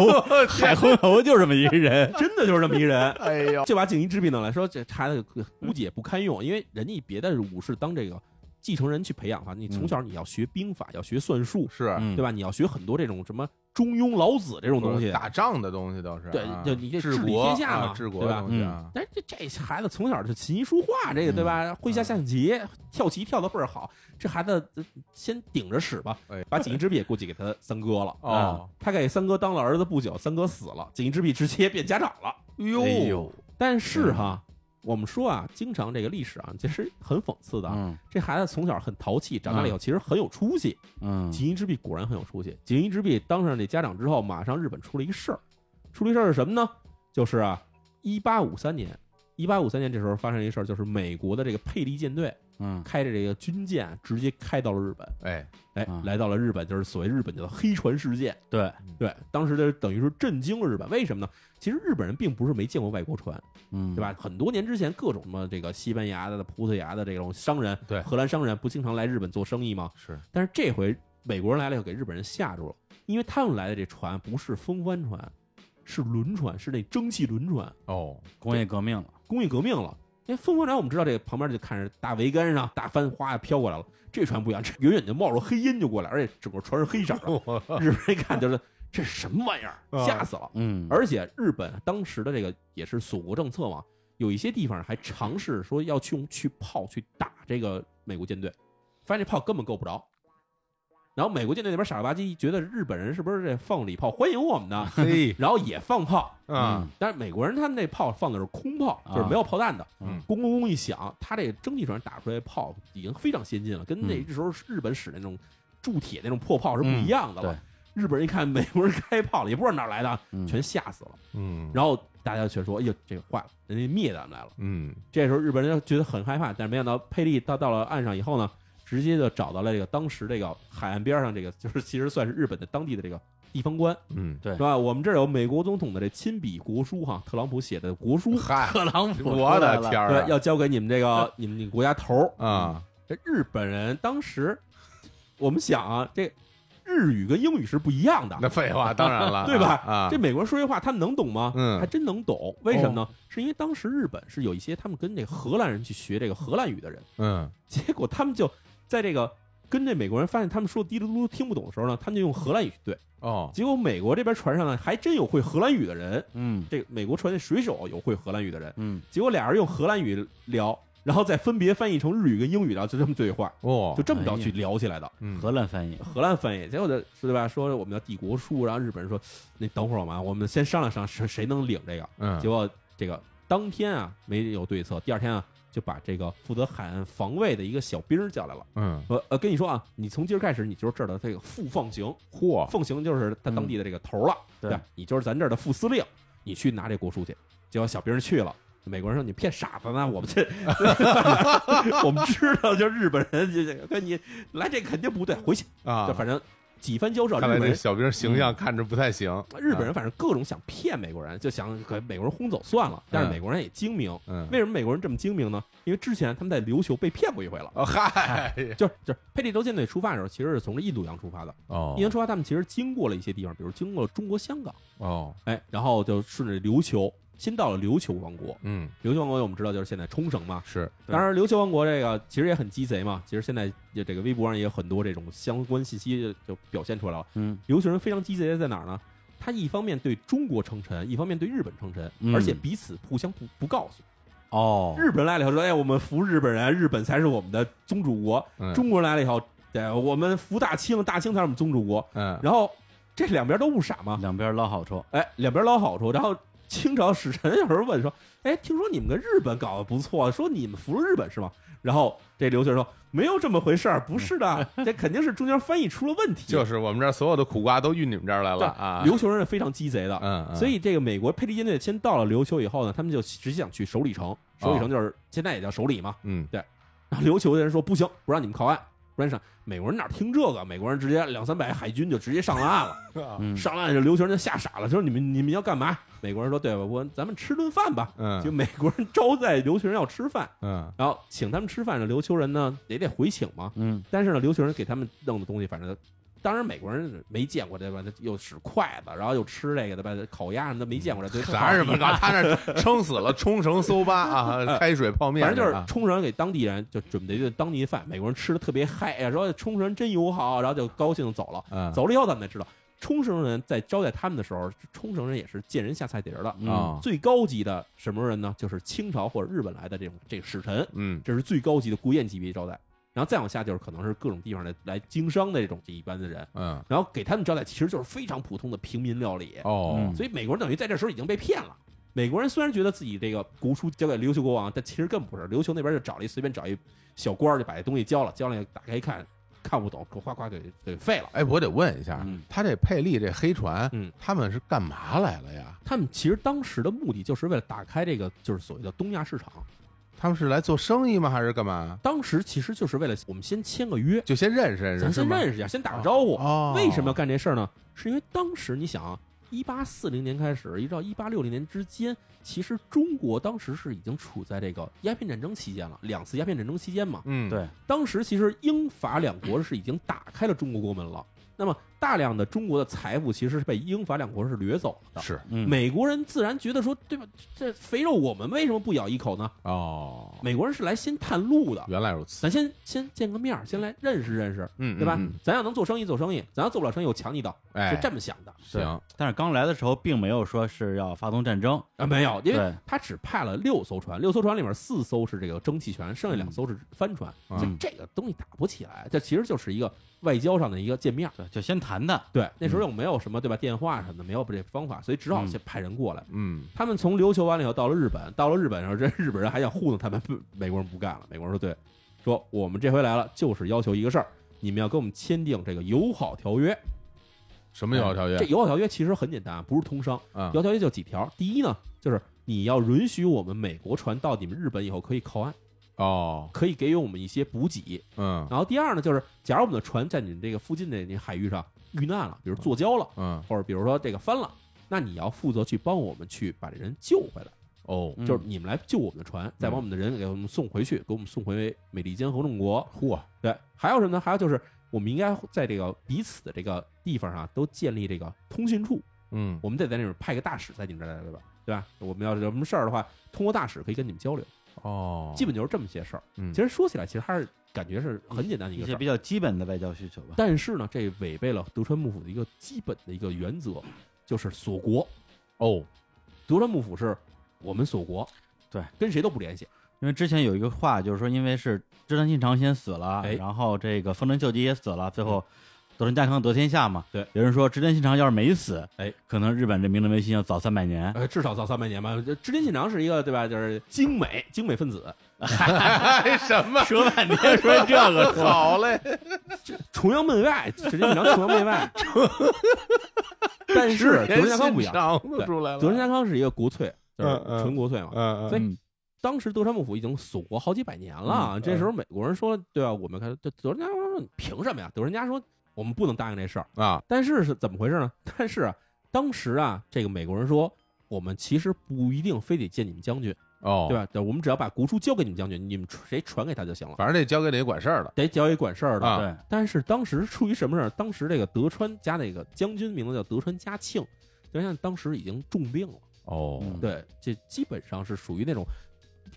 [SPEAKER 4] 海昏侯就这么一个 人，
[SPEAKER 1] 真的就是这么一人。
[SPEAKER 2] 哎呦，
[SPEAKER 1] 就把锦衣之笔弄来说，这孩子估计也不堪用，因为人家别的武士当这个继承人去培养的话，你从小你要学兵法，要学算术，
[SPEAKER 2] 是
[SPEAKER 4] 嗯
[SPEAKER 1] 对吧？你要学很多这种什么中庸、老子这种东西。
[SPEAKER 2] 打仗的东西都是，
[SPEAKER 1] 对
[SPEAKER 2] 啊
[SPEAKER 1] 就你这
[SPEAKER 2] 治
[SPEAKER 1] 治理
[SPEAKER 2] 国
[SPEAKER 1] 天下
[SPEAKER 2] 啊
[SPEAKER 1] 嘛
[SPEAKER 2] 治国
[SPEAKER 1] 对
[SPEAKER 2] 的
[SPEAKER 1] 吧
[SPEAKER 2] 东西啊，
[SPEAKER 1] 但是这这孩子从小就琴棋书画，这个对吧？
[SPEAKER 4] 嗯
[SPEAKER 1] 会下象棋、跳棋跳得倍儿好，这孩子呃先顶着使吧
[SPEAKER 2] 哎。
[SPEAKER 1] 把锦衣之笔也估计给他三哥了。
[SPEAKER 2] 哦
[SPEAKER 1] 啊他给三哥当了儿子不久，三哥死了，锦衣之笔直接变家长了。
[SPEAKER 2] 哟
[SPEAKER 4] 哎呦，嗯
[SPEAKER 1] 但是哈，我们说啊，经常这个历史啊，其实很讽刺的啊。
[SPEAKER 4] 嗯
[SPEAKER 1] 这孩子从小很淘气，长大了以后其实很有出息。
[SPEAKER 4] 嗯
[SPEAKER 1] 锦衣之弊果然很有出息。锦衣之弊当上这家长之后，马上日本出了一事儿，出了一事儿是什么呢？就是啊，一八五三年，一八五三年这时候发生一事儿，就是美国的这个佩利舰队
[SPEAKER 4] 嗯
[SPEAKER 1] 开着这个军舰直接开到了日本，
[SPEAKER 2] 哎，
[SPEAKER 1] 哎，
[SPEAKER 4] 啊
[SPEAKER 1] 来到了日本，就是所谓日本叫做黑船事件。
[SPEAKER 4] 对
[SPEAKER 1] 对，当时的等于说震惊了日本，为什么呢？其实日本人并不是没见过外国船，
[SPEAKER 4] 嗯
[SPEAKER 1] 对？吧？很多年之前，各种什么这个西班牙的、葡萄牙的这种商人，
[SPEAKER 2] 对
[SPEAKER 1] 荷兰商人不经常来日本做生意吗？
[SPEAKER 2] 是
[SPEAKER 1] 但是这回美国人来了以后，给日本人吓住了，因为他们来的这船不是风帆船，是轮船，是那蒸汽轮船，
[SPEAKER 2] 哦，
[SPEAKER 4] 工业革命了，
[SPEAKER 1] 工业革命了。因为风帆船我们知道，这个旁边就看着大桅杆上大帆哗飘过来了，这船不一样，这远远就冒着黑烟就过来，而且整个船是黑色 的。日本人一看就是这是什么玩意儿，吓死了。
[SPEAKER 4] 嗯
[SPEAKER 1] 而且日本当时的这个也是锁国政策嘛，有一些地方还尝试说要去用去炮去打这个美国舰队，发现这炮根本够不着。然后美国舰队那边傻了吧唧，觉得日本人是不是这放礼炮欢迎我们
[SPEAKER 4] 嗯
[SPEAKER 1] 呢？
[SPEAKER 2] 嘿
[SPEAKER 1] 然后也放炮，
[SPEAKER 2] 啊，
[SPEAKER 1] 但是美国人他们那炮放的是空炮，
[SPEAKER 4] 啊
[SPEAKER 1] 就是没有炮弹的。
[SPEAKER 2] 嗯
[SPEAKER 1] 咣咣咣一响，他这蒸汽船打出来的炮已经非常先进了，跟那时候日本使那种铸铁那种破炮是不一样的了。
[SPEAKER 4] 嗯嗯
[SPEAKER 1] 日本人一看美国人开炮了，也不知道哪儿来的，
[SPEAKER 4] 嗯
[SPEAKER 1] 全吓死了。
[SPEAKER 2] 嗯，
[SPEAKER 1] 然后大家全说：“哎呦，这个坏了，人家灭咱们来了。
[SPEAKER 2] 嗯”
[SPEAKER 1] 这时候日本人就觉得很害怕，但是没想到佩利他到了岸上以后呢，直接就找到了这个当时这个海岸边上这个，就是其实算是日本的当地的这个地方官，
[SPEAKER 2] 嗯，
[SPEAKER 1] 是吧？我们这儿有美国总统的这亲笔国书哈，特朗普写的国 书，
[SPEAKER 2] 嗨，
[SPEAKER 4] 特朗普
[SPEAKER 2] 我的天儿
[SPEAKER 1] 对，
[SPEAKER 2] 啊
[SPEAKER 1] 要交给你们这个你们你们国家头儿。
[SPEAKER 2] 啊，
[SPEAKER 1] 这日本人当时，我们想啊，这日语跟英语是不一样的，
[SPEAKER 2] 那废话当然了，
[SPEAKER 1] 对吧
[SPEAKER 2] 啊，
[SPEAKER 1] 这美国人说这话，他们能懂吗？
[SPEAKER 2] 嗯哦
[SPEAKER 1] 还真能懂。为什么呢？是因为当时日本是有一些他们跟这个荷兰人去学这个荷兰语的人，
[SPEAKER 2] 嗯，
[SPEAKER 1] 结果他们就在这个跟这美国人发现他们说滴哩嘟噜听不懂的时候呢，他们就用荷兰语去对。
[SPEAKER 2] 哦，
[SPEAKER 1] 结果美国这边船上呢，还真有会荷兰语的人，
[SPEAKER 4] 嗯
[SPEAKER 1] 这个美国船的水手有会荷兰语的人，
[SPEAKER 4] 嗯
[SPEAKER 1] 结果俩人用荷兰语聊，然后再分别翻译成日语跟英语，然后就这么对话，
[SPEAKER 2] 哦，
[SPEAKER 1] 就这么着
[SPEAKER 4] 哎呀
[SPEAKER 1] 去聊起来的。
[SPEAKER 2] 嗯
[SPEAKER 4] 荷兰翻译
[SPEAKER 1] 荷兰翻译，结果就是对吧？说我们叫帝国书，然后日本人说，那等会儿我们啊我们先商量商量，谁谁能领这个？
[SPEAKER 2] 嗯
[SPEAKER 1] 结果这个当天啊没有对策，第二天啊就把这个负责海岸防卫的一个小兵儿叫来了。
[SPEAKER 2] 嗯，
[SPEAKER 1] 呃呃，跟你说啊，你从今儿开始，你就是这儿的这个副放行，
[SPEAKER 2] 嚯，
[SPEAKER 1] 奉行就是他当地的这个头儿了，
[SPEAKER 4] 对
[SPEAKER 1] 吧你就是咱这儿的副司令，你去拿这国书去。结果小兵儿去了。美国人说你骗傻子呢，我们这， 我们知道，就日本人就就跟你来这肯定不对，回去
[SPEAKER 2] 啊
[SPEAKER 1] 就，反正几番交涉，日
[SPEAKER 2] 看来
[SPEAKER 1] 本
[SPEAKER 2] 这
[SPEAKER 1] 人嗯啊
[SPEAKER 2] 小兵形象看着不太行，啊
[SPEAKER 1] 日本人反正各种想骗美国人，就想给美国人轰走算了。但是
[SPEAKER 2] 嗯
[SPEAKER 1] 美国人也精明，
[SPEAKER 2] 嗯，
[SPEAKER 1] 为什么美国人这么精明呢？因为之前他们在琉球被骗过一回了。
[SPEAKER 2] 哦嗨，
[SPEAKER 1] 就是就是佩利州舰队出发的时候，其实是从这印度洋出发的。
[SPEAKER 2] 哦
[SPEAKER 1] 印度洋出发，他们其实经过了一些地方，比如经过了中国香港，
[SPEAKER 2] 哦，
[SPEAKER 1] 哎，然后就顺着琉球，先到了琉球王国。
[SPEAKER 2] 嗯，
[SPEAKER 1] 琉球王国我们知道就是现在冲绳嘛。
[SPEAKER 2] 是，
[SPEAKER 4] 对
[SPEAKER 1] 当然，琉球王国这个其实也很鸡贼嘛。其实现在也这个微博上也有很多这种相关信息就就表现出来了。
[SPEAKER 4] 嗯
[SPEAKER 1] 琉球人非常鸡贼在哪儿呢？他一方面对中国称臣，一方面对日本称臣，
[SPEAKER 4] 嗯
[SPEAKER 1] 而且彼此互相不不告诉。
[SPEAKER 4] 哦
[SPEAKER 1] 日本来了以后说：“哎，我们服日本人，日本才是我们的宗主国。
[SPEAKER 2] 嗯
[SPEAKER 1] 中国人来了以后，对，我们服大清，大清才是我们宗主国。
[SPEAKER 2] 嗯，
[SPEAKER 1] 然后这两边都不傻嘛，
[SPEAKER 4] 啊两边捞好处
[SPEAKER 1] 嗯哎，两边捞好处。然后清朝使臣有时候问说：“哎，听说你们跟日本搞得不错，说你们服了日本是吗？”然后这刘秀说：“没有这么回事儿，不是 的，这肯定是中间翻译出了问题。”
[SPEAKER 2] 就是我们这儿所有的苦瓜都运你们这儿来了啊。
[SPEAKER 1] 琉球人是非常鸡贼的，
[SPEAKER 2] 嗯，嗯
[SPEAKER 1] 所以这个美国佩利舰队先到了琉球以后呢，他们就直接想去首里城，首里城就是、现在也叫首里嘛。
[SPEAKER 2] 嗯
[SPEAKER 1] 然后琉球的人说不行，不让你们靠岸，不然上。美国人哪听这个？美国人直接两三百海军就直接上了岸了，
[SPEAKER 4] 嗯
[SPEAKER 1] 上了岸这琉球人就吓傻了，说你们你们要干嘛？美国人说对吧，我咱们吃顿饭吧。
[SPEAKER 2] 嗯
[SPEAKER 1] 就美国人招待琉球人要吃饭，
[SPEAKER 2] 嗯
[SPEAKER 1] 然后请他们吃饭，这琉球人呢也得回请嘛。
[SPEAKER 4] 嗯，
[SPEAKER 1] 但是呢，琉球人给他们弄的东西，反正当然美国人没见过这吧，又使筷子，然后又吃这个的吧，烤鸭什么的没见过这，对，
[SPEAKER 2] 啥日本？啊他 那儿撑死了冲绳搜吧啊，开水泡面，
[SPEAKER 1] 反正就是
[SPEAKER 2] 啊
[SPEAKER 1] 冲绳人给当地人就准备的当地饭，美国人吃的特别嗨，哎呀，说冲绳人真友好，然后就高兴走了。
[SPEAKER 2] 嗯
[SPEAKER 1] 走了以后，咱们才知道，冲绳人在招待他们的时候，冲绳人也是见人下菜碟儿的。
[SPEAKER 4] 嗯
[SPEAKER 2] 啊
[SPEAKER 1] 最高级的什么人呢？就是清朝或者日本来的这种这个使臣，
[SPEAKER 2] 嗯
[SPEAKER 1] 这是最高级的国宴级别招待。然后再往下就是可能是各种地方来来经商的这种这一般的人，
[SPEAKER 2] 嗯
[SPEAKER 1] 然后给他们招待其实就是非常普通的平民料理。
[SPEAKER 2] 哦
[SPEAKER 4] 嗯
[SPEAKER 1] 所以美国人等于在这时候已经被骗了。美国人虽然觉得自己这个古书交给琉球国王，但其实根本不是。琉球那边就找了一随便找一小官儿就把这东西交了，交了打开一看，看不懂，哗哗给给废了。
[SPEAKER 2] 哎，我得问一下
[SPEAKER 1] 嗯，
[SPEAKER 2] 他这佩利这黑船
[SPEAKER 1] 嗯，
[SPEAKER 2] 他们是干嘛来了呀？
[SPEAKER 1] 他们其实当时的目的就是为了打开这个就是所谓的东亚市场，
[SPEAKER 2] 他们是来做生意吗？还是干嘛？
[SPEAKER 1] 当时其实就是为了我们先签个约，
[SPEAKER 2] 就先认识认识，
[SPEAKER 1] 咱先啊
[SPEAKER 2] 是吗
[SPEAKER 1] 认识一下，先打个招呼。
[SPEAKER 2] 哦，
[SPEAKER 1] 为什么要干这事儿呢？是因为当时你想啊，一八四零年开始，一直到一八六零年之间，其实中国当时是已经处在这个鸦片战争期间了，两次鸦片战争期间嘛。
[SPEAKER 2] 嗯，
[SPEAKER 4] 对
[SPEAKER 1] 当时其实英法两国是已经打开了中国国门了，那么大量的中国的财富其实是被英法两国是掠走了的。
[SPEAKER 2] 是
[SPEAKER 4] 嗯
[SPEAKER 1] 美国人自然觉得说，对吧？这肥肉我们为什么不咬一口呢？
[SPEAKER 2] 哦，
[SPEAKER 1] 美国人是来先探路的，
[SPEAKER 2] 原来如此，
[SPEAKER 1] 咱先先见个面儿，先来认识认识，
[SPEAKER 2] 嗯，
[SPEAKER 1] 对吧
[SPEAKER 2] 嗯？
[SPEAKER 1] 咱要能做生意做生意，咱要做不了生意我抢你一刀，
[SPEAKER 2] 哎
[SPEAKER 1] 是这么想的
[SPEAKER 4] 对
[SPEAKER 2] 行，
[SPEAKER 4] 但是刚来的时候并没有说是要发动战争，
[SPEAKER 1] 啊？没有，因为
[SPEAKER 4] 对
[SPEAKER 1] 他只派了六艘船，六艘船里面四艘是这个蒸汽船，剩下两艘是帆船，
[SPEAKER 2] 嗯
[SPEAKER 1] 所以这个东西打不起来。这其实就是一个外交上的一个见面儿。
[SPEAKER 4] 对，就先谈谈，
[SPEAKER 1] 对，那时候又没有什么对吧，电话什么的没有这方法，所以只好先派人过来。
[SPEAKER 2] 嗯
[SPEAKER 1] 他们从琉球完了以后到了日本，到了日本的时候，这日本人还想糊弄他们， 不美国人不干了。美国人说：“对，说我们这回来了，就是要求一个事儿，你们要跟我们签订这个友好条约。
[SPEAKER 2] 什么友好条约
[SPEAKER 1] 哎这？友好条约其实很简单啊，不是通商。
[SPEAKER 2] 嗯
[SPEAKER 1] 友好条约就几条，第一呢，就是你要允许我们美国船到你们日本以后可以靠岸，
[SPEAKER 2] 哦，
[SPEAKER 1] 可以给予我们一些补给。
[SPEAKER 2] 嗯
[SPEAKER 1] 然后第二呢，就是假如我们的船在你们这个附近的那海域上遇难了，比如坐礁了，
[SPEAKER 2] 嗯
[SPEAKER 1] 或者比如说这个翻了，那你要负责去帮我们去把这人救回来。
[SPEAKER 2] 哦，
[SPEAKER 4] 嗯
[SPEAKER 1] 就是你们来救我们的船，再把我们的人给我们送回去，给我们送回美利坚合众国。
[SPEAKER 2] 嚯，
[SPEAKER 1] 对，还有什么呢？还有就是，我们应该在这个彼此的这个地方上都建立这个通讯处，
[SPEAKER 2] 嗯
[SPEAKER 1] 我们得在那边派个大使在你们这儿来，对吧？对吧？我们要是有什么事儿的话，通过大使可以跟你们交流。
[SPEAKER 2] 哦，
[SPEAKER 1] 嗯基本就是这么些事儿。
[SPEAKER 2] 嗯
[SPEAKER 1] 其实说起来，其实还是感觉是很简单的一
[SPEAKER 4] 一
[SPEAKER 1] 个
[SPEAKER 4] 些
[SPEAKER 1] 事儿
[SPEAKER 4] 比。较基本的外交需求吧。
[SPEAKER 1] 但是呢，这违背了德川幕府的一个基本的一个原则，就是锁国。
[SPEAKER 2] 哦，
[SPEAKER 1] 德川幕府是我们锁国，
[SPEAKER 4] 对，
[SPEAKER 1] 跟谁都不联系。
[SPEAKER 4] 因为之前有一个话，就是说，因为是织田信长先死了，
[SPEAKER 1] 哎嗯
[SPEAKER 4] 然后这个丰臣秀吉也死了，最后德川家康得天下嘛。
[SPEAKER 1] 对，
[SPEAKER 4] 有人说织田信长要是没死，
[SPEAKER 1] 哎，
[SPEAKER 4] 可能日本这明治维新要早三百年。
[SPEAKER 1] 呃，至少早三百年吧。这织田信长是一个对吧？就是精美精美分子，
[SPEAKER 2] 哎什么？，
[SPEAKER 4] 说半天说这个
[SPEAKER 2] 好嘞，
[SPEAKER 1] 崇洋媚外，织田信长崇洋媚 外。但是德川家康不一样，
[SPEAKER 2] 长
[SPEAKER 1] 对
[SPEAKER 2] 出来了，
[SPEAKER 1] 德川家康是一个国粹，就是
[SPEAKER 2] 嗯嗯
[SPEAKER 1] 纯国粹嘛。
[SPEAKER 2] 嗯，
[SPEAKER 1] 所
[SPEAKER 2] 嗯
[SPEAKER 1] 以当时德川幕府已经锁国好几百年了，
[SPEAKER 2] 嗯
[SPEAKER 1] 这时候美国人说，对吧？我们看德德川家康说，你凭什么呀？德川家说，我们不能答应这事儿。
[SPEAKER 2] 啊，
[SPEAKER 1] 但是是怎么回事呢？但是啊，当时啊，这个美国人说，我们其实不一定非得见你们将军，
[SPEAKER 2] 哦，
[SPEAKER 1] 对？吧？对，我们只要把国书交给你们将军，你们传谁传给他就行了，
[SPEAKER 2] 反正这交给得管事儿的
[SPEAKER 1] 得交给管事儿的。
[SPEAKER 2] 啊，
[SPEAKER 4] 对，
[SPEAKER 1] 但是当时出于什么事儿？当时这个德川家那个将军名字叫德川家庆，德川家庆当时已经重病了，
[SPEAKER 2] 哦，
[SPEAKER 4] 嗯
[SPEAKER 1] 对，这基本上是属于那种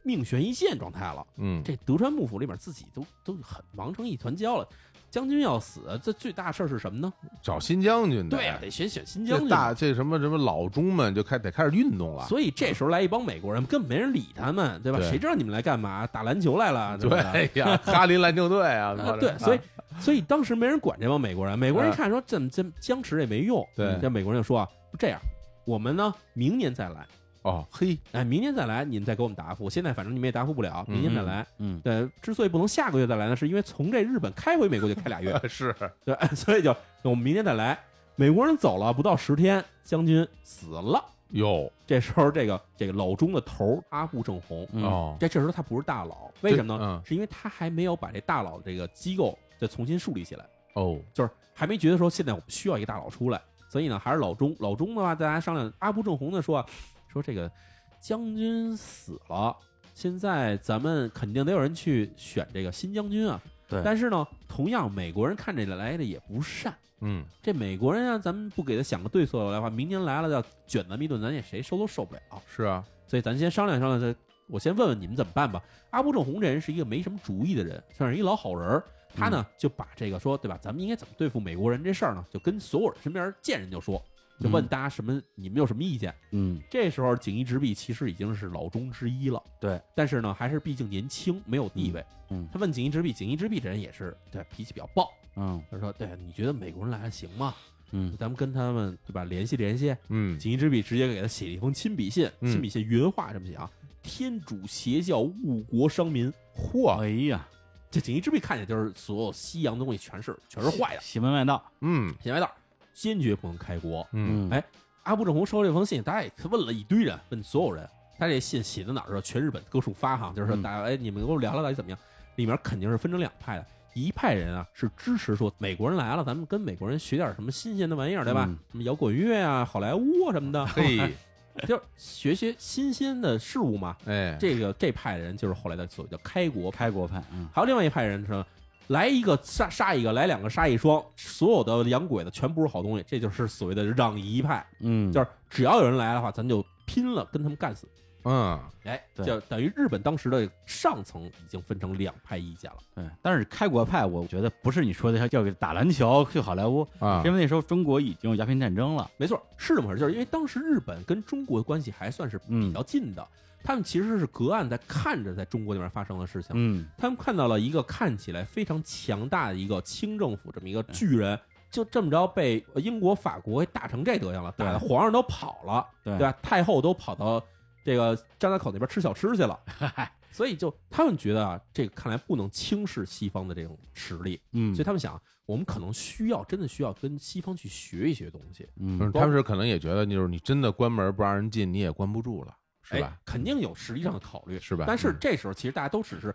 [SPEAKER 1] 命悬一线状态了。
[SPEAKER 2] 嗯，
[SPEAKER 1] 这德川幕府里面自己都都很忙成一团焦了，将军要死，这最大事儿是什么呢？
[SPEAKER 2] 找新将军的，
[SPEAKER 1] 对呀、啊得选选新
[SPEAKER 2] 啊这
[SPEAKER 1] 将军。
[SPEAKER 2] 大这什么什么老中们就开得开始运动了，
[SPEAKER 1] 所以这时候来一帮美国人，根本没人理他们，对吧？
[SPEAKER 2] 对
[SPEAKER 1] 谁知道你们来干嘛？打篮球来了，吧？
[SPEAKER 2] 对呀，哈林篮球队啊，
[SPEAKER 1] 啊，对，所以所以当时没人管这帮美国人，美国人一看说这这僵持也没用，
[SPEAKER 2] 对
[SPEAKER 1] 这美国人就说啊，这样，我们呢明年再来，
[SPEAKER 2] 哦，嘿，
[SPEAKER 1] 哎，明年再来，你们再给我们答复。现在反正你们也答复不了，明年再来。
[SPEAKER 4] 嗯，
[SPEAKER 1] 对，呃之所以不能下个月再来呢，是因为从这日本开回美国就开俩月，
[SPEAKER 2] 是
[SPEAKER 1] 对，所以就我们明年再来。美国人走了不到十天，将军死了。
[SPEAKER 2] 哟
[SPEAKER 1] 这时候，这个这个老中的头儿阿部正红，
[SPEAKER 4] 嗯
[SPEAKER 2] 哦，
[SPEAKER 1] 在这时候他不是大佬，为什么呢？
[SPEAKER 2] 嗯
[SPEAKER 1] 是因为他还没有把这大佬这个机构再重新树立起来，
[SPEAKER 2] 哦，
[SPEAKER 1] 就是还没觉得说现在我们需要一个大佬出来，所以呢，还是老中。老中的话，大家商量，阿部正红的说啊，说这个将军死了，现在咱们肯定得有人去选这个新将军啊。
[SPEAKER 4] 对
[SPEAKER 1] 但是呢，同样美国人看这来的也不善。
[SPEAKER 2] 嗯，
[SPEAKER 1] 这美国人啊，咱们不给他想个对策的话，明年来了要卷咱们一顿，咱也谁收都受不了。
[SPEAKER 2] 是啊，
[SPEAKER 1] 所以咱先商量商量，这我先问问你们怎么办吧。阿部正红这人是一个没什么主意的人，算是一老好人儿。他
[SPEAKER 4] 嗯
[SPEAKER 1] 呢就把这个说，对吧？咱们应该怎么对付美国人这事儿呢？就跟所有人身边见人就说，就问大家什么，你们有什么意见？
[SPEAKER 4] 嗯，
[SPEAKER 1] 这时候锦衣直弼其实已经是老中之一了，
[SPEAKER 4] 对。
[SPEAKER 1] 但是呢，还是毕竟年轻，没有地位。
[SPEAKER 4] 嗯嗯
[SPEAKER 1] 他问锦衣直弼，锦衣直弼这人也是对脾气比较暴，
[SPEAKER 4] 嗯
[SPEAKER 1] 他说：“对，你觉得美国人来了行吗？
[SPEAKER 4] 嗯
[SPEAKER 1] 咱们跟他们对吧联系联系。”
[SPEAKER 2] 嗯，
[SPEAKER 1] 锦衣之笔直接给他写了一封亲笔信，
[SPEAKER 2] 嗯
[SPEAKER 1] 亲笔信原话这么写啊：“天主邪教误国伤民。”嚯！
[SPEAKER 4] 哎呀，
[SPEAKER 1] 这锦衣之笔看见就是所有西洋的东西全是全是坏的，
[SPEAKER 4] 邪门外道，
[SPEAKER 2] 嗯
[SPEAKER 1] 邪外道，坚决不能开国。
[SPEAKER 2] 嗯，
[SPEAKER 1] 哎阿部正红收到这封信，大家也问了一堆人，问所有人，他这信写的哪儿啊？全日本各处发哈，就是说
[SPEAKER 4] 嗯
[SPEAKER 1] 大家哎，你们给我聊聊到底怎么样？里面肯定是分成两派的，一派人啊是支持说美国人来了，咱们跟美国人学点什么新鲜的玩意儿，对吧
[SPEAKER 4] 嗯？
[SPEAKER 1] 什么摇滚乐啊、好莱坞啊什 么的，
[SPEAKER 2] 嘿，
[SPEAKER 1] 就是学学新鲜的事物嘛。
[SPEAKER 2] 哎，
[SPEAKER 1] 这个这派人就是后来的所谓叫开国派，
[SPEAKER 4] 开国派，嗯
[SPEAKER 1] 还有另外一派人是来一个杀杀一个，来两个杀一双，所有的洋鬼子全不是好东西，这就是所谓的让夷派，
[SPEAKER 4] 嗯，
[SPEAKER 1] 就是只要有人来的话，咱就拼了，跟他们干死。
[SPEAKER 2] 嗯，
[SPEAKER 1] 哎，
[SPEAKER 4] 对
[SPEAKER 1] 就等于日本当时的上层已经分成两派意见了。
[SPEAKER 4] 对。但是开国派，我觉得不是你说的要要给打篮球、去好莱坞，
[SPEAKER 2] 啊，
[SPEAKER 4] 因为那时候中国已经有鸦片战争了，
[SPEAKER 1] 没错，是这么回事，就是因为当时日本跟中国的关系还算是比
[SPEAKER 4] 嗯
[SPEAKER 1] 较近的，他们其实是隔岸在看着在中国那边发生的事情。
[SPEAKER 4] 嗯
[SPEAKER 1] 他们看到了一个看起来非常强大的一个清政府这么一个巨
[SPEAKER 4] 嗯
[SPEAKER 1] 人，就这么着被呃英国、法国给打成这德行了，
[SPEAKER 4] 对
[SPEAKER 1] 打的皇上都跑了，
[SPEAKER 4] 对
[SPEAKER 1] 吧？太后都跑到这个张家口那边吃小吃去 了，所以就他们觉得啊，这个看来不能轻视西方的这种实力，
[SPEAKER 4] 嗯
[SPEAKER 1] 所以他们想，我们可能需要真的需要跟西方去学一学东西，
[SPEAKER 2] 嗯
[SPEAKER 4] 嗯
[SPEAKER 2] 他们是可能也觉得，就是你真的关门不让人进，你也关不住了，是
[SPEAKER 1] 哎
[SPEAKER 2] 吧？？
[SPEAKER 1] 肯定有实力上的考虑，
[SPEAKER 2] 是吧
[SPEAKER 1] 但是
[SPEAKER 2] 嗯
[SPEAKER 1] 这时候其实大家都只是，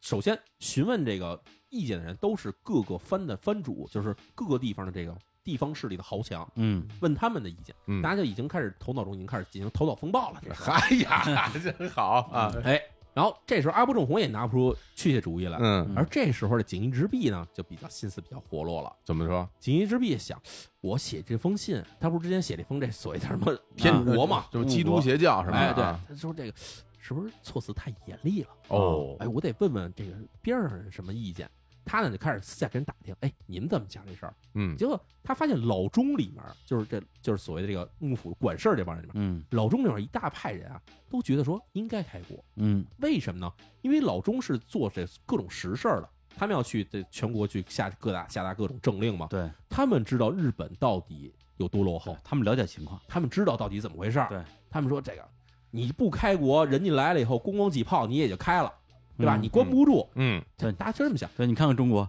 [SPEAKER 1] 首先询问这个意见的人都是各个藩的藩主，就是各个地方的这个地方势力的豪强，
[SPEAKER 4] 嗯
[SPEAKER 1] 问他们的意见，
[SPEAKER 2] 嗯
[SPEAKER 1] 大家就已经开始头脑中已经开始进行头脑风暴了。这时候
[SPEAKER 2] 哎呀，
[SPEAKER 1] 嗯
[SPEAKER 2] 真好啊，
[SPEAKER 1] 哎，然后这时候阿部正红也拿不出确切主意来，
[SPEAKER 2] 嗯，
[SPEAKER 1] 而这时候的锦衣之弼呢，就比较心思比较活络了。
[SPEAKER 2] 怎么说？
[SPEAKER 1] 锦衣之弼想，我写这封信，他不是之前写了一封这所谓的什么
[SPEAKER 4] 天
[SPEAKER 1] 国嘛？
[SPEAKER 2] 啊呃就是基督邪教是吧？
[SPEAKER 1] 哎，对
[SPEAKER 2] 啊，
[SPEAKER 1] 他说这个是不是措辞太严厉了？
[SPEAKER 2] 哦
[SPEAKER 1] 哎，我得问问这个边上人什么意见。他呢就开始私下跟人打听，哎，你们怎么讲这事儿？
[SPEAKER 2] 嗯，
[SPEAKER 1] 结果他发现老钟里面，就是这就是所谓的这个幕府管事儿这帮人里面，
[SPEAKER 4] 嗯
[SPEAKER 1] 老钟里面一大派人啊，都觉得说应该开国，
[SPEAKER 4] 嗯
[SPEAKER 1] 为什么呢？因为老钟是做这各种实事儿的，他们要去这全国去下各大下达各种政令嘛，
[SPEAKER 4] 对，
[SPEAKER 1] 他们知道日本到底有多落后
[SPEAKER 4] 对，他们了解情况，
[SPEAKER 1] 他们知道到底怎么回事儿。
[SPEAKER 4] 对，
[SPEAKER 1] 他们说这个你不开国，人家来了以后，咣咣几炮你也就开了，对吧？
[SPEAKER 4] 嗯
[SPEAKER 1] 你关不住，
[SPEAKER 2] 嗯，
[SPEAKER 4] 对
[SPEAKER 1] 大家就这么想。
[SPEAKER 4] 对你看看中国，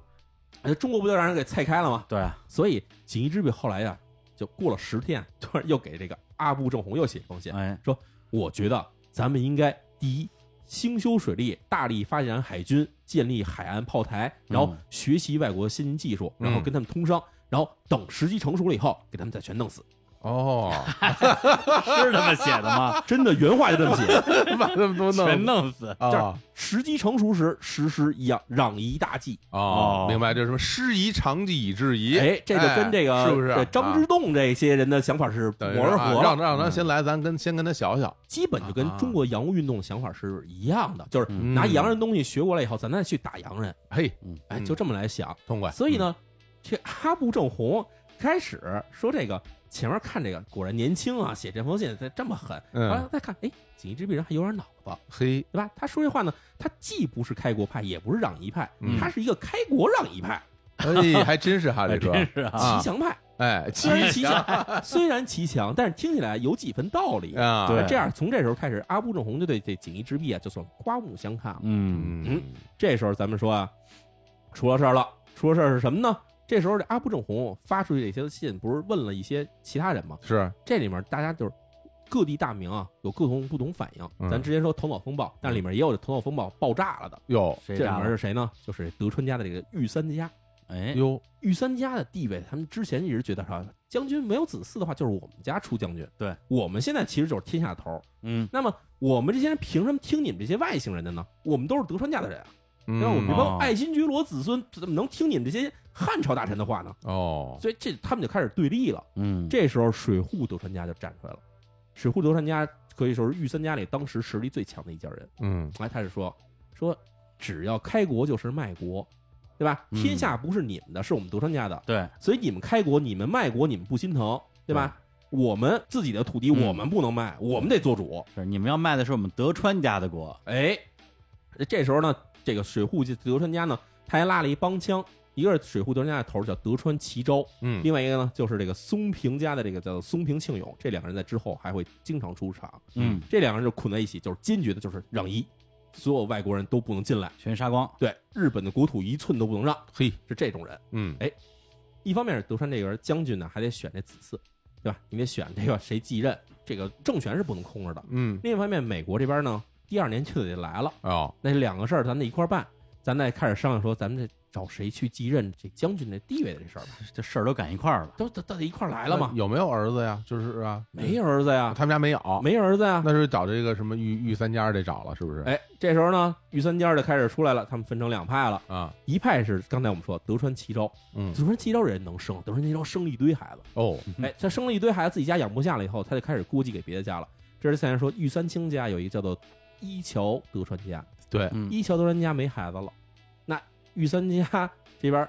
[SPEAKER 1] 哎中国不就让人给菜开了吗？
[SPEAKER 4] 对啊，
[SPEAKER 1] 所以锦衣之笔后来呀、就过了十天， 突然又给这个阿部正红又写一封信，
[SPEAKER 4] 哎，
[SPEAKER 1] 我觉得咱们应该第一。兴修水利，大力发展海军，建立海岸炮台，然后
[SPEAKER 4] 嗯
[SPEAKER 1] 学习外国的先进技术，然后
[SPEAKER 2] 嗯
[SPEAKER 1] 跟他们通商，然后等时机成熟了以后，给他们再全弄 死。
[SPEAKER 2] 哦，
[SPEAKER 4] 是他们写 的吗？
[SPEAKER 1] 真的原话就这么写，
[SPEAKER 2] 把他们都
[SPEAKER 4] 全
[SPEAKER 2] 弄
[SPEAKER 4] 弄死，
[SPEAKER 2] 啊
[SPEAKER 1] 时机成熟时实施养攘夷大计。
[SPEAKER 2] 哦，明白，就是什么师夷长技以制夷，
[SPEAKER 1] 哎，这就跟这个
[SPEAKER 2] 哎是不是
[SPEAKER 1] 这张之
[SPEAKER 2] 之
[SPEAKER 1] 洞这些人的想法是不
[SPEAKER 2] 等于
[SPEAKER 1] 谋而
[SPEAKER 2] 啊
[SPEAKER 1] 合
[SPEAKER 2] 让啊
[SPEAKER 1] 了，
[SPEAKER 2] 让他先来，咱跟先跟他小小，
[SPEAKER 1] 基本就跟中国洋务运动的想法是一样的，就是
[SPEAKER 4] 嗯
[SPEAKER 1] 拿洋人东西学过来以后，咱再去打洋人，
[SPEAKER 2] 嘿，
[SPEAKER 1] 哎，
[SPEAKER 2] 嗯
[SPEAKER 1] 就这么来想。
[SPEAKER 2] 痛快，
[SPEAKER 1] 所以呢，这阿部正红开始说这个前面看这个果然年轻啊，写这封信这这么狠，
[SPEAKER 2] 嗯
[SPEAKER 1] 后来再看，哎，锦衣之弼人还有点脑子。
[SPEAKER 2] 嗯，嘿，
[SPEAKER 1] 对吧？他说这话呢，他既不是开国派，也不是攘夷派，
[SPEAKER 2] 嗯
[SPEAKER 1] 他是一个开国攘夷派。
[SPEAKER 2] 哎，还真是哈利哥，
[SPEAKER 4] 真是啊，
[SPEAKER 2] 啊
[SPEAKER 1] 骑墙派
[SPEAKER 2] 哎，
[SPEAKER 1] 虽然 骑墙，虽然骑墙，但是听起来有几分道理。
[SPEAKER 2] 啊，
[SPEAKER 1] 那
[SPEAKER 4] 对
[SPEAKER 1] 这样，从这时候开始，阿布正红就对这锦衣之弊啊，就算刮目相看了。
[SPEAKER 4] 嗯，
[SPEAKER 2] 嗯
[SPEAKER 1] 这时候咱们说啊，出了事儿了，出了事儿是什么呢？这时候这阿布正红发出去这些信，不是问了一些其他人吗？
[SPEAKER 2] 是
[SPEAKER 1] 这里面大家就是各地大名啊，有各种不同反应。
[SPEAKER 2] 嗯
[SPEAKER 1] 咱之前说头脑风暴，但里面也有这头脑风暴爆炸了的。
[SPEAKER 2] 哟
[SPEAKER 1] 这
[SPEAKER 4] 谁
[SPEAKER 1] 里
[SPEAKER 4] 炸
[SPEAKER 1] 面
[SPEAKER 4] 了？
[SPEAKER 1] 是谁呢？就是德川家的这个御三家。
[SPEAKER 4] 哎，
[SPEAKER 2] 哟，
[SPEAKER 1] 御三家的地位，他们之前一直觉得啥，将军没有子嗣的话，就是我们家出将军。
[SPEAKER 4] 对，
[SPEAKER 1] 我们现在其实就是天下头儿。
[SPEAKER 4] 嗯，
[SPEAKER 1] 那么我们这些人凭什么听你们这些外姓人的呢？我们都是德川家的人啊，
[SPEAKER 2] 嗯
[SPEAKER 1] 对吧？我们这帮
[SPEAKER 4] 哦
[SPEAKER 1] 爱新觉罗子孙怎么能听你们这些汉朝大臣的话呢？
[SPEAKER 2] 哦，
[SPEAKER 1] 所以这他们就开始对立了。
[SPEAKER 4] 嗯，
[SPEAKER 1] 这时候水户德川家就站出来了。水户德川家可以说是御三家里当时实力最强的一家人。
[SPEAKER 2] 嗯
[SPEAKER 1] 哎，他是说说只要开国就是卖国，对吧？
[SPEAKER 4] 嗯
[SPEAKER 1] 天下不是你们的，是我们德川家的，
[SPEAKER 4] 对，
[SPEAKER 1] 所以你们开国，你们卖国，你们不心疼，对吧？我们自己的土地
[SPEAKER 4] 嗯
[SPEAKER 1] 我们不能卖，我们得做主。
[SPEAKER 4] 是你们要卖的是我们德川家的国，
[SPEAKER 1] 哎，这时候呢，这个水户德川家呢，他还拉了一帮腔，一个是水户德川家的头儿叫德川齐昭，
[SPEAKER 2] 嗯，
[SPEAKER 1] 另外一个呢，就是这个松平家的这个叫做松平庆永，这两个人在之后还会经常出场。
[SPEAKER 4] 嗯，
[SPEAKER 1] 这两个人就捆在一起，就是坚决的，就是让一，所有外国人都不能进来，
[SPEAKER 4] 全杀光，
[SPEAKER 1] 对日本的国土一寸都不能让，
[SPEAKER 2] 嘿，
[SPEAKER 1] 是这种人。
[SPEAKER 2] 嗯
[SPEAKER 1] 一方面是德川这个人将军呢，还得选这子嗣，对吧？你得选这个谁继任，这个政权是不能空着的。
[SPEAKER 2] 嗯，
[SPEAKER 1] 另一方面，美国这边呢，第二年就得来了，
[SPEAKER 2] 哦，
[SPEAKER 1] 那两个事儿咱得一块儿办，咱再开始商量说，咱们这找谁去继任这将军的地位的这事儿吧，
[SPEAKER 4] 这这事儿都赶一块儿了，
[SPEAKER 1] 都都都得一块儿来了嘛
[SPEAKER 2] 那。有没有儿子呀？就是啊，
[SPEAKER 1] 没儿子呀，
[SPEAKER 2] 他们家没有，
[SPEAKER 1] 没儿子呀。
[SPEAKER 2] 那是找这个什么御御三家得找了，是不是？
[SPEAKER 1] 哎，这时候呢，御三家就开始出来了，他们分成两派了。
[SPEAKER 2] 啊，
[SPEAKER 1] 一派是刚才我们说德川齐昭，
[SPEAKER 2] 嗯
[SPEAKER 1] 德川齐昭人能生，德川齐昭生了一堆孩子，
[SPEAKER 2] 哦，
[SPEAKER 1] 哎，他生了一堆孩子，自己家养不下了以后，他就开始估计给别的家了。这是现在说御三卿家有一个叫做一桥德川家，
[SPEAKER 2] 对，
[SPEAKER 4] 嗯，
[SPEAKER 1] 一桥德川家没孩子了，那御三家 这边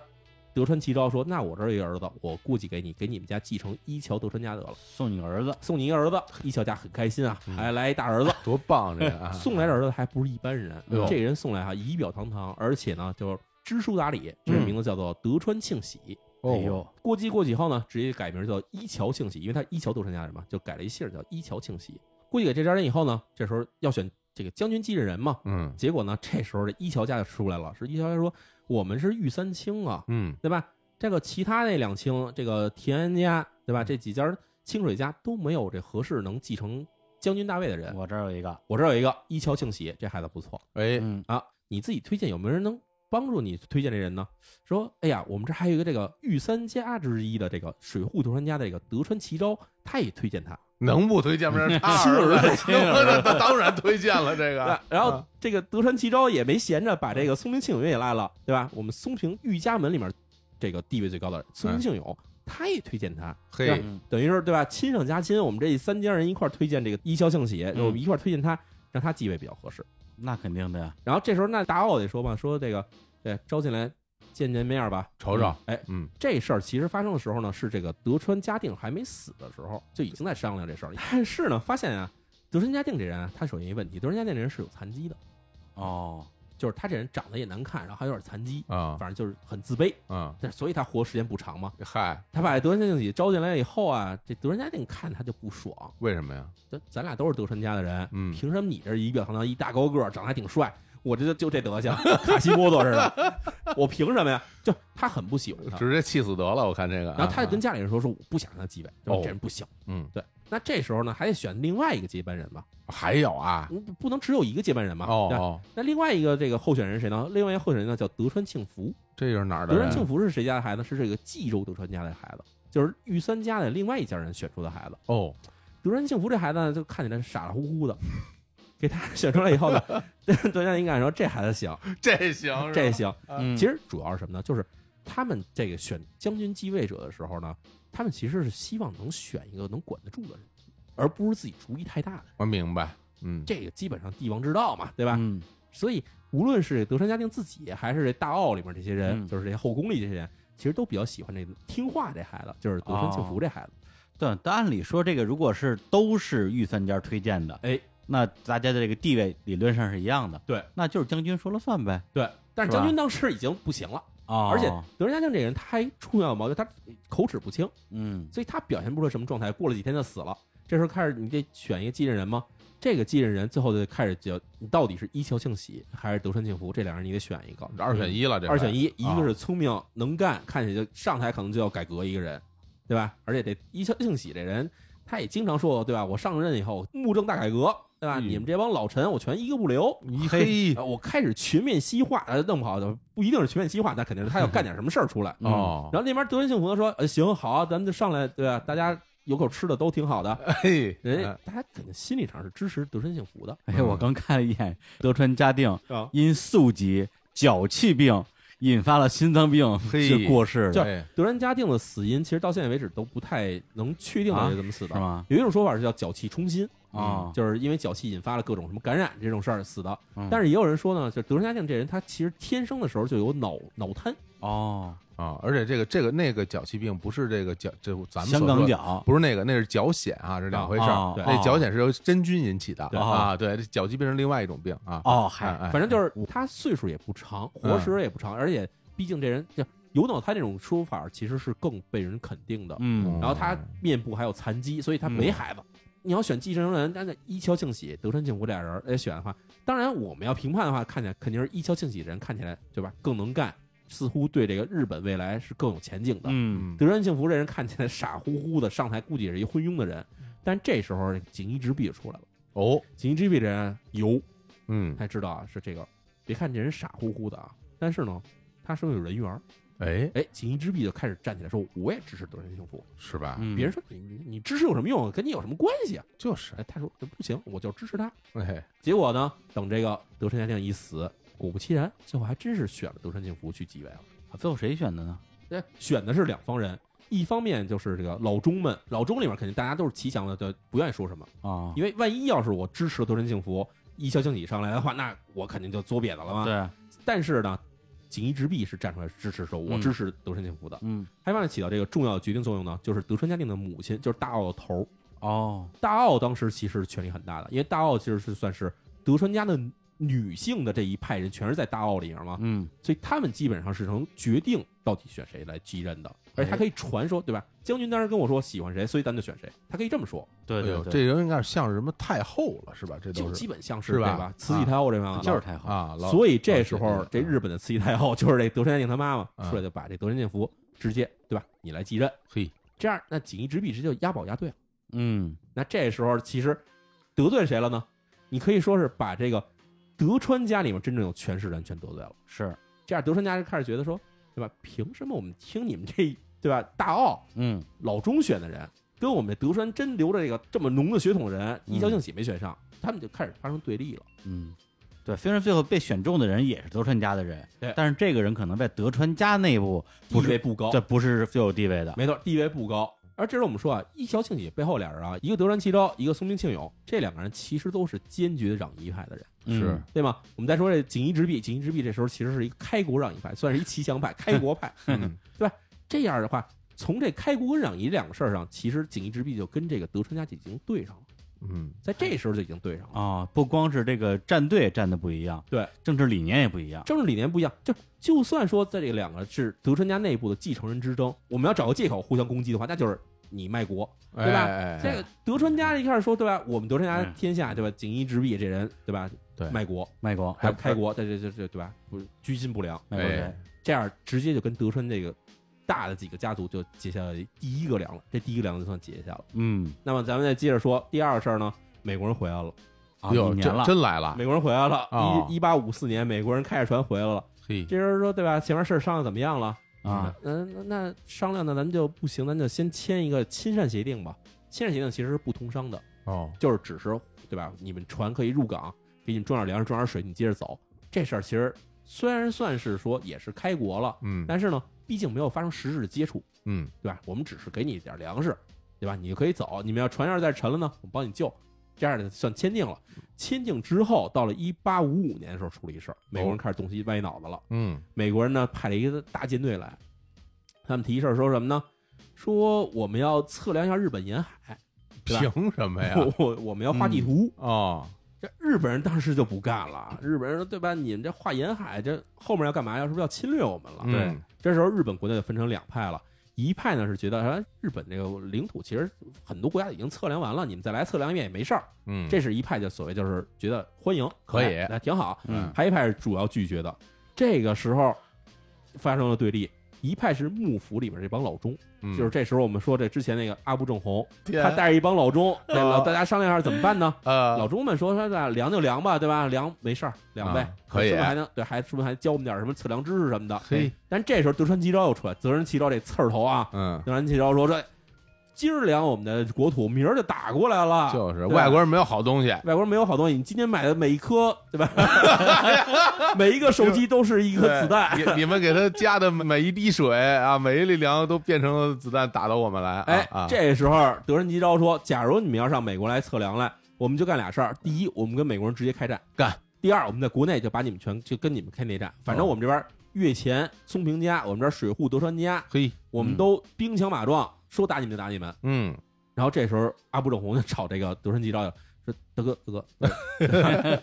[SPEAKER 1] 德川齐昭说，那我这儿有一儿子，我估计给你，给你们家继承一桥德川家得了，
[SPEAKER 4] 送你儿子，
[SPEAKER 1] 送你一儿子。一桥家很开心啊，还来一大儿子，
[SPEAKER 2] 多棒这嗯个 啊！
[SPEAKER 1] 送来的儿子还不是一般人
[SPEAKER 2] 哎呦，
[SPEAKER 1] 这人送来哈仪表堂堂，而且呢就是知书达理，
[SPEAKER 2] 嗯
[SPEAKER 1] 这人名字叫做德川庆喜。
[SPEAKER 2] 哦
[SPEAKER 4] 哎，呦，
[SPEAKER 1] 过继过继后呢，直接改名叫一桥庆喜，因为他一桥都是家人嘛，就改了一姓叫一桥庆喜。过继给这家人以后呢，这时候要选这个将军继任人嘛，
[SPEAKER 2] 嗯
[SPEAKER 1] 结果呢，这时候这一桥家就出来了，是一桥家说我们是御三卿啊，
[SPEAKER 2] 嗯
[SPEAKER 1] 对吧？这个其他那两卿，这个田安家，对吧？这几家清水家都没有这合适能继承将军大位的人。
[SPEAKER 4] 我这儿有一个，
[SPEAKER 1] 我这儿有一个一桥庆喜，这孩子不错
[SPEAKER 2] 哎，
[SPEAKER 4] 嗯，
[SPEAKER 1] 啊，你自己推荐有没有人能帮助你推荐这人呢？说，哎呀，我们这还有一个这个御三家之一的这个水户德川家的这个德川齐昭，他也推荐他。
[SPEAKER 2] 能不推荐吗？这他
[SPEAKER 1] 亲
[SPEAKER 2] 儿
[SPEAKER 1] 儿
[SPEAKER 2] 子，那那当然推荐了这个
[SPEAKER 1] 啊。然后
[SPEAKER 2] 啊
[SPEAKER 1] 这个德川齐昭也没闲着，把这个松平庆永也拉了，对吧？我们松平御家门里面这个地位最高的人松平庆永，他也推荐他，
[SPEAKER 2] 嘿，
[SPEAKER 4] 嗯
[SPEAKER 1] 等于是对吧？亲上加亲，我们这三家人一块儿推荐这个一消庆喜，我们一块儿推荐他，让他继位比较合适。
[SPEAKER 4] 那肯定的呀，
[SPEAKER 1] 然后这时候那达奥得说嘛，说这个对招进来见见面吧。
[SPEAKER 2] 瞅瞅，
[SPEAKER 1] 哎，
[SPEAKER 2] 嗯
[SPEAKER 1] 这事儿其实发生的时候呢，是这个德川家定还没死的时候就已经在商量这事儿了。但是呢，发现啊，德川家定这人啊，他首先一问题，德川家定这人是有残疾的，
[SPEAKER 4] 哦，
[SPEAKER 1] 就是他这人长得也难看，然后还有点残疾，
[SPEAKER 2] 啊
[SPEAKER 1] 反正就是很自卑。
[SPEAKER 2] 啊，
[SPEAKER 1] 但是所以他活时间不长嘛。
[SPEAKER 2] 嗯嗨，
[SPEAKER 1] 他把德川家定己招进来以后啊，这德川家定看他就不爽，
[SPEAKER 2] 为什么呀？
[SPEAKER 1] 咱咱俩都是德川家的人，
[SPEAKER 2] 嗯
[SPEAKER 1] 凭什么你这仪表堂堂一大高个儿，长得还挺帅，我这就就这德行， 卡西莫多似的，我凭什么呀？就他很不喜欢他，
[SPEAKER 2] 直接气死得了，我看这个啊。
[SPEAKER 1] 然后他就跟家里人说说我不想让他继位，就
[SPEAKER 2] 哦
[SPEAKER 1] 是这人不行。
[SPEAKER 2] 嗯，
[SPEAKER 1] 对，那这时候呢，还得选另外一个接班人吧，
[SPEAKER 2] 还有啊，
[SPEAKER 1] 你不能只有一个接班人嘛。
[SPEAKER 2] 哦
[SPEAKER 1] 啊对吧
[SPEAKER 2] 哦，
[SPEAKER 1] 那另外一个这个候选人是谁呢？另外一个候选人呢叫德川庆福，
[SPEAKER 2] 这又是哪儿的
[SPEAKER 1] 德川
[SPEAKER 2] 人？
[SPEAKER 1] 庆福是谁家的孩子？是这个济州德川家的孩子，就是御三家的另外一家人选出的孩子。
[SPEAKER 2] 哦，
[SPEAKER 1] 德川幸福这孩子呢，就看起来傻傻乎乎的，给他 选出来以后呢，德川应该说这孩子行，
[SPEAKER 2] 这行是吧
[SPEAKER 1] 这行。
[SPEAKER 4] 嗯
[SPEAKER 1] 其实主要是什么呢？就是他们这个选将军继位者的时候呢，他们其实是希望能选一个能管得住的人，而不是自己主意太大的人。
[SPEAKER 2] 我明白，嗯，
[SPEAKER 1] 这个基本上帝王之道嘛，对吧？
[SPEAKER 4] 嗯，
[SPEAKER 1] 所以无论是德川家定自己，还是这大奥里面这些人，
[SPEAKER 4] 嗯
[SPEAKER 1] 就是这些后宫里这些人，其实都比较喜欢这个听话这孩子，就是
[SPEAKER 4] 哦
[SPEAKER 1] 德川幸福这孩子。
[SPEAKER 4] 对，但按理说这个如果是都是御三家推荐的，
[SPEAKER 1] 哎，
[SPEAKER 4] 那大家的这个地位理论上是一样的，
[SPEAKER 1] 对，
[SPEAKER 4] 那就是将军说了算呗，
[SPEAKER 1] 对，但是
[SPEAKER 4] 是吧
[SPEAKER 1] 将军当时已经不行了，
[SPEAKER 4] 啊，
[SPEAKER 1] 而且德仁家庆这个人，他还出现了矛盾，他口齿不清，
[SPEAKER 4] 嗯
[SPEAKER 1] 所以他表现不出来什么状态。过了几天就死了，这时候开始你得选一个继任人吗？这个继任人最后就开始就你到底是一桥庆喜还是德川庆福，这两人你得选一个，嗯
[SPEAKER 2] 这二选一了，这啊
[SPEAKER 1] 二选
[SPEAKER 2] 一，
[SPEAKER 1] 一，一个是聪明能干，看起来就上台可能就要改革一个人，对吧？而且这一桥庆喜这人，他也经常说，对吧？我上任以后，幕政大改革，对吧？
[SPEAKER 2] 嗯
[SPEAKER 1] 你们这帮老臣，我全一个不留。
[SPEAKER 2] 一黑
[SPEAKER 1] 啊我开始全面西化，呃，弄不好的不一定是全面西化，那肯定是他要干点什么事儿出来。
[SPEAKER 4] 嗯
[SPEAKER 2] 哦，
[SPEAKER 1] 然后那边德仁幸福说：“呃，行，好啊，咱们就上来，对吧？大家有口吃的都挺好 的，
[SPEAKER 2] 嘿，
[SPEAKER 1] 人
[SPEAKER 2] 哎
[SPEAKER 1] 家大家肯定心理上是支持德川幸福的
[SPEAKER 4] 哎，我刚看了一眼，德川嘉定
[SPEAKER 1] 啊。
[SPEAKER 4] 因宿疾、脚气病引发了心脏病
[SPEAKER 2] 嘿
[SPEAKER 4] 是过世的，
[SPEAKER 2] 哎
[SPEAKER 1] 德川家定的死因其实到现在为止都不太能确定到底是怎么死
[SPEAKER 4] 是
[SPEAKER 1] 的。
[SPEAKER 4] 吗？
[SPEAKER 1] 有一种说法是叫脚气冲心
[SPEAKER 4] 啊
[SPEAKER 1] 嗯就是因为脚气引发了各种什么感染这种事儿死的。
[SPEAKER 4] 嗯
[SPEAKER 1] 但是也有人说呢，就德川家定这人，他其实天生的时候就有脑脑瘫，
[SPEAKER 4] 哦，
[SPEAKER 2] 啊，而且这个这个那个脚气病不是这个脚，这咱们
[SPEAKER 4] 香
[SPEAKER 2] 所
[SPEAKER 4] 港
[SPEAKER 2] 说的
[SPEAKER 4] 脚
[SPEAKER 2] 不是那个，那是脚癣啊，这两回事儿。
[SPEAKER 4] 哦
[SPEAKER 1] 对
[SPEAKER 2] 那脚癣是由真菌引起的
[SPEAKER 1] 对
[SPEAKER 2] 啊，对，这脚气病是另外一种病啊。
[SPEAKER 4] 哦，
[SPEAKER 2] 哎，
[SPEAKER 4] 嗨，
[SPEAKER 2] 哎
[SPEAKER 1] 反正就是他岁数也不长，活时也不长，而且毕竟这人就有脑瘫这种说法其实是更被人肯定的。
[SPEAKER 4] 嗯
[SPEAKER 2] 嗯
[SPEAKER 1] 然后他面部还有残疾，所以他没孩子。你要选继承人，那那一桥庆喜、德川庆福俩人来选的话，当然我们要评判的话，看起来肯定是一桥庆喜这人看起来对吧更能干，似乎对这个日本未来是更有前景的。
[SPEAKER 4] 嗯，
[SPEAKER 2] 嗯，
[SPEAKER 1] 德川庆福这人看起来傻乎乎的，上台估计也是一昏庸的人。但这时候锦衣直弼出来了，
[SPEAKER 2] 哦，
[SPEAKER 1] 锦衣直弼这人有，
[SPEAKER 2] 嗯，
[SPEAKER 1] 才知道啊是这个。别看这人傻乎乎的啊，但是呢，他手里有人缘儿。
[SPEAKER 2] 哎，
[SPEAKER 1] 哎，锦衣之弼就开始站起来说：“我也支持德川幸福。
[SPEAKER 2] 是吧？
[SPEAKER 4] 嗯
[SPEAKER 1] 别人说：“你你你支持有什么用？跟你有什么关系啊
[SPEAKER 2] 就是？”，
[SPEAKER 1] 哎，他说：“不行，我就支持他。
[SPEAKER 2] 哎，”
[SPEAKER 1] 结果呢，等这个德川家定一死，果不其然，最后还真是选了德川幸福去继位了。
[SPEAKER 4] 最后谁选的呢？
[SPEAKER 1] 哎，选的是两方人。一方面就是这个老中们，老中里面肯定大家都是齐祥的，对，不愿意说什么，
[SPEAKER 4] 啊，
[SPEAKER 1] 因为万一要是我支持德川幸福，一消庆喜上来的话，那我肯定就作瘪子了嘛。
[SPEAKER 4] 对，
[SPEAKER 1] 但是呢，锦衣之弼是站出来支持说，我
[SPEAKER 4] 嗯
[SPEAKER 1] 支持德川庆福的。
[SPEAKER 4] 嗯，
[SPEAKER 1] 还发现起到这个重要的决定作用呢，就是德川家定的母亲，就是大奥的头儿。
[SPEAKER 4] 哦，
[SPEAKER 1] 大奥当时其实权力很大的，因为大奥其实是算是德川家的女性的这一派人，全是在大奥里面嘛，
[SPEAKER 4] 嗯，
[SPEAKER 1] 所以他们基本上是能决定到底选谁来继任的，而
[SPEAKER 2] 哎
[SPEAKER 1] 且他可以传说，对吧？将军当时跟我说喜欢谁，所以咱就选谁，他可以这么说，
[SPEAKER 4] 对
[SPEAKER 2] 哎
[SPEAKER 4] 对
[SPEAKER 2] 呦，
[SPEAKER 4] 对，
[SPEAKER 2] 这人应该是像是什么太后了，是吧？这
[SPEAKER 1] 就
[SPEAKER 2] 都
[SPEAKER 1] 基
[SPEAKER 2] 是
[SPEAKER 1] 本像是
[SPEAKER 2] 是吧
[SPEAKER 1] 对吧？慈禧太后这样
[SPEAKER 4] 就是太好，
[SPEAKER 2] 啊，老
[SPEAKER 1] 所以这时
[SPEAKER 2] 老
[SPEAKER 1] 候
[SPEAKER 2] 姐姐
[SPEAKER 1] 这日本的慈禧太后就是这德川家定他妈妈
[SPEAKER 2] 嗯
[SPEAKER 1] 出来就把这德川家定福直接对吧？你来继任，
[SPEAKER 2] 嘿，
[SPEAKER 1] 这样那锦衣之弊直接就押宝押对了。
[SPEAKER 4] 嗯，
[SPEAKER 1] 那这时候其实得罪谁了呢？你可以说是把这个德川家里面真正有权势的人全得罪了。
[SPEAKER 4] 是，
[SPEAKER 1] 这样德川家就开始觉得说，对吧？凭什么我们听你们这对吧大奥
[SPEAKER 4] 嗯，
[SPEAKER 1] 老中选的人，跟我们这德川真留着这个这么浓的血统的人，一桥庆喜没选上，他们就开始发生对立了。
[SPEAKER 4] 嗯，对，虽然最后被选中的人也是德川家的人
[SPEAKER 1] 对，
[SPEAKER 4] 但是这个人可能在德川家内部
[SPEAKER 1] 地
[SPEAKER 4] 不
[SPEAKER 1] 位
[SPEAKER 4] 是，
[SPEAKER 1] 不高，
[SPEAKER 4] 这不是最有地位的，
[SPEAKER 1] 没错，地位不高。而这时候我们说啊，一桥庆喜背后俩人啊，一个德川齐昭，一个松平庆友，这两个人其实都是坚决攘夷派的人。
[SPEAKER 4] 嗯
[SPEAKER 2] 是
[SPEAKER 1] 对吗？我们再说这锦衣之弊，锦衣之弊这时候其实是一个开国攘夷派，算是一骑降派、开国 派。
[SPEAKER 2] 嗯
[SPEAKER 1] 这样的话，从这开国跟攘夷两个事儿上，其实锦衣之弊就跟这个德川家就已经对上了，
[SPEAKER 2] 嗯，
[SPEAKER 1] 在这时候就已经对上了。
[SPEAKER 4] 啊，不光是这个站队站的不一样，
[SPEAKER 1] 对，
[SPEAKER 4] 政治理念也不一样，
[SPEAKER 1] 政治理念不一样，就就算说在这两个是德川家内部的继承人之争，我们要找个借口互相攻击的话，那就是你卖国。对吧
[SPEAKER 2] 哎？哎
[SPEAKER 1] 这个德川家一开始说对吧，我们德川家天下对吧，锦衣之弊这人对吧，
[SPEAKER 2] 对
[SPEAKER 1] 卖国
[SPEAKER 4] 卖国，
[SPEAKER 1] 还有开国，这这这这对吧，不是居心不良。
[SPEAKER 4] 卖国贼
[SPEAKER 2] 哎
[SPEAKER 1] 这样直接就跟德川这个大的几个家族就结下了第一个梁了，这第一个梁就算结下了。
[SPEAKER 4] 嗯，
[SPEAKER 1] 那么咱们再接着说第二个事儿呢，美国人回来了，
[SPEAKER 4] 啊，一
[SPEAKER 2] 哟，
[SPEAKER 4] 年
[SPEAKER 2] 哎真
[SPEAKER 4] 了，
[SPEAKER 2] 真来了，
[SPEAKER 1] 美国人回来了
[SPEAKER 2] 哦，
[SPEAKER 1] 一一八五四年，美国人开着船回来了。
[SPEAKER 2] 嘿，
[SPEAKER 1] 这人说对吧？前面事儿商量怎么样了？
[SPEAKER 4] 啊，
[SPEAKER 1] 嗯，那那商量呢，咱们就不行，咱就先签一个亲善协定吧。亲善协定其实是不通商的，
[SPEAKER 2] 哦，
[SPEAKER 1] 就是只是对吧？你们船可以入港，给你们装点粮食，装点水，你接着走。这事儿其实虽然算是说也是开国了，
[SPEAKER 2] 嗯
[SPEAKER 1] 但是呢，毕竟没有发生实质的接触，
[SPEAKER 2] 嗯，
[SPEAKER 1] 对吧？我们只是给你一点粮食，对吧？你就可以走。你们要船要是再沉了呢，我们帮你救。这样的算签订了。签订之后，到了一八五五年的时候出了一事儿，美
[SPEAKER 2] 哦
[SPEAKER 1] 国人开始动心歪脑子了。
[SPEAKER 2] 嗯，
[SPEAKER 1] 美国人呢派了一个大舰队来，他们提事儿说什么呢？说我们要测量一下日本沿海，对吧
[SPEAKER 2] 哎凭什么呀？嗯
[SPEAKER 1] 我我我们要画地图，
[SPEAKER 2] 哦，
[SPEAKER 1] 这日本人当时就不干了，日本人说对吧？你们这画沿海，这后面要干嘛呀？是不是要侵略我们了？
[SPEAKER 2] 对嗯
[SPEAKER 1] 这时候日本国内就分成两派了。一派呢是觉得，啊，日本这个领土其实很多国家已经测量完了，你们再来测量一遍也没事儿。
[SPEAKER 2] 嗯，
[SPEAKER 1] 这是一派就所谓就是觉得欢迎，
[SPEAKER 2] 可以
[SPEAKER 1] 哎那挺好。
[SPEAKER 4] 嗯
[SPEAKER 1] 还有一派是主要拒绝的。这个时候发生了对立，一派是幕府里边这帮老中，
[SPEAKER 2] 嗯
[SPEAKER 1] 就是这时候我们说这之前那个阿部正红，
[SPEAKER 2] 天
[SPEAKER 1] 他带着一帮老中，对吧
[SPEAKER 2] 啊
[SPEAKER 1] 大家商量一下怎么办呢？
[SPEAKER 2] 呃
[SPEAKER 1] 老中们说说咱量就量吧，对吧？量没事儿，量呗
[SPEAKER 2] 啊，可以
[SPEAKER 1] 是不是还能对，还是不是还教我们点儿什么测量知识什么的？哎
[SPEAKER 2] 嘿，
[SPEAKER 1] 但这时候德川齐昭又出来，德川齐昭这刺儿头啊，
[SPEAKER 2] 嗯，
[SPEAKER 1] 德川齐昭说这今儿量我们的国土，明儿就打过来了，
[SPEAKER 2] 就是
[SPEAKER 1] 啊对吧
[SPEAKER 2] 外国人没有好东西，
[SPEAKER 1] 外国人没有好东西，你今天买的每一颗，对 吧？每一个手机都是一颗子弹。
[SPEAKER 2] 对你你们给他加的每 一滴水啊，每一粒粮都变成了子弹打到我们来。啊
[SPEAKER 1] 哎
[SPEAKER 2] 啊，
[SPEAKER 1] 这时候德川吉昭说：“假如你们要上美国来测量来，我们就干俩事儿：第一，我们跟美国人直接开战；
[SPEAKER 2] 干。
[SPEAKER 1] 第二，我们在国内就把你们全就跟你们开内战。反正
[SPEAKER 2] 哦
[SPEAKER 1] 我们这边越前松平家，我们这儿水户德川家，
[SPEAKER 2] 嘿，
[SPEAKER 1] 我们
[SPEAKER 4] 嗯
[SPEAKER 1] 都兵强马壮，说打你们就打你们。
[SPEAKER 2] 嗯，
[SPEAKER 1] 然后这时候阿部正红就吵这个德川吉昭了，说：“大哥，大哥，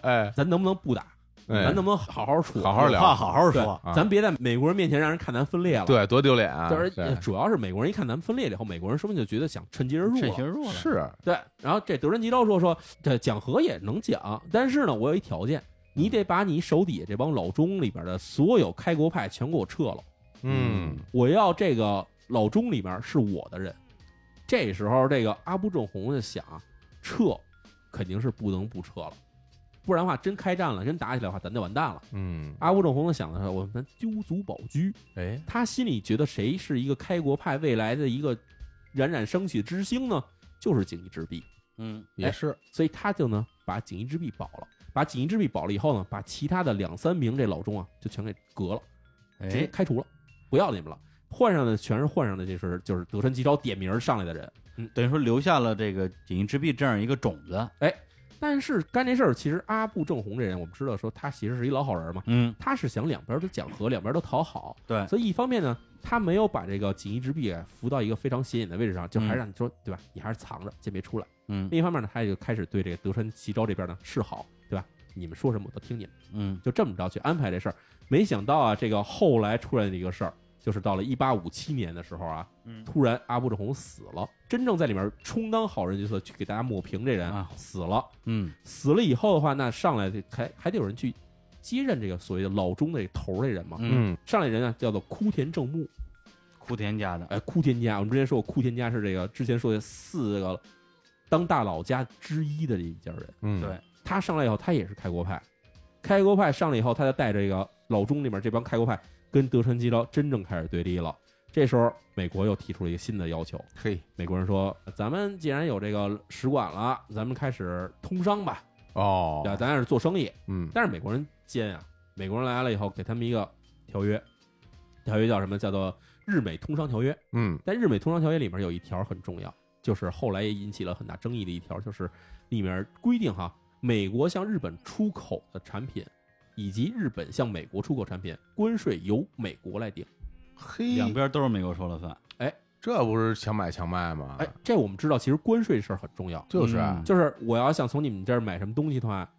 [SPEAKER 2] 哎
[SPEAKER 1] 咱能不能不打？
[SPEAKER 2] 哎
[SPEAKER 1] 咱，能不能好好处？
[SPEAKER 2] 好好聊
[SPEAKER 3] 话好好
[SPEAKER 1] 对
[SPEAKER 3] 说，
[SPEAKER 2] 啊
[SPEAKER 1] 咱别在美国人面前让人看咱分裂了。
[SPEAKER 2] 对，多丢脸啊！
[SPEAKER 1] 但是呃
[SPEAKER 2] 对
[SPEAKER 1] 主要是美国人一看咱们分裂了以后，美国人说不定就觉得想趁机而入
[SPEAKER 4] 趁虚
[SPEAKER 1] 了。
[SPEAKER 4] 而入了，
[SPEAKER 2] 是，
[SPEAKER 1] 对，然后这德川吉昭说说，这讲和也能讲，但是呢，我有一条件，
[SPEAKER 2] 嗯
[SPEAKER 1] 你得把你手底下这帮老中里边的所有开国派全给我撤了，
[SPEAKER 2] 嗯
[SPEAKER 1] 我要这个老中里边是我的人。这时候，这个阿部正弘就想，撤肯定是不能不撤了，不然的话，真开战了，真打起来的话，咱就完蛋了。
[SPEAKER 2] 嗯，
[SPEAKER 1] 阿部正弘就想的是，我们丢卒保车，
[SPEAKER 2] 哎，
[SPEAKER 1] 他心里觉得谁是一个开国派未来的一个冉冉升起之星呢？就是锦衣之弼，
[SPEAKER 4] 嗯，
[SPEAKER 1] 哎
[SPEAKER 2] 也是，
[SPEAKER 1] 所以他就呢把锦衣之弼保了，把锦衣之弼保了以后呢，把其他的两三名这老中啊就全给革了，直接
[SPEAKER 4] 哎，
[SPEAKER 1] 开除了，不要你们了。换上的全是换上的，这是就是德川吉昭点名儿上来的人。
[SPEAKER 3] 嗯
[SPEAKER 4] 等于说留下了这个锦衣之弊这样一个种子，
[SPEAKER 1] 但是干这事儿，其实阿部正弘这人，我们知道说他其实是一老好人嘛，
[SPEAKER 4] 嗯，
[SPEAKER 1] 他是想两边都讲和，两边都讨好。
[SPEAKER 4] 对
[SPEAKER 1] 所以一方面呢，他没有把这个锦衣之弊啊扶到一个非常显眼的位置上，就还是让你说、对吧？你还是藏着，先别出来。
[SPEAKER 4] 嗯
[SPEAKER 1] 另一方面呢，他也就开始对这个德川齐昭这边呢示好，对吧？你们说什么我都听你们，
[SPEAKER 4] 嗯，
[SPEAKER 1] 就这么着去安排这事儿。没想到啊，这个后来出来的一个事儿，就是到了一八五七年的时候啊，
[SPEAKER 4] 嗯
[SPEAKER 1] 突然阿部正弘死了，真正在里面充当好人角色去给大家抹平这人、
[SPEAKER 4] 啊
[SPEAKER 1] 死了，
[SPEAKER 4] 嗯，
[SPEAKER 1] 死了以后的话，那上来得还还得有人去接任这个所谓的老中的这头儿这人嘛。
[SPEAKER 4] 嗯，
[SPEAKER 2] 嗯
[SPEAKER 1] 上来人啊叫做枯田正木，
[SPEAKER 4] 枯田家的，
[SPEAKER 1] 哎，枯田家，我们之前说过，枯田家是这个之前说的四个当大佬家之一的这一家人。
[SPEAKER 2] 嗯，
[SPEAKER 4] 对，
[SPEAKER 1] 他上来以后，他也是开国派，开国派上来以后，他就带着这个老中里面这帮开国派跟德川吉昭真正开始对立了。这时候，美国又提出了一个新的要求，
[SPEAKER 2] 嘿，
[SPEAKER 1] 美国人说：“咱们既然有这个使馆了，咱们开始通商吧，
[SPEAKER 2] 哦
[SPEAKER 1] 对，吧？咱也是做生意。
[SPEAKER 2] 嗯”
[SPEAKER 1] 但是美国人奸啊，美国人来了以后，给他们一个条约，条约叫什么？叫做《日美通商条约》。
[SPEAKER 2] 嗯
[SPEAKER 1] 但日美通商条约里面有一条很重要，就是后来也引起了很大争议的一条，就是里面规定哈，美国向日本出口的产品，以及日本向美国出口产品，关税由美国来定。
[SPEAKER 2] 嘿，
[SPEAKER 4] 两边都是美国说了算，
[SPEAKER 2] 这不是强买强卖吗？
[SPEAKER 1] 哎，，这我们知道，其实关税这事儿很重要，
[SPEAKER 2] 就是啊，
[SPEAKER 4] 嗯
[SPEAKER 1] 就是我要想从你们这儿买什么东西的话。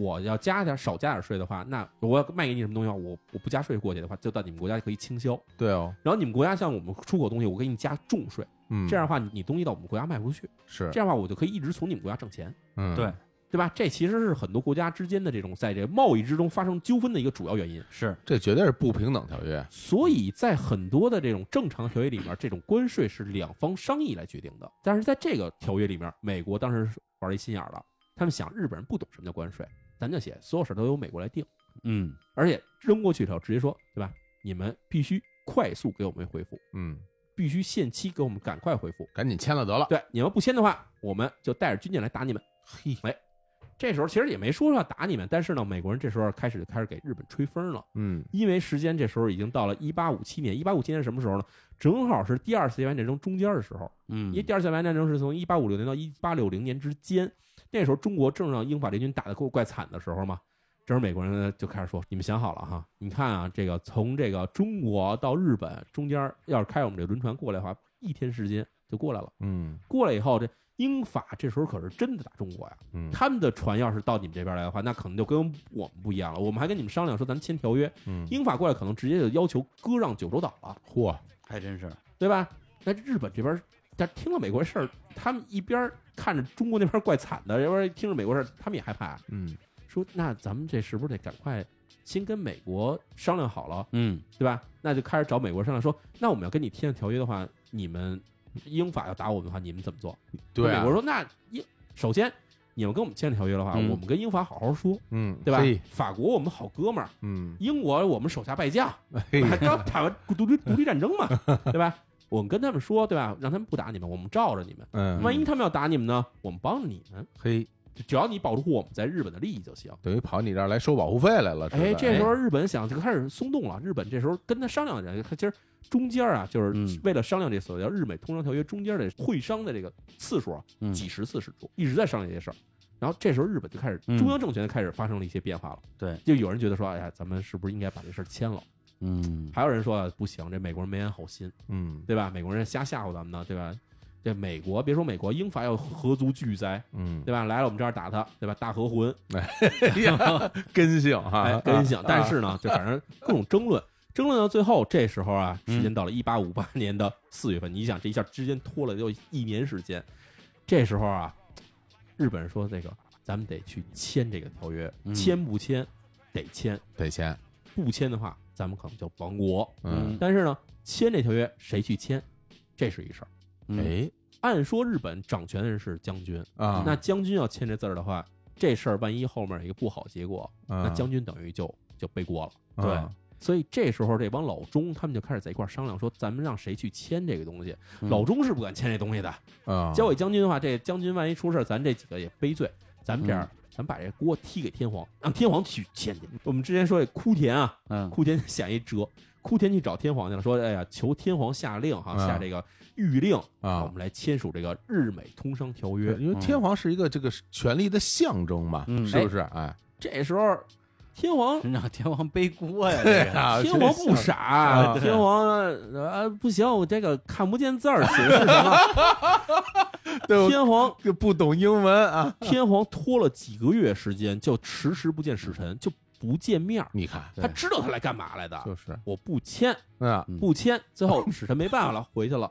[SPEAKER 1] 我要加点少加点税的话，那我要卖给你什么东西的话，我我不加税过去的话，就到你们国家可以倾销。
[SPEAKER 2] 对哦，
[SPEAKER 1] 然后你们国家向我们出口东西，我给你加重税，
[SPEAKER 2] 嗯，
[SPEAKER 1] 这样的话你你东西到我们国家卖不出去，
[SPEAKER 2] 是
[SPEAKER 1] 这，样的话我就可以一直从你们国家挣钱。
[SPEAKER 2] 嗯，
[SPEAKER 4] 对，
[SPEAKER 1] 对吧？这其实是很多国家之间的这种在这个贸易之中发生纠纷的一个主要原因。
[SPEAKER 4] 是，
[SPEAKER 2] 这绝对是不平等条约。
[SPEAKER 1] 所以在很多的这种正常条约里面，这种关税是两方商议来决定的。但是在这个条约里面，美国当时是玩了一心眼儿了，他们想日本人不懂什么叫关税，咱就写所有事儿都由美国来定，
[SPEAKER 4] 嗯，
[SPEAKER 1] 而且扔过去以后直接说，对吧？你们必须快速给我们回复，
[SPEAKER 2] 嗯，
[SPEAKER 1] 必须限期给我们赶快回复。
[SPEAKER 2] 赶紧签了得了。
[SPEAKER 1] 对，你们不签的话，我们就带着军舰来打你们。哎
[SPEAKER 2] 嘿，
[SPEAKER 1] 这时候其实也没说要打你们，但是呢，美国人这时候开始就开始给日本吹风了。
[SPEAKER 2] 嗯
[SPEAKER 1] 因为时间这时候已经到了一八五七年，一八五七年是什么时候呢？正好是第二次鸦片战争中间的时候，
[SPEAKER 4] 嗯
[SPEAKER 1] 因为，第二次鸦片战争是从一八五六年到一八六零年之间，那时候中国正让英法联军打得够怪惨的时候嘛。这时候美国人呢就开始说：“你们想好了哈？你看啊，这个从这个中国到日本中间，要是开我们这轮船过来的话，一天时间就过来了。
[SPEAKER 2] 嗯
[SPEAKER 1] 过来以后，这英法这时候可是真的打中国呀，
[SPEAKER 2] 嗯
[SPEAKER 1] 他们的船要是到你们这边来的话，那可能就跟我们不一样了。我们还跟你们商量说，咱签条约，
[SPEAKER 2] 嗯，
[SPEAKER 1] 英法过来可能直接就要求割让九州岛了，
[SPEAKER 2] 嚯，
[SPEAKER 4] 还真是，
[SPEAKER 1] 对吧？那日本这边，他听了美国事儿，他们一边看着中国那边怪惨的，一边听着美国事儿，他们也害怕，啊
[SPEAKER 2] 嗯
[SPEAKER 1] 说那咱们这是不是得赶快先跟美国商量好了，
[SPEAKER 3] 嗯，
[SPEAKER 1] 对吧？那就开始找美国商量说，那我们要跟你签的条约的话，你们英法要打我们的话，你们怎么做？
[SPEAKER 2] 对啊
[SPEAKER 1] 那美国说那英首先你们跟我们签了条约的话，
[SPEAKER 3] 嗯
[SPEAKER 1] 我们跟英法好好说，
[SPEAKER 2] 嗯，
[SPEAKER 1] 对吧
[SPEAKER 2] 嘿？
[SPEAKER 1] 法国我们好哥们儿，
[SPEAKER 2] 嗯，
[SPEAKER 1] 英国我们手下败将，
[SPEAKER 2] 嘿
[SPEAKER 1] 还刚打完独立独立战争嘛，对吧？我们跟他们说，对吧？让他们不打你们，我们罩着你们。
[SPEAKER 2] 嗯，
[SPEAKER 1] 万一他们要打你们呢？我们帮着你们，
[SPEAKER 2] 嘿，
[SPEAKER 1] 就只要你保护我们在日本的利益就行。
[SPEAKER 2] 等于跑你这儿来收保护费来了，是吧
[SPEAKER 1] 哎，这时候日本想就开始松动了。日本这时候跟他商量的人，他其实中间啊，就是
[SPEAKER 3] 嗯
[SPEAKER 1] 为了商量这所谓叫日美通商条约中间的会商的这个次数啊，
[SPEAKER 3] 嗯
[SPEAKER 1] 几十次使出，一直在商量这些事儿。然后这时候日本就开始，
[SPEAKER 3] 嗯
[SPEAKER 1] 中央政权就开始发生了一些变化了。
[SPEAKER 3] 对，
[SPEAKER 1] 就有人觉得说，哎呀，咱们是不是应该把这事儿签了？
[SPEAKER 3] 嗯，
[SPEAKER 1] 还有人说啊不行，这美国人没安好心。
[SPEAKER 2] 嗯
[SPEAKER 1] 对吧？美国人瞎吓唬咱们呢，对吧？这美国别说美国，英法要合族拒灾，
[SPEAKER 2] 嗯，
[SPEAKER 1] 对吧？来了我们这儿打他，对吧？大合魂，
[SPEAKER 4] 哎
[SPEAKER 2] 根性
[SPEAKER 1] 哎
[SPEAKER 3] 啊
[SPEAKER 2] 哈，，
[SPEAKER 1] 真相。但是呢，就反正各种争论，争论到最后，这时候啊，时
[SPEAKER 3] 嗯
[SPEAKER 1] 间到了一八五八年的四月份，你想这一下之间拖了就一年时间，这时候啊，日本人说这个咱们得去签这个条约，
[SPEAKER 3] 嗯
[SPEAKER 1] 签不签得签，
[SPEAKER 2] 得签，
[SPEAKER 1] 不签的话咱们可能就亡国。
[SPEAKER 2] 嗯，
[SPEAKER 1] 但是呢，签这条约谁去签，这是一事儿。
[SPEAKER 3] 嗯，
[SPEAKER 2] 哎
[SPEAKER 1] 按说日本掌权人是将军，
[SPEAKER 2] 啊，
[SPEAKER 1] 那将军要签这字儿的话，这事儿万一后面有一个不好结果，
[SPEAKER 2] 那
[SPEAKER 3] 啊
[SPEAKER 1] 那将军等于就就背锅了。
[SPEAKER 2] 对
[SPEAKER 1] 所以这时候，这帮老钟他们就开始在一块儿商量，说咱们让谁去签这个东西。
[SPEAKER 3] 嗯
[SPEAKER 1] 老钟是不敢签这东西的，
[SPEAKER 2] 啊，
[SPEAKER 1] 交给将军的话，这将军万一出事儿，咱这几个也背罪。咱们这
[SPEAKER 2] 嗯
[SPEAKER 1] 样，咱把这锅踢给天皇，让天皇去签去。我们之前说这枯田啊，
[SPEAKER 3] 嗯，
[SPEAKER 1] 枯田想一辙，枯田去找天皇去了，说：“哎呀，求天皇下令哈，
[SPEAKER 2] 啊
[SPEAKER 1] 下这个谕令
[SPEAKER 2] 啊
[SPEAKER 1] 我们来签署这个日美通商条约。
[SPEAKER 2] 因为天皇是一个这个权力的象征嘛，
[SPEAKER 3] 嗯
[SPEAKER 2] 是不是？哎，
[SPEAKER 1] 这时候，天皇
[SPEAKER 3] 让嗯天皇背锅呀，
[SPEAKER 2] 对
[SPEAKER 3] 这个
[SPEAKER 2] 啊，
[SPEAKER 1] 天皇不傻，
[SPEAKER 2] 啊
[SPEAKER 1] 天皇呃不行，我这个看不见字儿，写的是什么？
[SPEAKER 2] 对我
[SPEAKER 1] 天皇
[SPEAKER 2] 这不懂英文啊，
[SPEAKER 1] 天皇拖了几个月时间，就迟迟不见使臣，就不见面儿。
[SPEAKER 2] 你看
[SPEAKER 1] 他知道他来干嘛来的，
[SPEAKER 2] 就是
[SPEAKER 1] 我不签
[SPEAKER 2] 啊，
[SPEAKER 3] 嗯
[SPEAKER 1] 不签。最 后使臣没办法了，回去了，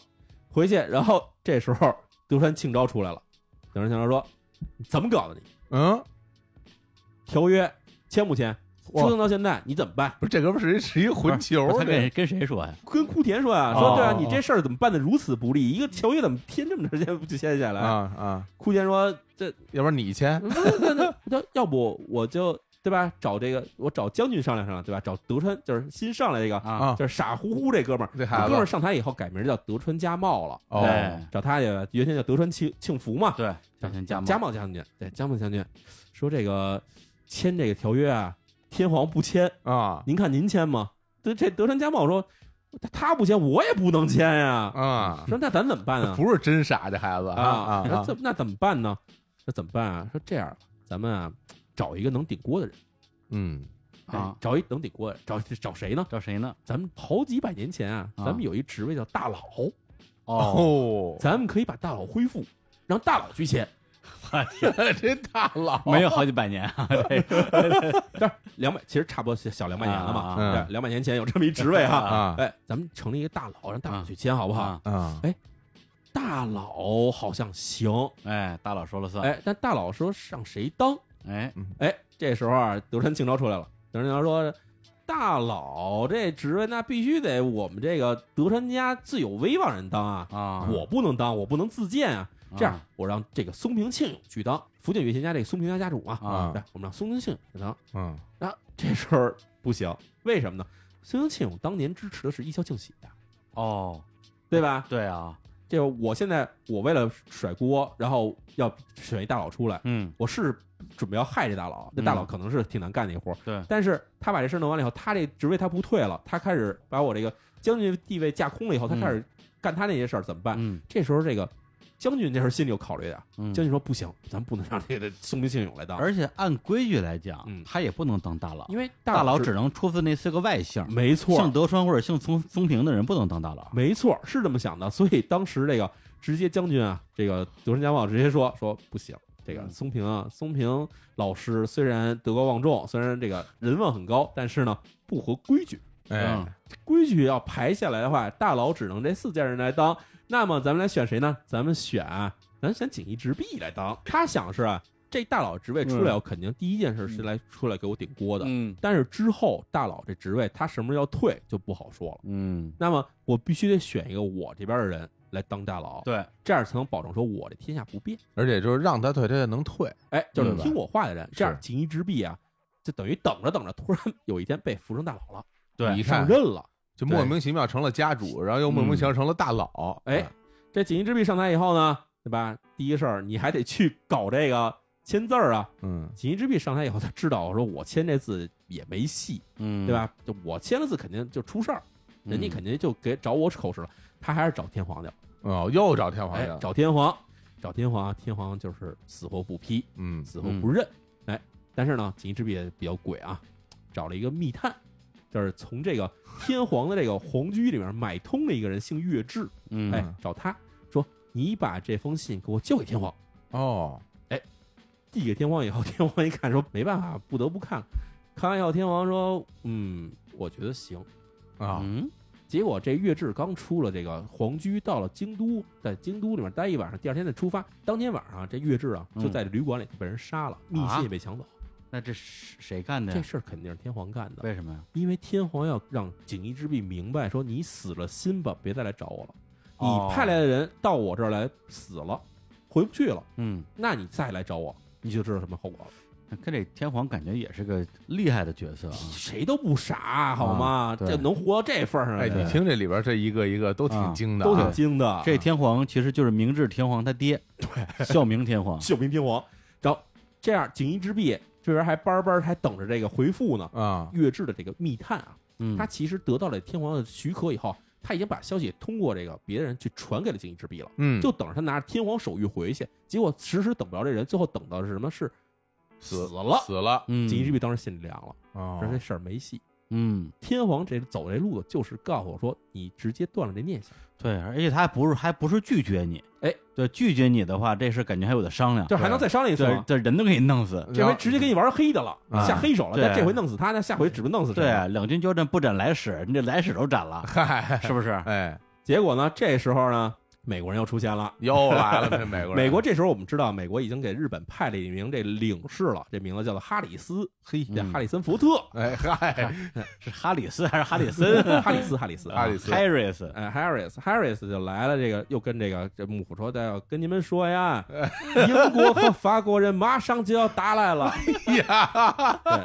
[SPEAKER 1] 回去。然后这时候德川庆昭出来了，德川庆昭说：“怎么搞的你？
[SPEAKER 2] 嗯，
[SPEAKER 1] 条约签不签？折腾到现在，你怎么办？”
[SPEAKER 2] 不是这哥们儿是一是一混球
[SPEAKER 3] 不是他
[SPEAKER 2] 呢，
[SPEAKER 3] 跟跟谁说呀？
[SPEAKER 1] 跟库田说啊，
[SPEAKER 2] 哦
[SPEAKER 1] 说对啊
[SPEAKER 2] 哦，
[SPEAKER 1] 你这事儿怎么办的如此不利？一个条约怎么签这么长时间不就签下
[SPEAKER 2] 啊
[SPEAKER 1] 来？
[SPEAKER 2] 啊，
[SPEAKER 1] 库田说这
[SPEAKER 2] 要不然你签，
[SPEAKER 1] 要要不我就对吧？找这个我找将军商量商量，对吧？找德川就是新上来这个
[SPEAKER 2] 啊
[SPEAKER 1] 就是傻乎乎这哥们儿，
[SPEAKER 2] 这
[SPEAKER 1] 这
[SPEAKER 2] 孩
[SPEAKER 1] 哥们儿
[SPEAKER 2] 子
[SPEAKER 1] 上台以后改名叫德川家茂了，
[SPEAKER 2] 哦
[SPEAKER 3] 对
[SPEAKER 1] 找他去，原先叫德川庆庆福嘛，
[SPEAKER 3] 对，小心加
[SPEAKER 1] 家茂将军，对家茂将军说这个签这个条约啊，天皇不签，
[SPEAKER 2] 啊
[SPEAKER 1] 您看您签吗？这这德川家茂说他他不签，我也不能签呀。
[SPEAKER 2] 啊，
[SPEAKER 1] 说那咱怎么办啊？
[SPEAKER 2] 不是真傻这孩子啊
[SPEAKER 1] 那
[SPEAKER 2] 啊
[SPEAKER 1] 这，那怎么办呢？那怎么办啊？说这样吧，咱们啊找一个能顶锅的人
[SPEAKER 2] 嗯
[SPEAKER 3] 啊
[SPEAKER 1] 哎，找一能顶锅的人，找找谁呢？
[SPEAKER 3] 找谁呢？
[SPEAKER 1] 咱们好几百年前啊，
[SPEAKER 3] 啊
[SPEAKER 1] 咱们有一职位叫大佬，
[SPEAKER 3] 哦，
[SPEAKER 2] 哦，
[SPEAKER 1] 咱们可以把大佬恢复，让大佬去签，
[SPEAKER 2] 这大佬
[SPEAKER 4] 哦
[SPEAKER 3] 没有好几百 年啊，这个
[SPEAKER 1] 两百其实差不多小小两百年了嘛，
[SPEAKER 3] 啊
[SPEAKER 2] 嗯
[SPEAKER 1] 对，两百年前有这么一职位哈。
[SPEAKER 2] 啊
[SPEAKER 1] 哎，咱们成立一个大佬，让大佬去签，好不好？
[SPEAKER 3] 啊，
[SPEAKER 2] 啊
[SPEAKER 1] 大佬好像行，
[SPEAKER 3] 哎，大佬说了算，
[SPEAKER 1] 哎，但大佬说让谁当？
[SPEAKER 3] 哎，
[SPEAKER 1] 哎，这时候啊，德川庆昭出来了。德川庆昭说：“大佬这职位，那必须得我们这个德川家自有威望人当啊，
[SPEAKER 3] 啊，
[SPEAKER 1] 我不能当，我不能自荐啊。这样
[SPEAKER 3] 啊，
[SPEAKER 1] 我让这个松平庆永去当福建岳贤家这个松平家家主嘛。
[SPEAKER 2] 啊
[SPEAKER 1] 对，我们让松平庆永去当。
[SPEAKER 2] 嗯
[SPEAKER 1] 啊，这事儿不行，为什么呢？松平庆永当年支持的是一消庆喜的，
[SPEAKER 3] 哦，
[SPEAKER 1] 对吧？
[SPEAKER 3] 对啊，
[SPEAKER 1] 这个我现在我为了甩锅，然后要选一大佬出来，
[SPEAKER 3] 嗯，
[SPEAKER 1] 我是准备要害这大佬，这大佬
[SPEAKER 3] 嗯
[SPEAKER 1] 可能是挺难干的一活儿。
[SPEAKER 3] 对
[SPEAKER 1] 但是他把这事儿弄完了以后，他这职位他不退了，他开始把我这个将军地位架空了以后，他
[SPEAKER 3] 嗯
[SPEAKER 1] 开始干他那些事儿，怎么办？
[SPEAKER 3] 嗯
[SPEAKER 1] 这时候这个将军这时候心里有考虑的，
[SPEAKER 3] 嗯
[SPEAKER 1] 将军说不行，咱不能让这个宋明信勇来当，
[SPEAKER 3] 而且按规矩来讲，
[SPEAKER 1] 啊嗯
[SPEAKER 3] 他也不能当大佬，
[SPEAKER 1] 因为
[SPEAKER 3] 大佬
[SPEAKER 1] 佬
[SPEAKER 3] 只能出自那四个外姓，
[SPEAKER 1] 没错
[SPEAKER 3] 姓德川或者姓松松平的人不能当大佬。
[SPEAKER 1] 没错是这么想的，所以当时这个直接将军啊，这个德川家茂直接说说不行，这个松平啊，松平老师虽然德高望重，虽然这个人望很高，但是呢不合规矩，嗯
[SPEAKER 2] 哎，
[SPEAKER 1] 规矩要排下来的话，大佬只能这四件人来当。那么咱们来选谁呢？咱们选啊，咱们选锦衣直弼来当。他想是啊，这大佬职位出来，我肯定第一件事是来出来给我顶锅的。
[SPEAKER 4] 嗯
[SPEAKER 1] 但是之后大佬这职位他什么时候要退就不好说了。
[SPEAKER 4] 嗯，
[SPEAKER 1] 那么我必须得选一个我这边的人来当大佬，
[SPEAKER 4] 对，
[SPEAKER 1] 这样才能保证说我这天下不变。
[SPEAKER 2] 而且就是让他退，他也能退，
[SPEAKER 1] 哎，就是
[SPEAKER 2] 嗯
[SPEAKER 1] 听我话的人，这样
[SPEAKER 2] 是
[SPEAKER 1] 锦衣直弼啊，就等于等着等着，突然有一天被扶成大佬了，
[SPEAKER 4] 对
[SPEAKER 2] 一
[SPEAKER 1] 上
[SPEAKER 2] 看
[SPEAKER 1] 任了。
[SPEAKER 2] 就莫名其妙成了家主，然后又莫名其妙成了大佬，
[SPEAKER 1] 哎这锦衣之璧上台以后呢，对吧？第一事儿你还得去搞这个签字儿啊。
[SPEAKER 2] 嗯，
[SPEAKER 1] 锦衣之璧上台以后，他知道我说我签这字也没戏，
[SPEAKER 4] 嗯
[SPEAKER 1] 对？吧？就我签了字肯定就出事儿，
[SPEAKER 4] 嗯
[SPEAKER 1] 人家肯定就给找我口实了。他还是找天皇去了，
[SPEAKER 2] 哦，又找天皇去
[SPEAKER 1] 哎，
[SPEAKER 2] 了，
[SPEAKER 1] 找天皇，找天皇，啊天皇就是死活不批，
[SPEAKER 2] 嗯
[SPEAKER 1] 死活不认。哎，但是呢，锦衣之璧也比较鬼啊，找了一个密探，就是从这个天皇的这个皇居里面买通了一个人，姓月志。
[SPEAKER 4] 嗯，
[SPEAKER 1] 哎，找他说你把这封信给我交给天皇，
[SPEAKER 2] 哦，
[SPEAKER 1] 递给天皇以后， 天皇一看说没办法，不得不看了。看完以后，天皇说嗯，我觉得行。
[SPEAKER 2] 啊，
[SPEAKER 4] 嗯
[SPEAKER 1] 结果这月志刚出了这个皇居，到了京都，在京都里面待一晚上，第二天再出发。当天晚上啊，这月志啊
[SPEAKER 2] 嗯
[SPEAKER 1] 就在旅馆里被人杀
[SPEAKER 2] 啊
[SPEAKER 1] 了，密信也被抢走。
[SPEAKER 4] 那这是谁干的
[SPEAKER 1] 这
[SPEAKER 4] 呀？
[SPEAKER 1] 事儿肯定是天皇干的，
[SPEAKER 4] 为什么呀？
[SPEAKER 1] 因为天皇要让锦衣之弼明白说你死了心吧，别再来找我了。
[SPEAKER 4] 哦
[SPEAKER 1] 你派来的人到我这儿来死了，回不去了。
[SPEAKER 4] 嗯，
[SPEAKER 1] 那你再来找我，你就知道什么后果了。
[SPEAKER 4] 那跟这天皇感觉也是个厉害的角色啊。
[SPEAKER 1] 谁都不傻，好吗？
[SPEAKER 4] 对
[SPEAKER 1] 这能活到这份儿上
[SPEAKER 2] 啊哎，
[SPEAKER 1] 来，
[SPEAKER 2] 你
[SPEAKER 1] 这
[SPEAKER 2] 听这里边这一个一个都挺
[SPEAKER 4] 啊
[SPEAKER 2] 精的
[SPEAKER 1] 都
[SPEAKER 2] 啊
[SPEAKER 1] 挺，精的。。
[SPEAKER 4] 这天皇其实就是明治天皇他爹，对，孝明天皇
[SPEAKER 1] 秀明天皇，然后这样锦衣之璧这边还班班还等着这个回复呢。
[SPEAKER 2] 啊，
[SPEAKER 1] 月志的这个密探啊，
[SPEAKER 4] 嗯
[SPEAKER 1] 他其实得到了天皇的许可以后，他已经把消息通过这个别人去传给了锦衣之璧了，
[SPEAKER 2] 嗯，
[SPEAKER 1] 就等着他拿着天皇手谕回去。结果迟迟等不着这人，最后等到的是什么？是
[SPEAKER 2] 死
[SPEAKER 1] 了。
[SPEAKER 2] 死了，
[SPEAKER 4] 嗯
[SPEAKER 1] 锦衣之璧当时心里凉了，
[SPEAKER 2] 哦
[SPEAKER 1] 说这事儿没戏。
[SPEAKER 4] 嗯，
[SPEAKER 1] 天皇这走这路子就是告诉我说，你直接断了这念想，
[SPEAKER 4] 对，而且他还不是还不是拒绝你，
[SPEAKER 1] 哎，
[SPEAKER 4] 对，拒绝你的话，这事感觉还有的商量，
[SPEAKER 1] 这还能再商量一次
[SPEAKER 4] 对
[SPEAKER 1] 吗？
[SPEAKER 4] 这人都给你弄死。
[SPEAKER 1] 这回直接给你玩黑的了，
[SPEAKER 2] 啊
[SPEAKER 1] 下黑手了。
[SPEAKER 4] 对
[SPEAKER 1] 那这回弄死他，那下回指不定弄死谁？
[SPEAKER 4] 对，啊两军交战不斩来使，你这来使都斩了，
[SPEAKER 2] 嗨，
[SPEAKER 4] 是不是？
[SPEAKER 2] 哎，
[SPEAKER 1] 结果呢，这时候呢，美国人又出现了。
[SPEAKER 2] 又来了，这美国人，
[SPEAKER 1] 美国这时候我们知道，美国已经给日本派了一名这领事了，这名字叫做哈里斯，嘿，这
[SPEAKER 2] 嗯
[SPEAKER 1] 哈里森福特，
[SPEAKER 2] 哎
[SPEAKER 1] 啊
[SPEAKER 2] 嗨，
[SPEAKER 4] 是哈里斯还是哈里森？
[SPEAKER 1] 哈里斯，哈里斯，
[SPEAKER 2] 哈里斯
[SPEAKER 4] 哈里斯，
[SPEAKER 1] 哎，Harris，Harris 就来了，这个又跟这个这幕府说的，要跟你们说 呀，英国和法国人马上就要打来
[SPEAKER 2] 哎
[SPEAKER 1] 了。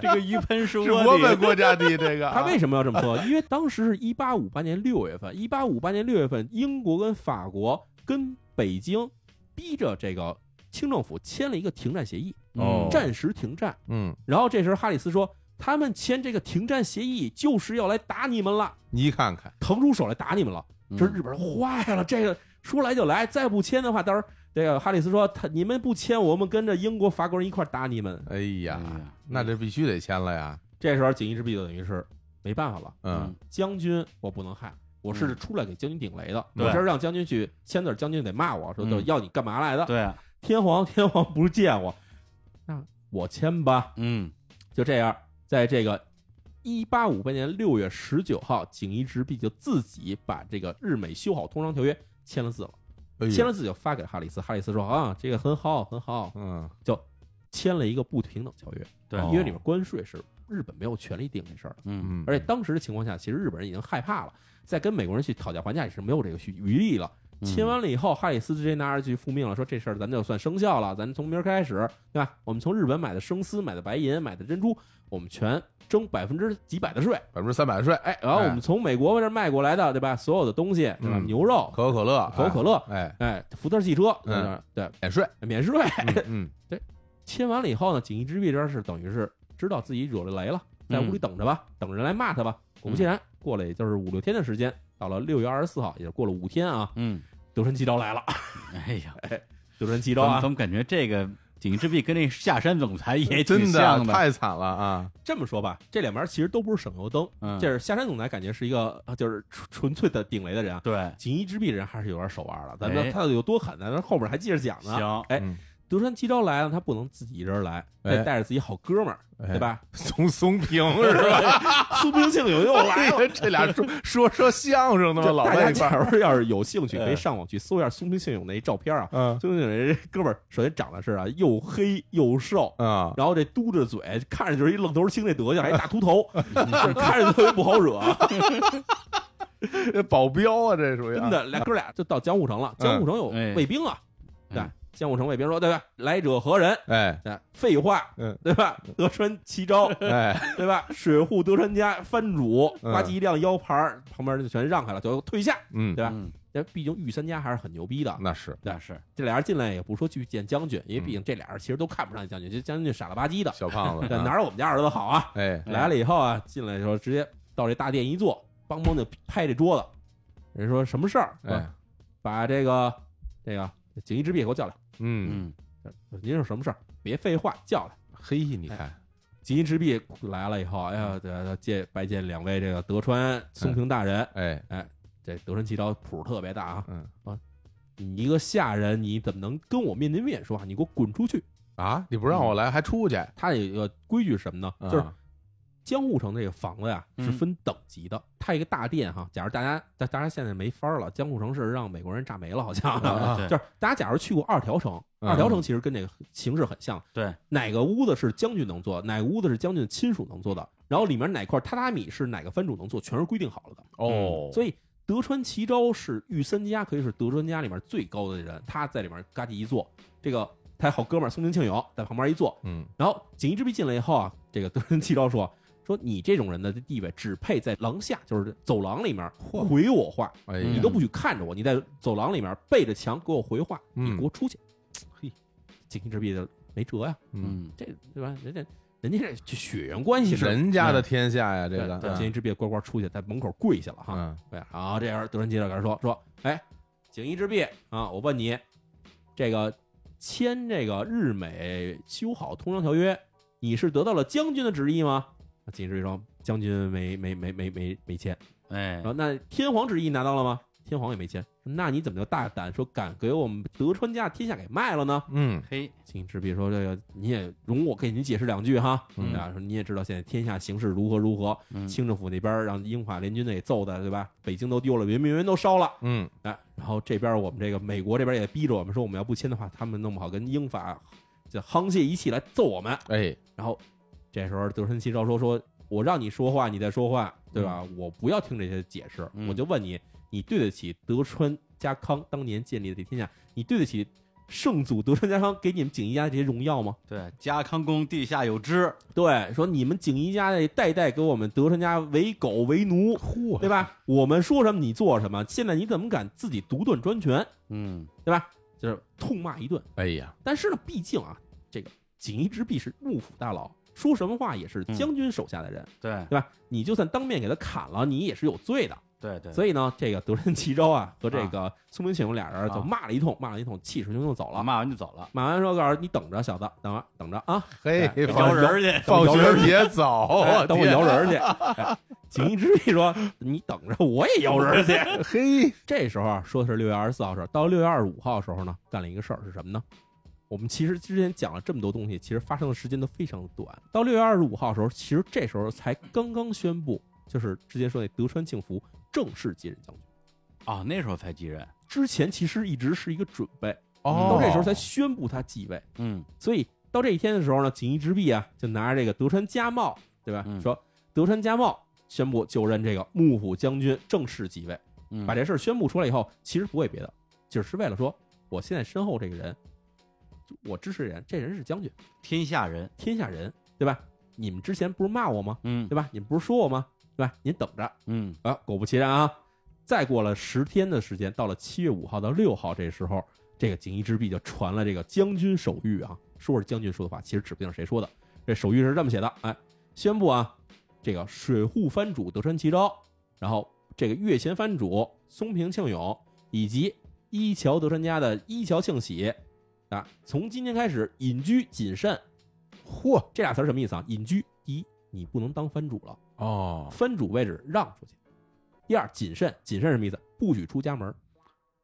[SPEAKER 4] 这个鱼喷是
[SPEAKER 2] 是我们国家的这个， 啊
[SPEAKER 1] 他为什么要这么说？因为当时是一八五八年六月份，一八五八年六月份，英国跟法国跟北京逼着这个清政府签了一个停战协议，
[SPEAKER 4] 嗯
[SPEAKER 2] 哦
[SPEAKER 1] 暂时停战。
[SPEAKER 2] 嗯，
[SPEAKER 1] 然后这时候哈里斯说，他们签这个停战协议就是要来打你们了，
[SPEAKER 2] 你看看，
[SPEAKER 1] 腾出手来打你们了。
[SPEAKER 4] 嗯
[SPEAKER 1] 这日本人坏了，这个说来就来，再不签的话，到时候这个哈里斯说他你们不签，我们跟着英国、法国人一块儿打你们。
[SPEAKER 2] 哎
[SPEAKER 4] 哎
[SPEAKER 2] 呀
[SPEAKER 4] 呀，
[SPEAKER 2] 那这必须得签了呀，
[SPEAKER 1] 这时候锦衣之弊就等于是没办法了。
[SPEAKER 2] 嗯，
[SPEAKER 1] 将军我不能害，我是出来给将军顶雷的。
[SPEAKER 4] 嗯对
[SPEAKER 1] 我这让将军去签字，将军得骂我说
[SPEAKER 4] 嗯
[SPEAKER 1] 都要你干嘛来的？
[SPEAKER 4] 对，啊
[SPEAKER 1] 天皇天皇不是见我，那我签吧。
[SPEAKER 4] 嗯
[SPEAKER 1] 就这样，在这个一八五八年六月十九号，锦衣之弼就自己把这个日美修好通商条约签了字了，
[SPEAKER 2] 哎呦
[SPEAKER 1] 签了字就发给哈里斯，哈里斯说啊，这个很好很好，
[SPEAKER 2] 嗯，
[SPEAKER 1] 就签了一个不平等条约。
[SPEAKER 4] 对
[SPEAKER 2] 哦
[SPEAKER 1] 因为里面关税是日本没有权利定这事儿的。
[SPEAKER 4] 哦嗯
[SPEAKER 2] 嗯，
[SPEAKER 1] 而且当时的情况下，其实日本人已经害怕了，在跟美国人去讨价还价也是没有这个余力了。
[SPEAKER 2] 嗯
[SPEAKER 1] 签完了以后，哈里斯直接拿着去复命了，说这事儿咱就算生效了，咱从明儿开始，对吧？我们从日本买的生丝、买的白银、买的珍珠，我们全征百分之几百的税。
[SPEAKER 2] 百分之三百的税，
[SPEAKER 1] 哎，然后我们从美国这儿卖过来的，对吧？所有的东西，对吧？
[SPEAKER 2] 嗯
[SPEAKER 1] 牛肉、
[SPEAKER 2] 可口可乐，
[SPEAKER 1] 可口可乐，
[SPEAKER 2] 哎，
[SPEAKER 1] 哎，福特汽车，
[SPEAKER 2] 嗯
[SPEAKER 1] 对，
[SPEAKER 2] 免税，
[SPEAKER 1] 免税。
[SPEAKER 2] 嗯，
[SPEAKER 1] 签完了以后呢，锦衣之弼这边是等于是知道自己惹了雷了，在
[SPEAKER 4] 嗯
[SPEAKER 1] 屋里等着吧，等着人来骂他吧。果不其然，过了也就是五六天的时间，到了六月二十四号，也就过了五天啊，
[SPEAKER 4] 嗯，
[SPEAKER 1] 德川齐昭来了。
[SPEAKER 4] 哎呀，
[SPEAKER 1] 德川齐
[SPEAKER 4] 怎
[SPEAKER 1] 昭
[SPEAKER 4] 么
[SPEAKER 1] 啊
[SPEAKER 4] 怎，么感觉这个锦衣之弊跟那下山总裁
[SPEAKER 1] 哎
[SPEAKER 4] 也挺
[SPEAKER 2] 真
[SPEAKER 4] 像的，
[SPEAKER 2] 太惨了啊！
[SPEAKER 1] 这么说吧，这两边其实都不是省油灯。
[SPEAKER 4] 嗯，
[SPEAKER 1] 这是下山总裁，感觉是一个啊就是纯纯粹的顶雷的人啊。
[SPEAKER 4] 对，
[SPEAKER 1] 锦衣之弊人还是有点手腕了，咱
[SPEAKER 4] 哎
[SPEAKER 1] 们他有多狠，咱们后边还接着讲呢。
[SPEAKER 4] 行，
[SPEAKER 1] 哎
[SPEAKER 2] 嗯，
[SPEAKER 1] 德川吉昭来了，他不能自己一人来，
[SPEAKER 2] 哎
[SPEAKER 1] 得带着自己好哥们儿，
[SPEAKER 2] 哎
[SPEAKER 1] 对吧？
[SPEAKER 2] 松松平是吧？
[SPEAKER 1] 苏冰庆有又来了。
[SPEAKER 2] 这俩说说说相声的吗？
[SPEAKER 1] 这
[SPEAKER 2] 老
[SPEAKER 1] 大
[SPEAKER 2] 在
[SPEAKER 1] 家
[SPEAKER 2] 一块儿。
[SPEAKER 1] 假如要是有兴 趣，可
[SPEAKER 4] 哎
[SPEAKER 1] 以上网去搜一下苏冰庆勇那照片啊。
[SPEAKER 2] 嗯
[SPEAKER 1] 苏冰庆勇这哥们儿，首先长得是啊又黑又瘦，
[SPEAKER 2] 啊，
[SPEAKER 1] 然后这嘟着嘴，看着就是一愣头青那德行，还一大秃 头，就是看着特别不好惹。啊
[SPEAKER 2] 这 保镖啊，这属于啊
[SPEAKER 1] 真的，俩哥俩就到江户城了。
[SPEAKER 2] 嗯
[SPEAKER 1] 江户城有
[SPEAKER 4] 哎
[SPEAKER 1] 卫兵啊，
[SPEAKER 4] 嗯
[SPEAKER 1] 对，江户城卫兵说，对吧？来者何人？
[SPEAKER 2] 哎
[SPEAKER 1] 对，废话，
[SPEAKER 2] 嗯
[SPEAKER 1] 对吧？德川齐昭，
[SPEAKER 2] 哎
[SPEAKER 1] 对吧？水户德川家藩主，
[SPEAKER 2] 嗯
[SPEAKER 1] 呱唧一亮腰牌儿，旁边就全让开了，就退下。
[SPEAKER 2] 嗯
[SPEAKER 1] 对吧
[SPEAKER 4] 嗯，
[SPEAKER 1] 但毕竟御三家还是很牛逼的，
[SPEAKER 2] 那是
[SPEAKER 1] 对
[SPEAKER 4] 那是
[SPEAKER 1] 这俩人进来也不说去见将军，
[SPEAKER 2] 嗯
[SPEAKER 1] 因为毕竟这俩人其实都看不上将军，这将军傻了吧唧的，
[SPEAKER 2] 小胖子
[SPEAKER 1] 对，
[SPEAKER 2] 啊
[SPEAKER 1] 哪有我们家儿子好啊？
[SPEAKER 2] 哎
[SPEAKER 1] 来了以后啊，进来的时候直接到这大殿一坐，梆梆就拍这桌子。人说什么事儿？
[SPEAKER 2] 哎
[SPEAKER 1] 把这个这个锦衣之弊给我叫来。
[SPEAKER 2] 嗯，
[SPEAKER 4] 嗯，
[SPEAKER 1] 您是什么事儿？别废话，叫来。
[SPEAKER 2] 嘿，你
[SPEAKER 1] 哎
[SPEAKER 2] 看
[SPEAKER 1] 锦衣之弊来了以后，哎呀，这见拜见两位这个德川
[SPEAKER 2] 嗯
[SPEAKER 1] 松平大人，
[SPEAKER 2] 哎
[SPEAKER 1] 这德川齐昭谱儿特别大啊！
[SPEAKER 2] 嗯
[SPEAKER 1] 你一个下人，你怎么能跟我面对面说话？你给我滚出去！
[SPEAKER 2] 啊，你不
[SPEAKER 1] 嗯
[SPEAKER 2] 让我来还出去，
[SPEAKER 1] 他有一个规矩是什么呢？就是
[SPEAKER 2] 啊
[SPEAKER 1] 江户城这个房子呀
[SPEAKER 4] 嗯
[SPEAKER 1] 是分等级的，它一个大殿哈，假如大家大大家现在没法儿了，江户城是让美国人炸没了，好像、
[SPEAKER 2] 啊
[SPEAKER 4] 对
[SPEAKER 1] 就是大家假如去过二条城，
[SPEAKER 2] 嗯
[SPEAKER 1] 二条城其实跟这个形式很像，
[SPEAKER 4] 对，
[SPEAKER 1] 哪个屋子是将军能做，哪个屋子是将军亲属能做的，然后里面哪块榻榻米是哪个藩主能做，全是规定好了的。
[SPEAKER 2] 哦，
[SPEAKER 1] 所以德川齐昭是御三家，可以是德川家里面最高的人，他在里面嘎叽一坐，这个他好哥们儿松平庆友在旁边一坐，
[SPEAKER 2] 嗯
[SPEAKER 1] 然后锦衣之弊进来以后啊，这个德仁齐昭说 说你这种人的地位只配在廊下，就是走廊里面回我话，
[SPEAKER 2] 哎
[SPEAKER 1] 你
[SPEAKER 2] 呀
[SPEAKER 1] 都不许看着我，你在走廊里面背着墙给我回话，
[SPEAKER 2] 嗯
[SPEAKER 1] 你给我出去。嘿，锦衣之弊就没辙呀，
[SPEAKER 2] 嗯，
[SPEAKER 4] 嗯
[SPEAKER 1] 这对吧？人家人家这血缘关系是嗯
[SPEAKER 2] 人家的天下呀，这
[SPEAKER 1] 对
[SPEAKER 2] 个
[SPEAKER 1] 对锦衣之弊乖乖出去，在门口跪下了哈。
[SPEAKER 2] 嗯
[SPEAKER 1] 对，然后这样德仁齐昭跟他说说，哎，锦衣之弊啊，我问你，这个签这个日美修好通商条约，你是得到了将军的旨意吗？锦衣之弊说，将军没没没没没没签。
[SPEAKER 4] 哎
[SPEAKER 1] 然，后那天皇旨意拿到了吗？天皇也没签。那你怎么就大胆说敢给我们德川家天下给卖了呢？
[SPEAKER 2] 嗯
[SPEAKER 4] 嘿，
[SPEAKER 1] 锦衣之弊说，这个你也容我给您解释两句哈。
[SPEAKER 2] 嗯
[SPEAKER 1] 啊，说你也知道现在天下形势如何如何，
[SPEAKER 4] 嗯
[SPEAKER 1] 清政府那边让英法联军给揍的，对吧？北京都丢了，圆明园都烧了。
[SPEAKER 2] 嗯
[SPEAKER 1] 哎，然后这边我们这个美国这边也逼着我们说，我们要不签的话，他们弄不好跟英法这沆瀣一气来揍我们。
[SPEAKER 2] 哎
[SPEAKER 1] 然后这时候德川齐昭说：“说我让你说话，你再说话，对吧？我不要听这些解释，
[SPEAKER 4] 嗯
[SPEAKER 1] 我就问你，你对得起德川家康当年建立的这天下？你对得起圣祖德川家康给你们锦衣家的这些荣耀吗？”
[SPEAKER 4] 对，家康宫地下有知，
[SPEAKER 1] 对，说你们锦衣家的代代给我们德川家为狗为奴，
[SPEAKER 2] 嚯
[SPEAKER 1] 对吧？我们说什么你做什么，现在你怎么敢自己独断专权，
[SPEAKER 4] 嗯，
[SPEAKER 1] 对吧？就是痛骂一顿。
[SPEAKER 2] 哎呀
[SPEAKER 1] 但是呢，毕竟啊，这个锦衣之弊是幕府大佬，说什么话也
[SPEAKER 4] 嗯
[SPEAKER 1] 是将军手下的人，
[SPEAKER 4] 对
[SPEAKER 1] 对吧？你就算当面给他砍了，你也是有罪的。
[SPEAKER 4] 对对，
[SPEAKER 1] 所以呢，这个德川齐昭啊和这
[SPEAKER 4] 啊
[SPEAKER 1] 个松平信勇俩人就
[SPEAKER 4] 啊
[SPEAKER 1] 骂了一通，骂了一通，气势汹汹就走
[SPEAKER 4] 老
[SPEAKER 1] 了。
[SPEAKER 4] 骂完就走了，
[SPEAKER 1] 骂完说：“告诉你等着，小子，等着等着啊，
[SPEAKER 2] 嘿
[SPEAKER 1] 哎，
[SPEAKER 2] 放
[SPEAKER 4] 摇人儿去，
[SPEAKER 2] 放
[SPEAKER 1] 摇人
[SPEAKER 2] 学
[SPEAKER 1] 儿
[SPEAKER 2] 别走，
[SPEAKER 1] 哎
[SPEAKER 2] 我
[SPEAKER 1] 等我
[SPEAKER 2] 哦天啊
[SPEAKER 1] 摇人儿去。哎”锦衣之弊说：“你等着，我也摇人儿去。
[SPEAKER 2] 嘿，”
[SPEAKER 1] 这时候啊，说的是六月二十四号事儿，到六月二十五号的时候呢，干了一个事儿是什么呢？我们其实之前讲了这么多东西，其实发生的时间都非常短。到六月二十五号的时候，其实这时候才刚刚宣布，就是之前说那德川庆福正式继任将军。
[SPEAKER 4] 哦，那时候才继任，
[SPEAKER 1] 之前其实一直是一个准备，
[SPEAKER 2] 哦，
[SPEAKER 1] 到这时候才宣布他继位。
[SPEAKER 4] 嗯
[SPEAKER 1] 所以到这一天的时候呢，锦衣之弊啊，就拿着这个德川家茂，对吧？
[SPEAKER 4] 嗯
[SPEAKER 1] 说德川家茂宣布就任这个幕府将军，正式继位。
[SPEAKER 4] 嗯，
[SPEAKER 1] 把这事儿宣布出来以后，其实不为别的，只是为了说，我现在身后这个人，我支持的人，这人是将军，
[SPEAKER 4] 天下人，
[SPEAKER 1] 天下人，对吧？你们之前不是骂我吗？
[SPEAKER 4] 嗯
[SPEAKER 1] 对吧？你们不是说我吗？对吧？您等着
[SPEAKER 4] 嗯
[SPEAKER 1] 啊！果不其然啊，再过了十天的时间，到了七月五号到六号这时候，这个锦衣之弊就传了这个将军手谕啊，说是将军说的话，其实指不定是谁说的。这手谕是这么写的，哎，宣布啊，这个水户藩主德川齐昭，然后这个越前藩主松平庆永以及一桥德川家的一桥庆喜，啊，从今天开始隐居谨慎，
[SPEAKER 2] 嚯
[SPEAKER 1] 这俩词儿什么意思啊？隐居，第一，你不能当藩主了，
[SPEAKER 2] 哦，
[SPEAKER 1] 藩主位置让出去；第二，谨慎，谨慎什么意思？不许出家门儿，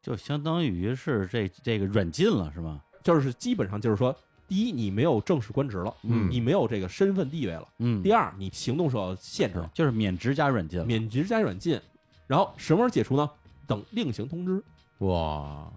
[SPEAKER 4] 就相当于是这这个软禁了，是吗？
[SPEAKER 1] 就是基本上就是说，第一，你没有正式官职了，
[SPEAKER 2] 嗯
[SPEAKER 1] 你没有这个身份地位了；
[SPEAKER 4] 嗯，
[SPEAKER 1] 第二，你行动受到限制了，
[SPEAKER 4] 就是免职加软禁
[SPEAKER 2] 嗯
[SPEAKER 4] 了。
[SPEAKER 1] 免职加软禁。然后什么时候解除呢？等另行通知。
[SPEAKER 2] 哇，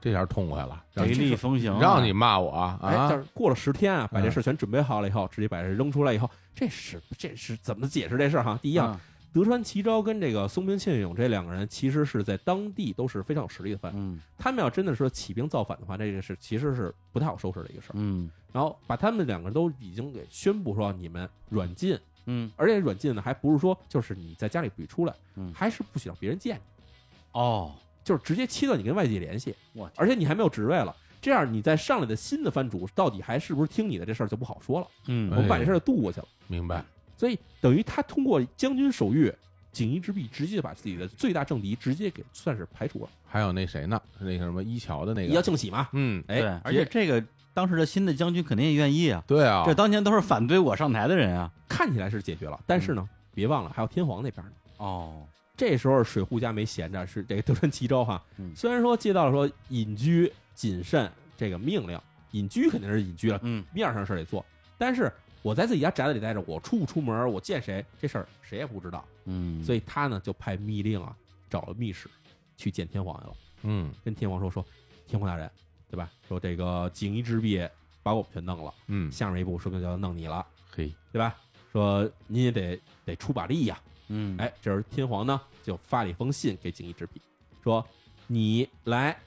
[SPEAKER 2] 这下痛快了，让
[SPEAKER 4] 雷厉风行啊，
[SPEAKER 2] 让你骂我啊
[SPEAKER 1] 哎，但
[SPEAKER 2] 啊！
[SPEAKER 1] 是过了十天啊，把这事儿全准备好了以后，直接把这扔出来以后，这是这是怎么解释这事儿哈？第一啊，
[SPEAKER 2] 嗯
[SPEAKER 4] 啊，
[SPEAKER 1] 德川齐昭跟这个松平信勇这两个人，其实是在当地都是非常有实力的藩。
[SPEAKER 4] 嗯
[SPEAKER 1] 他们要真的说起兵造反的话，这个是其实是不太好收拾的一个事儿。
[SPEAKER 4] 嗯
[SPEAKER 1] 然后把他们两个都已经给宣布说你们软禁，
[SPEAKER 4] 嗯，
[SPEAKER 1] 而且软禁呢还不是说就是你在家里不许出来
[SPEAKER 4] 嗯，
[SPEAKER 1] 还是不许让别人见你，
[SPEAKER 4] 哦，
[SPEAKER 1] 就是直接切断你跟外界联系
[SPEAKER 4] 我。
[SPEAKER 1] 而且你还没有职位了，这样你再上来的新的藩主到底还是不是听你的这事儿就不好说了。
[SPEAKER 4] 嗯
[SPEAKER 1] 我们把这事儿渡过去了。
[SPEAKER 2] 明白，
[SPEAKER 1] 所以等于他通过将军手谕、锦衣之弊，直接把自己的最大政敌直接给算是排除了。
[SPEAKER 2] 还有那谁呢？那个什么一桥的那
[SPEAKER 1] 要
[SPEAKER 2] 个，
[SPEAKER 1] 庆喜嘛，
[SPEAKER 2] 嗯，
[SPEAKER 1] 哎
[SPEAKER 4] 对，，而且这个当时的新的将军肯定也愿意啊，
[SPEAKER 2] 对啊，
[SPEAKER 4] 这当年都是反对我上台的人啊。
[SPEAKER 1] 看起来是解决了，但
[SPEAKER 4] 嗯
[SPEAKER 1] 是呢，别忘了还有天皇那边呢。
[SPEAKER 4] 哦，
[SPEAKER 1] 这时候水户家没闲着，是这个德川齐昭哈
[SPEAKER 4] 嗯。
[SPEAKER 1] 虽然说接到了说隐居谨慎这个命令，隐居肯定是隐居了，
[SPEAKER 4] 嗯，
[SPEAKER 1] 面上的事儿得做，但是我在自己家宅子里待着，我出不出门，我见谁这事儿谁也不知道，
[SPEAKER 4] 嗯，
[SPEAKER 1] 所
[SPEAKER 4] 以
[SPEAKER 1] 以他呢就派密令啊找了密使去见天皇去了。
[SPEAKER 2] 嗯
[SPEAKER 1] 跟天皇说说，天皇大人，对吧？说这个锦衣之弊把我们全弄了，
[SPEAKER 2] 嗯，
[SPEAKER 1] 下面一步说不定就要弄你了，
[SPEAKER 2] 嘿，
[SPEAKER 1] 对吧？说您也得得出把力呀、
[SPEAKER 4] 嗯，
[SPEAKER 1] 哎，这时候天皇呢就发了一封信给锦衣之弊，说你来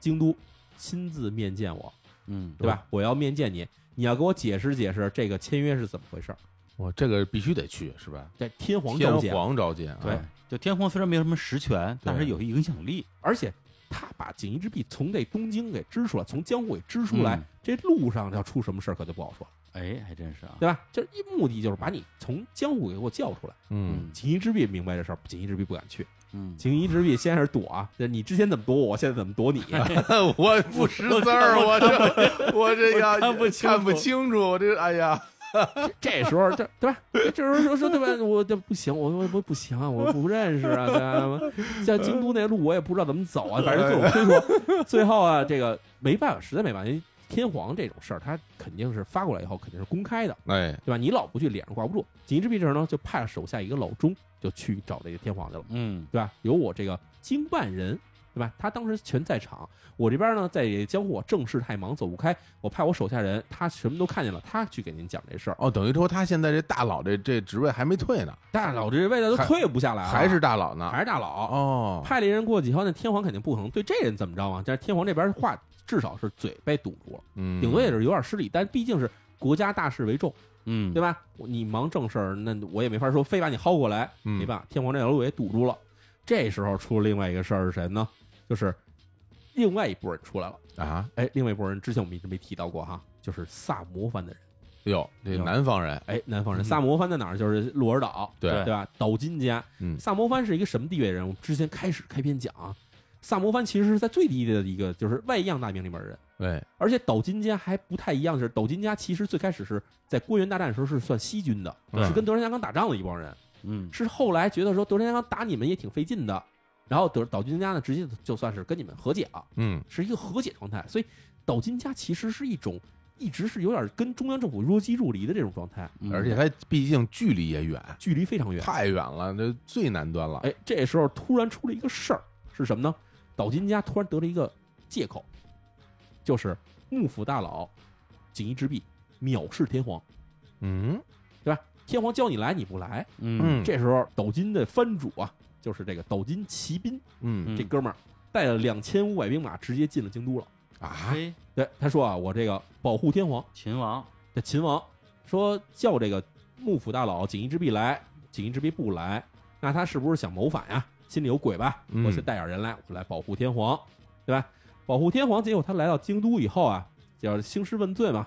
[SPEAKER 1] 京都亲自面见我，
[SPEAKER 4] 嗯，
[SPEAKER 1] 对吧？我要面见你，你要给我解释解释这个签约是怎么回事儿。
[SPEAKER 2] 我这个必须得去是吧？
[SPEAKER 1] 这天皇
[SPEAKER 2] 天
[SPEAKER 1] 召见，
[SPEAKER 2] 皇召见，
[SPEAKER 1] 对
[SPEAKER 2] 啊，
[SPEAKER 4] 就天皇虽然没有什么实权，但是有影响力。
[SPEAKER 1] 而且他把锦衣之弊从这东京给支出来，从江户给支出来，
[SPEAKER 4] 嗯
[SPEAKER 1] 这路上要出什么事儿可就不好说了。
[SPEAKER 4] 哎，还真是啊。
[SPEAKER 1] 对吧？就是一目的就是把你从江户给我叫出来。
[SPEAKER 2] 嗯，
[SPEAKER 1] 锦衣之弊明白这事儿，锦衣之弊不敢去。
[SPEAKER 4] 嗯，
[SPEAKER 1] 锦衣之弊先是躲啊，这你之前怎么躲我，我现在怎么躲你？啊
[SPEAKER 2] 我不识字儿，我这我这个
[SPEAKER 4] 看不清楚
[SPEAKER 2] 看不清楚，我这哎呀，
[SPEAKER 1] 这时候这对吧？这时候说说对吧？我这不行，我我我不行啊，我不认识啊，对 吧？像京都那路我也不知道怎么走 啊，反正各种推脱。最后啊，这个没办法，实在没办法，因为天皇这种事儿，他肯定是发过来以后肯定是公开的，
[SPEAKER 2] 哎，
[SPEAKER 1] 对吧？你老不去，脸上挂不住。锦衣之弊这时候呢，就派了手下一个老钟，就去找这个天皇去了。
[SPEAKER 4] 嗯
[SPEAKER 1] 对吧？有我这个经办人，对吧？他当时全在场，我这边呢在江户，我正事太忙走不开，我派我手下人，他什么都看见了，他去给您讲这事儿。
[SPEAKER 2] 哦，等于说他现在这大佬这这职位还没退呢，
[SPEAKER 1] 大佬这位置都
[SPEAKER 2] 还
[SPEAKER 1] 退不下来了，
[SPEAKER 2] 还是大佬呢，
[SPEAKER 1] 啊还是大佬。
[SPEAKER 2] 哦，
[SPEAKER 1] 派了一人过去以后，那天皇肯定不可能对这人怎么着啊？但是天皇这边话至少是嘴被堵住了，
[SPEAKER 2] 嗯，
[SPEAKER 1] 顶多也是有点失礼，但毕竟是国家大事为重，
[SPEAKER 4] 嗯，
[SPEAKER 1] 对吧？我你忙正事儿，那我也没法说非把你薅过来，
[SPEAKER 2] 嗯
[SPEAKER 1] 没办法，天皇这条路也堵住了。这时候出了另外一个事儿是谁呢？就是另外一拨人出来了。
[SPEAKER 2] 啊，
[SPEAKER 1] 哎，另外一拨人之前我们一直没提到过哈，就是萨摩藩的人。
[SPEAKER 2] 哟，这
[SPEAKER 1] 哟
[SPEAKER 2] 南方人，
[SPEAKER 1] 哎，南方人，
[SPEAKER 2] 嗯
[SPEAKER 1] 萨摩藩在哪儿？就是鹿儿岛，
[SPEAKER 2] 对
[SPEAKER 1] 对吧？岛津家。
[SPEAKER 2] 嗯
[SPEAKER 1] 萨摩藩是一个什么地位的人？我们之前开始开篇讲啊，萨摩藩其实是在最低的一个，就是外样大名里面的人。
[SPEAKER 2] 对，
[SPEAKER 1] 而且岛津家还不太一样，就是岛津家其实最开始是在关原大战的时候是算西军的，
[SPEAKER 2] 对
[SPEAKER 1] 是跟德川家康打仗的一帮人。
[SPEAKER 4] 嗯
[SPEAKER 1] 是后来觉得说德川家康打你们也挺费劲的，然后德岛津家呢直接就算是跟你们和解了，
[SPEAKER 2] 嗯，
[SPEAKER 1] 是一个和解状态。所以岛津家其实是一种一直是有点跟中央政府若即若离的这种状态，
[SPEAKER 4] 嗯
[SPEAKER 2] 而且他毕竟距离也远，
[SPEAKER 1] 距离非常远。
[SPEAKER 2] 太远了，这最南端了，
[SPEAKER 1] 哎，这时候突然出了一个事儿，是什么呢？岛津家突然得了一个借口，就是幕府大佬锦衣之弊藐视天皇，
[SPEAKER 2] 嗯
[SPEAKER 1] 对吧？天皇叫你来你不来，
[SPEAKER 4] 嗯
[SPEAKER 1] 这时候岛津的藩主啊，就是这个岛津骑兵
[SPEAKER 2] 嗯
[SPEAKER 1] 这哥们儿带了两千五百兵马直接进了京都了。
[SPEAKER 2] 啊，
[SPEAKER 4] 哎，
[SPEAKER 1] 对，他说啊，我这个保护天皇，
[SPEAKER 4] 秦王，
[SPEAKER 1] 这秦王说叫这个幕府大佬锦衣之弊来，锦衣之弊不来，那他是不是想谋反呀？心里有鬼吧？
[SPEAKER 2] 嗯
[SPEAKER 1] 我先带点人来，我来保护天皇，对吧？保护天皇，结果他来到京都以后啊，叫兴师问罪嘛。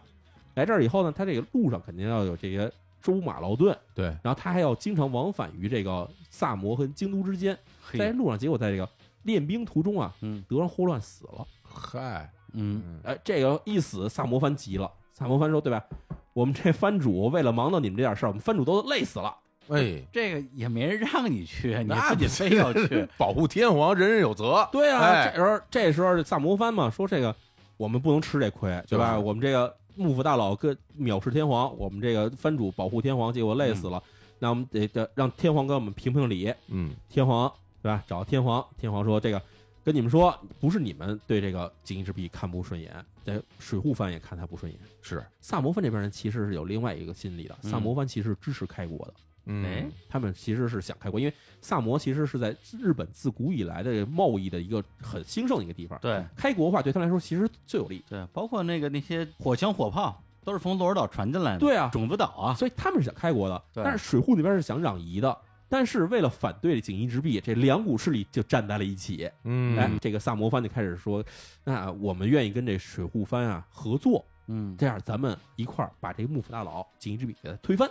[SPEAKER 1] 来这儿以后呢，他这个路上肯定要有这些舟马劳顿，
[SPEAKER 2] 对，
[SPEAKER 1] 然后他还要经常往返于这个萨摩和京都之间，在
[SPEAKER 4] 嘿，
[SPEAKER 1] 路上，结果在这个练兵途中啊，
[SPEAKER 4] 嗯
[SPEAKER 1] 德川霍乱死了。
[SPEAKER 2] 嗨，
[SPEAKER 4] 嗯，
[SPEAKER 1] 哎，这个一死，萨摩藩急了。萨摩藩说：“对吧？ 我们这藩主为了忙到你们这点事儿，我们藩主都累死了。
[SPEAKER 2] 哎，
[SPEAKER 4] 这个也没人让你 去，你
[SPEAKER 2] 那
[SPEAKER 4] 自己非要去，
[SPEAKER 2] 保护天皇，人人有责。
[SPEAKER 1] 对啊，
[SPEAKER 2] 哎
[SPEAKER 1] 这时候这时候萨摩藩嘛，说这个我们不能吃这亏，对吧？
[SPEAKER 2] 就是
[SPEAKER 1] 我们这个幕府大佬跟藐视天皇，我们这个藩主保护天皇，结果累死了。那我们得得让天皇给我们评评理。
[SPEAKER 2] 嗯，
[SPEAKER 1] 天皇对吧？找天皇，天皇说这个跟你们说，不是你们对这个锦衣之弊看不顺眼，这水户藩也看他不顺眼。
[SPEAKER 2] 是，
[SPEAKER 1] 萨摩藩这边人其实是有另外一个心理的，
[SPEAKER 4] 嗯
[SPEAKER 1] 萨摩藩其实支持开国的，
[SPEAKER 4] 哎
[SPEAKER 2] 嗯，
[SPEAKER 1] 他们其实是想开国，因为萨摩其实是在日本自古以来的贸易的一个很兴盛的一个地方，
[SPEAKER 4] 对
[SPEAKER 1] 开国化对他们来说其实最有利。
[SPEAKER 4] 对，包括那个那些火枪火炮都是从鹿儿岛传进来的，
[SPEAKER 1] 对啊，
[SPEAKER 4] 种子岛啊，
[SPEAKER 1] 所以他们是想开国的，
[SPEAKER 4] 嗯对
[SPEAKER 1] 但是水户那边是想攘夷的。但是为了反对锦衣之弊，这两股势力就站在了一起。
[SPEAKER 2] 嗯，
[SPEAKER 1] 哎，这个萨摩藩就开始说，那我们愿意跟这水户藩啊合作，
[SPEAKER 4] 嗯，
[SPEAKER 1] 这样咱们一块儿把这个幕府大佬锦衣之笔给他推翻。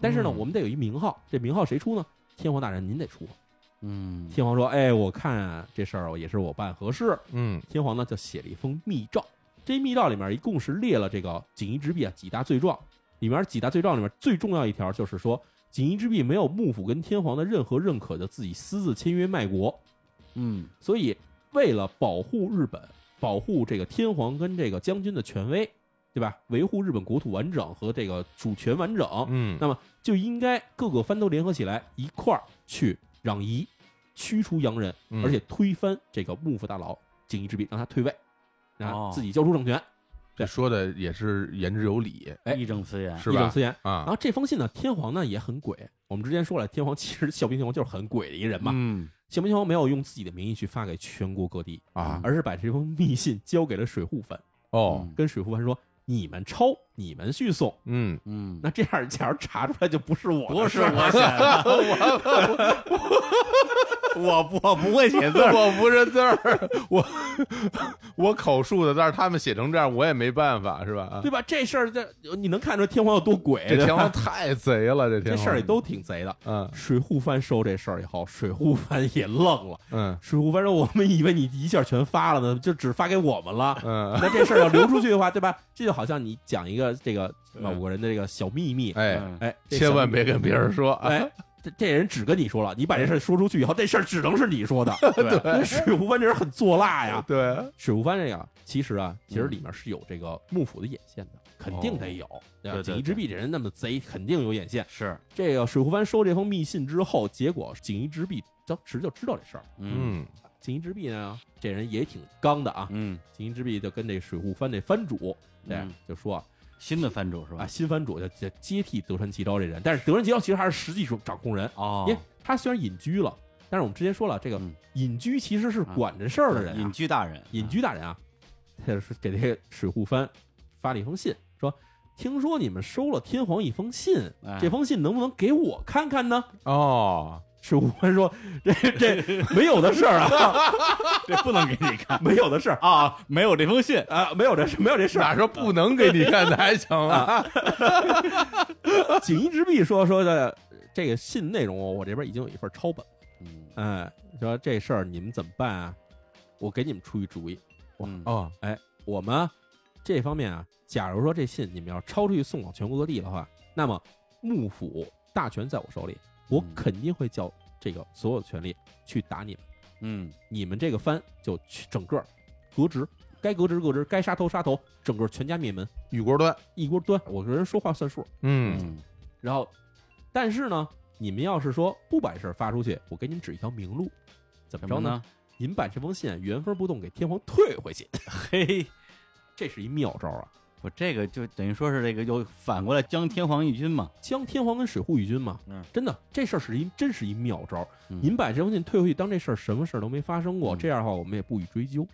[SPEAKER 1] 但是呢，
[SPEAKER 2] 嗯
[SPEAKER 1] 我们得有一名号，这名号谁出呢？天皇大人您得出。
[SPEAKER 4] 嗯，
[SPEAKER 1] 天皇说：“哎，我看、啊、这事儿也是我办合适。
[SPEAKER 2] 嗯”
[SPEAKER 1] 天皇呢就写了一封密诏，这密诏里面一共是列了这个锦衣之弊啊几大罪状，里面几大罪状里面最重要一条就是说，锦衣之弊没有幕府跟天皇的任何认可，就自己私自签约卖国。
[SPEAKER 4] 嗯
[SPEAKER 1] 所以为了保护日本，保护这个天皇跟这个将军的权威，对吧？维护日本国土完整和这个主权完整，
[SPEAKER 2] 嗯，
[SPEAKER 1] 哦那么就应该各个藩都联合起来，一块儿去攘夷，驱除洋人，
[SPEAKER 2] 嗯
[SPEAKER 1] 而且推翻这个幕府大佬锦衣之弊，让他退位，然后
[SPEAKER 4] 哦
[SPEAKER 1] 自己交出政权，
[SPEAKER 2] 这说的也是言之有理，
[SPEAKER 1] 哎
[SPEAKER 4] 义正词严，
[SPEAKER 2] 是
[SPEAKER 1] 义正
[SPEAKER 2] 吧？
[SPEAKER 1] 辞严。然
[SPEAKER 2] 啊，
[SPEAKER 1] 后这封信呢，天皇呢也很鬼。我们之前说了，天皇其实孝平天皇就是很鬼的一个人嘛。
[SPEAKER 4] 嗯，
[SPEAKER 1] 孝平天皇没有用自己的名义去发给全国各地，
[SPEAKER 2] 啊，
[SPEAKER 1] 而是把这封密信交给了水户藩，
[SPEAKER 2] 哦，
[SPEAKER 1] 跟水户藩说：“你们抄，你们去送。
[SPEAKER 2] 嗯，
[SPEAKER 4] 嗯，嗯，
[SPEAKER 1] 那这样，假如查出来就不是我的
[SPEAKER 4] 不是
[SPEAKER 1] 事儿
[SPEAKER 4] 我写的，我我我不会写字儿，
[SPEAKER 2] 嗯 我不认字儿，我我口述的，但是他们写成这样，我也没办法，是吧？啊
[SPEAKER 1] 对吧？这事儿这你能看出天皇有多鬼，
[SPEAKER 2] 这
[SPEAKER 1] 对
[SPEAKER 2] 天
[SPEAKER 1] 吧
[SPEAKER 2] 皇太贼了，这天
[SPEAKER 1] 这
[SPEAKER 2] 皇
[SPEAKER 1] 事儿也都挺贼的。
[SPEAKER 2] 嗯
[SPEAKER 1] 水户藩收这事儿以后，水户藩也愣了。
[SPEAKER 2] 嗯
[SPEAKER 1] 水户藩说：“我们以为你一下全发了呢，就只发给我们了。
[SPEAKER 2] 嗯，
[SPEAKER 1] 那这事儿要流出去的话，对吧？这就好像你讲一个这个某个人的这个小秘密，
[SPEAKER 2] 哎，
[SPEAKER 4] 嗯
[SPEAKER 1] 哎，这小
[SPEAKER 2] 嗯千万别跟别人 说啊，
[SPEAKER 1] 哎，这这人只跟你说了，你把这事儿说出去以后，这事儿只能是你说 的。
[SPEAKER 4] 对，
[SPEAKER 1] 因为水户藩这人很作辣哎呀。
[SPEAKER 2] 对，
[SPEAKER 1] 水户藩这个其实啊，其实里面是有这个幕府的眼线的，肯定得有。哦对吧
[SPEAKER 4] 对对
[SPEAKER 1] 锦衣之弊这人那么贼，肯定有眼线。
[SPEAKER 4] 是，
[SPEAKER 1] 这个水户藩收这封密信之后，结果锦衣之弊当时就知道这事儿。
[SPEAKER 4] 嗯
[SPEAKER 2] 嗯
[SPEAKER 1] 锦衣之弊呢，这人也挺刚的啊。
[SPEAKER 4] 嗯，
[SPEAKER 1] 锦衣之弊就跟这水户藩这藩主，这
[SPEAKER 4] 嗯
[SPEAKER 1] 就说啊
[SPEAKER 4] 新的藩主是吧
[SPEAKER 1] 啊，？新藩主就接接替德川齐昭这人，但是德川齐昭其实还是实际主掌控人，
[SPEAKER 4] 哦
[SPEAKER 1] 因为他虽然隐居了，但是我们之前说了，这个
[SPEAKER 4] 嗯
[SPEAKER 1] 隐居其实是管这事儿的人啊、
[SPEAKER 4] 隐居大人，
[SPEAKER 1] 隐居大人啊， 他就是给这个水户藩发了一封信，说听说你们收了天皇一封信，
[SPEAKER 4] 哎
[SPEAKER 1] 这封信能不能给我看看呢？
[SPEAKER 2] 哦，
[SPEAKER 1] 水户藩说：“ 这这没有的事儿啊，
[SPEAKER 4] 这不能给你 看
[SPEAKER 1] 没有的事儿
[SPEAKER 4] 啊，没有这封信，
[SPEAKER 1] 啊，没有这事，没有这事儿。
[SPEAKER 2] 哪说不能给你看的还行 啊？
[SPEAKER 1] 锦衣之弊说说的这个信内容，我这边已经有一份抄本了，
[SPEAKER 4] 嗯
[SPEAKER 1] 哎，说这事儿你们怎么办啊？我给你们出一主意，
[SPEAKER 4] 嗯
[SPEAKER 2] 哦，
[SPEAKER 1] 我们啊这方面啊，假如说这信你们要抄出去送往全国各地的话，那么幕府大权在我手里，我
[SPEAKER 4] 嗯
[SPEAKER 1] 肯定会叫这个所有权力去打你们，
[SPEAKER 4] 嗯
[SPEAKER 1] 你们这个藩就去整个革职，该革职革职，该杀头杀头，整个全家灭门，
[SPEAKER 2] 玉锅端，
[SPEAKER 1] 一锅端。我这人说话算数。
[SPEAKER 2] 嗯
[SPEAKER 4] 嗯
[SPEAKER 1] 然后，但是呢，你们要是说不把事儿发出去，我给你们指一条明路，怎么
[SPEAKER 4] 怎
[SPEAKER 1] 着
[SPEAKER 4] 么
[SPEAKER 1] 呢？
[SPEAKER 4] 呢？
[SPEAKER 1] 你们把这封信啊原封不动给天皇退回去，
[SPEAKER 4] 嘿，
[SPEAKER 1] 这是一妙招啊！
[SPEAKER 4] 我这个就等于说是这个又反过来将天皇一军嘛，
[SPEAKER 1] 将天皇跟水户与君嘛，
[SPEAKER 4] 嗯，
[SPEAKER 1] 真的这事儿是一真是一妙招儿。
[SPEAKER 4] 嗯
[SPEAKER 1] 您把这封信退回去，当这事儿什么事儿都没发生过，
[SPEAKER 4] 嗯
[SPEAKER 1] 这样的话我们也不予追究，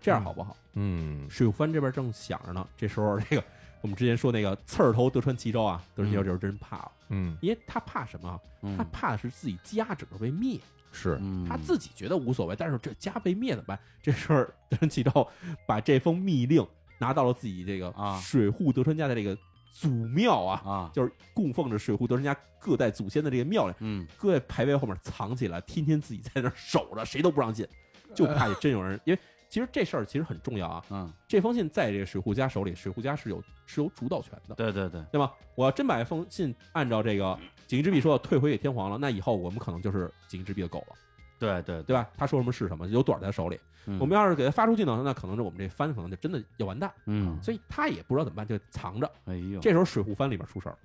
[SPEAKER 1] 这样好不好？
[SPEAKER 2] 嗯
[SPEAKER 1] 水户藩这边正想着呢，这时候这个我们之前说那个刺儿头德川齐昭啊，德川齐昭这时候真怕了，
[SPEAKER 2] 嗯，
[SPEAKER 1] 因为他怕什么啊？
[SPEAKER 4] 嗯
[SPEAKER 1] 他怕的是自己家整个被灭，
[SPEAKER 2] 是，
[SPEAKER 4] 嗯
[SPEAKER 1] 他自己觉得无所谓，但是这家被灭怎么办？ 这时候德川齐昭把这封密令拿到了自己这个
[SPEAKER 4] 啊
[SPEAKER 1] 水户德川家的这个祖庙啊，
[SPEAKER 4] 啊，
[SPEAKER 1] 就是供奉着水户德川家各代祖先的这个庙里，
[SPEAKER 4] 嗯
[SPEAKER 1] 各位牌位后面藏起来，天天自己在那儿守着，谁都不让进，就怕真有人，因为其实这事儿其实很重要啊。
[SPEAKER 4] 嗯，
[SPEAKER 1] 这封信在这个水户家手里，水户家是有是有主导权的，
[SPEAKER 4] 对对对，
[SPEAKER 1] 对吧？我要真把这封信按照这个锦衣之璧说的退回给天皇了，那以后我们可能就是锦衣之璧的狗了，
[SPEAKER 4] 对对对，
[SPEAKER 1] 对吧？他说什么是什么，有短在他手里。
[SPEAKER 4] 嗯
[SPEAKER 1] 我们要是给他发出去呢，那可能是我们这番可能就真的要完蛋，
[SPEAKER 4] 嗯，
[SPEAKER 1] 所以他也不知道怎么办，就藏着。
[SPEAKER 4] 哎呦，
[SPEAKER 1] 这时候水户藩里边出事儿了，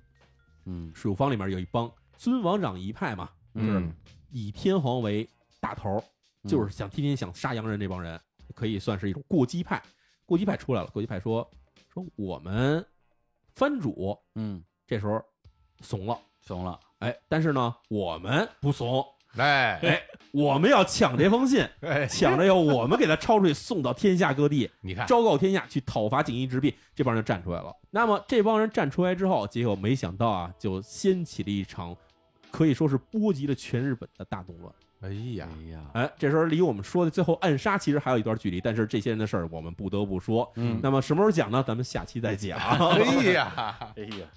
[SPEAKER 4] 嗯
[SPEAKER 1] 水户藩里面有一帮尊王攘夷派嘛，就是
[SPEAKER 4] 嗯
[SPEAKER 1] 以天皇为大头儿，就是想天天想杀洋人这帮人，可以算是一种过激派。过激派出来了，过激派说说我们藩主
[SPEAKER 4] 嗯
[SPEAKER 1] 这时候怂了，
[SPEAKER 4] 怂了，
[SPEAKER 1] 哎，但是呢，我们不怂，
[SPEAKER 2] 哎
[SPEAKER 1] 哎，我们要抢这封信，
[SPEAKER 2] 哎，
[SPEAKER 1] 抢着要我们给他抄出去，送到天下各地，
[SPEAKER 2] 你看，
[SPEAKER 1] 昭告天下，去讨伐锦衣之弊，这帮人站出来了。那么这帮人站出来之后，结果没想到啊，就掀起了一场可以说是波及了全日本的大动乱。
[SPEAKER 2] 哎呀
[SPEAKER 4] 哎，呀，
[SPEAKER 1] 哎，这时候离我们说的最后暗杀其实还有一段距离，但是这些人的事儿我们不得不说。
[SPEAKER 4] 嗯
[SPEAKER 1] 那么什么时候讲呢？咱们下期再讲。啊
[SPEAKER 2] 哎呀，
[SPEAKER 4] 哎呀，
[SPEAKER 2] 哎呀，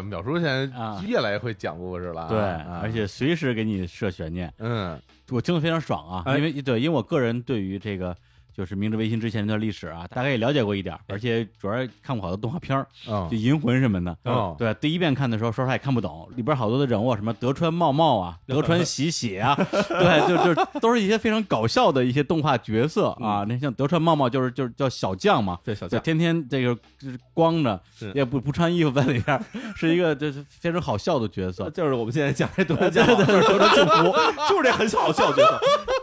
[SPEAKER 2] 淼叔现
[SPEAKER 4] 啊
[SPEAKER 2] 在越来越会讲故事了啊，
[SPEAKER 4] 对，
[SPEAKER 2] 啊
[SPEAKER 4] 而且随时给你设悬念，
[SPEAKER 2] 嗯，
[SPEAKER 4] 我听得非常爽啊，
[SPEAKER 1] 哎
[SPEAKER 4] 因为对，因为我个人对于这个就是明治维新之前那段历史啊，大概也了解过一点儿，而且主要是看过好多动画片儿，就《
[SPEAKER 2] 嗯，
[SPEAKER 4] 银魂》什么的。
[SPEAKER 2] 哦
[SPEAKER 4] 对，第一遍看的时候，说实话也看不懂，里边好多的人物啊，什么德川茂茂啊、德川喜喜啊， 对，就就都是一些非常搞笑的一些动画角色啊。那像德川茂茂就是就是叫小将嘛，
[SPEAKER 1] 嗯对，小
[SPEAKER 4] 就
[SPEAKER 1] 将，
[SPEAKER 4] 天天这个就是光着
[SPEAKER 1] 是，
[SPEAKER 4] 也不不穿衣服在里边儿，是一个就是非常好笑的角色。
[SPEAKER 1] 就是我们现在讲这德川家，就是德川幸福，就是这很好笑的角色。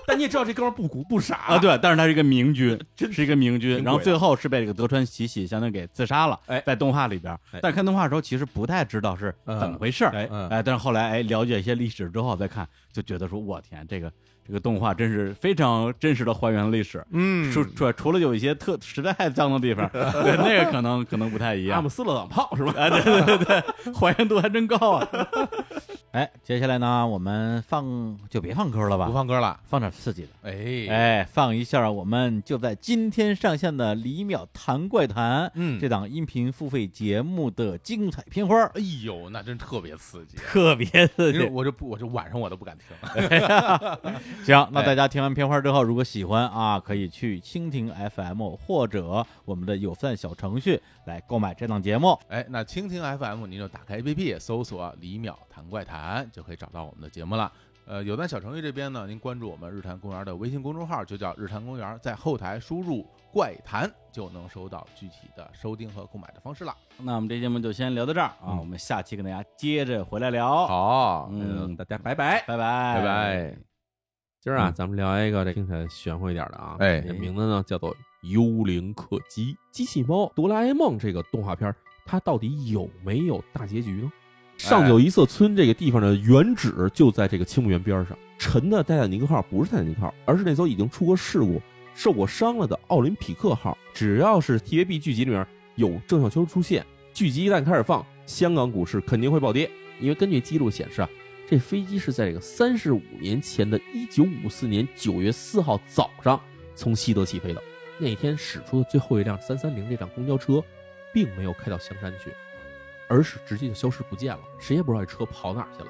[SPEAKER 1] 但你也知道，这哥们儿不古不傻
[SPEAKER 4] 啊，，对，但是他是一个明君，
[SPEAKER 1] 呃真
[SPEAKER 4] 是一个明
[SPEAKER 1] 挺
[SPEAKER 4] 君，
[SPEAKER 1] 鬼
[SPEAKER 4] 然后
[SPEAKER 1] 的
[SPEAKER 4] 最后是被这个德川喜喜相当于给刺杀了，
[SPEAKER 1] 哎
[SPEAKER 4] 在动画里边儿
[SPEAKER 1] 哎，
[SPEAKER 4] 但是看动画的时候其实不太知道是怎么回事儿，
[SPEAKER 1] 哎
[SPEAKER 2] 嗯
[SPEAKER 4] 哎，但是后来哎了解一些历史之后再看，就觉得说我天，这个这个动画真是非常真实的还原了历史，
[SPEAKER 2] 嗯
[SPEAKER 4] 除除除了有一些特实在太脏的地 方，对那个可能可能不太一
[SPEAKER 1] 阿
[SPEAKER 4] 样
[SPEAKER 1] 姆，斯勒朗炮是吧？
[SPEAKER 4] 啊，对对对对，还原度还真高啊。 哎，接下来呢，我们放就别放歌了吧
[SPEAKER 2] 不，放歌了，
[SPEAKER 4] 放点刺激的。
[SPEAKER 2] 哎，
[SPEAKER 4] 哎，放一下我们就在今天上线的《李淼谈怪谈》
[SPEAKER 2] 嗯
[SPEAKER 4] 这档音频付费节目的精彩片花，
[SPEAKER 2] 哎呦，那真特别刺激。
[SPEAKER 4] 特别刺
[SPEAKER 2] 你说。我就不，我就晚上我都不敢听。
[SPEAKER 4] 行，那大家听完片花之后，如果喜欢啊，可以去蜻蜓 FM 或者我们的有赞小程序来购买这档节目。
[SPEAKER 2] 哎，那蜻蜓 FM 您就打开 APP 搜索“李淼谈怪谈”，就可以找到我们的节目了。呃，有赞小程序这边呢，您关注我们日坛公园的微信公众号，就叫日坛公园，在后台输入“怪谈”就能收到具体的收听和购买的方式了。
[SPEAKER 4] 那我们这节目就先聊到这儿啊，我们下期跟大家接着回来聊。，
[SPEAKER 2] 好
[SPEAKER 4] 嗯，
[SPEAKER 1] 大家拜拜。哎
[SPEAKER 4] 拜拜，
[SPEAKER 2] 拜拜。
[SPEAKER 1] 今儿啊，
[SPEAKER 4] 嗯
[SPEAKER 1] 咱们聊一个这听起来玄乎一点的啊，
[SPEAKER 2] 哎
[SPEAKER 1] 这名字呢叫做《幽灵客机》。机器猫哆啦 A 梦这个动画片儿，它到底有没有大结局呢？上九一色村这个地方的原址就在这个青木园边上，沉的泰坦尼克号不是泰坦尼克号，而是那艘已经出过事故、受过伤了的奥林匹克号。只要是 TVB 剧集里面有郑少秋出现，剧集一旦开始放，香港股市肯定会暴跌，因为根据记录显示啊，这飞机是在这个三十五年前的一九五四年九月四号早上从西德起飞的。那天驶出的最后一辆三三零这辆公交车，并没有开到香山去，而是直接就消失不见了，谁也不知道这车跑哪儿去了。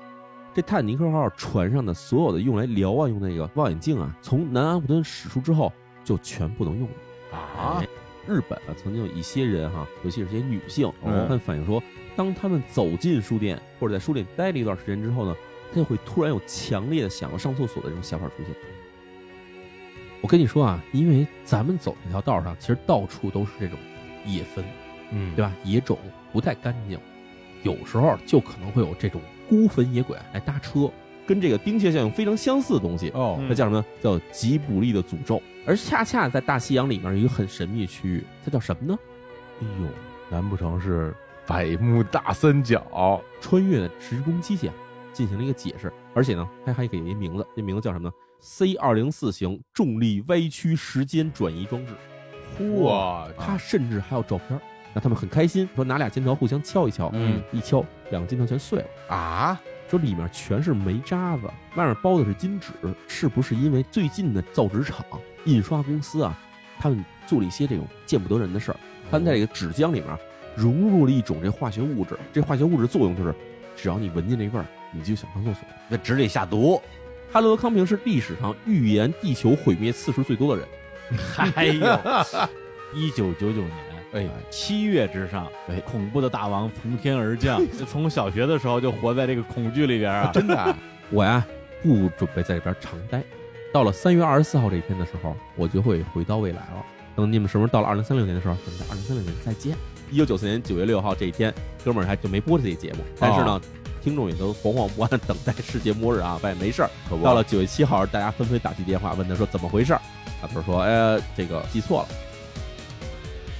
[SPEAKER 1] 这泰坦尼克号船上的所有的用来瞭望用那个望远镜啊，从南安普敦驶出之后就全不能用了。
[SPEAKER 2] 啊
[SPEAKER 1] 哎，日本啊，曾经有一些人哈、尤其是这些女性，我
[SPEAKER 2] 嗯
[SPEAKER 1] 们反映说，当他们走进书店或者在书店待了一段时间之后呢，他就会突然有强烈的想要上厕所的这种想法出现。我跟你说啊，因为咱们走这条道上，其实到处都是这种野坟，
[SPEAKER 2] 嗯
[SPEAKER 1] 对吧？野种不太干净，有时候就可能会有这种孤坟野鬼来搭车，跟这个丁蟹效应非常相似的东西。
[SPEAKER 2] 哦
[SPEAKER 1] 那叫什么呢？叫吉卜力的诅咒。而恰恰在大西洋里面有一个很神秘的区域，它叫什么呢？哎呦，
[SPEAKER 2] 难不成是百慕大三角？
[SPEAKER 1] 穿越的时空机器啊，进行了一个解释，而且呢，它还给一名字，这名字叫什么呢？C 二零四型重力歪曲时间转移装置。
[SPEAKER 2] 哇，
[SPEAKER 1] 它甚至还有照片儿，让他们很开心，说拿俩金条互相敲一敲，
[SPEAKER 4] 嗯，
[SPEAKER 1] 一敲两个金条全碎了。
[SPEAKER 2] 啊，
[SPEAKER 1] 说里面全是煤渣子，外面包的是金纸，是不是因为最近的造纸厂、印刷公司啊，他们做了一些这种见不得人的事儿？他们在这个纸浆里面啊融入了一种这化学物质，这化学物质作用就是，只要你闻见这味儿，你就想上厕所。
[SPEAKER 4] 在纸里下毒，
[SPEAKER 1] 哈罗德·康平是历史上预言地球毁灭次数最多的人，
[SPEAKER 4] 还有一九九九年。
[SPEAKER 2] 哎，
[SPEAKER 4] 七月之上
[SPEAKER 2] 哎，
[SPEAKER 4] 恐怖的大王从天而降。从小学的时候就活在这个恐惧里边哎啊，
[SPEAKER 2] 真的啊，
[SPEAKER 1] 我呀不准备在这边长待。到了三月二十四号这一天的时候，我就会回到未来了。等你们什么时候到了二零三六年的时候，咱们在二零三六年再见。一九九四年九月六号这一天，哥们儿还就没播这期节目，但是呢，听众也都惶惶不安，等待世界末日啊。 但也没事儿，
[SPEAKER 2] 可不
[SPEAKER 1] 到了九月七号，大家纷纷打去电话问他说怎么回事儿，大头说：“哎，这个记错了。”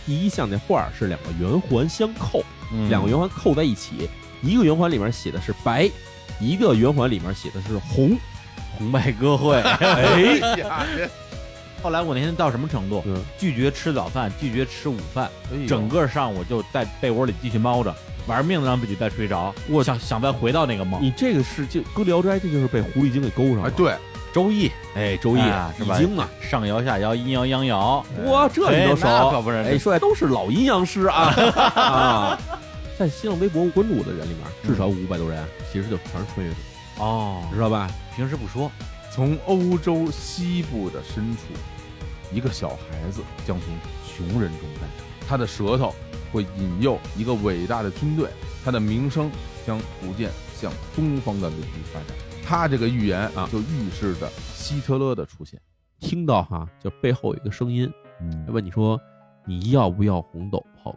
[SPEAKER 1] 第一项那画儿是两个圆环相扣，
[SPEAKER 4] 嗯
[SPEAKER 1] 两个圆环扣在一起，一个圆环里面写的是白，一个圆环里面写的是红。
[SPEAKER 4] 红白歌 会。
[SPEAKER 1] 哎，
[SPEAKER 2] 哎呀，这
[SPEAKER 4] 后来我那天到什么程度？
[SPEAKER 1] 嗯
[SPEAKER 4] 拒绝吃早饭，拒绝吃午饭，
[SPEAKER 2] 哎呦
[SPEAKER 4] 整个上午就在被窝里继续猫着，玩命的让自己再睡着。我想想再回到那个梦。
[SPEAKER 1] 你这个是就搁《聊斋》，这就是被狐狸精给勾上
[SPEAKER 2] 啊，
[SPEAKER 1] 了。
[SPEAKER 2] 对，
[SPEAKER 4] 周易
[SPEAKER 1] 哎，周易
[SPEAKER 4] 啊是
[SPEAKER 1] 易
[SPEAKER 4] 吧
[SPEAKER 1] 经啊，
[SPEAKER 4] 上摇下摇，阴阳阳爻，
[SPEAKER 1] 哇，这你都
[SPEAKER 4] 哎那
[SPEAKER 1] 熟
[SPEAKER 4] 可？不是，
[SPEAKER 1] 哎，说来都是老阴阳师啊啊！在新浪微博关注我的人里面，至少
[SPEAKER 4] 嗯
[SPEAKER 1] 五百多人，其实就全是穿越者，
[SPEAKER 4] 哦
[SPEAKER 1] 你，知道吧？
[SPEAKER 4] 平时不说，
[SPEAKER 2] 从欧洲西部的深处，一个小孩子将从穷人中诞生，他的舌头会引诱一个伟大的军队，他的名声将逐渐向东方的领域发展。他这个预言
[SPEAKER 1] 啊
[SPEAKER 2] 就预示着希特勒的出现。
[SPEAKER 1] 听到哈，就背后有一个声音
[SPEAKER 4] 嗯
[SPEAKER 1] 问你说，你要不要红斗篷？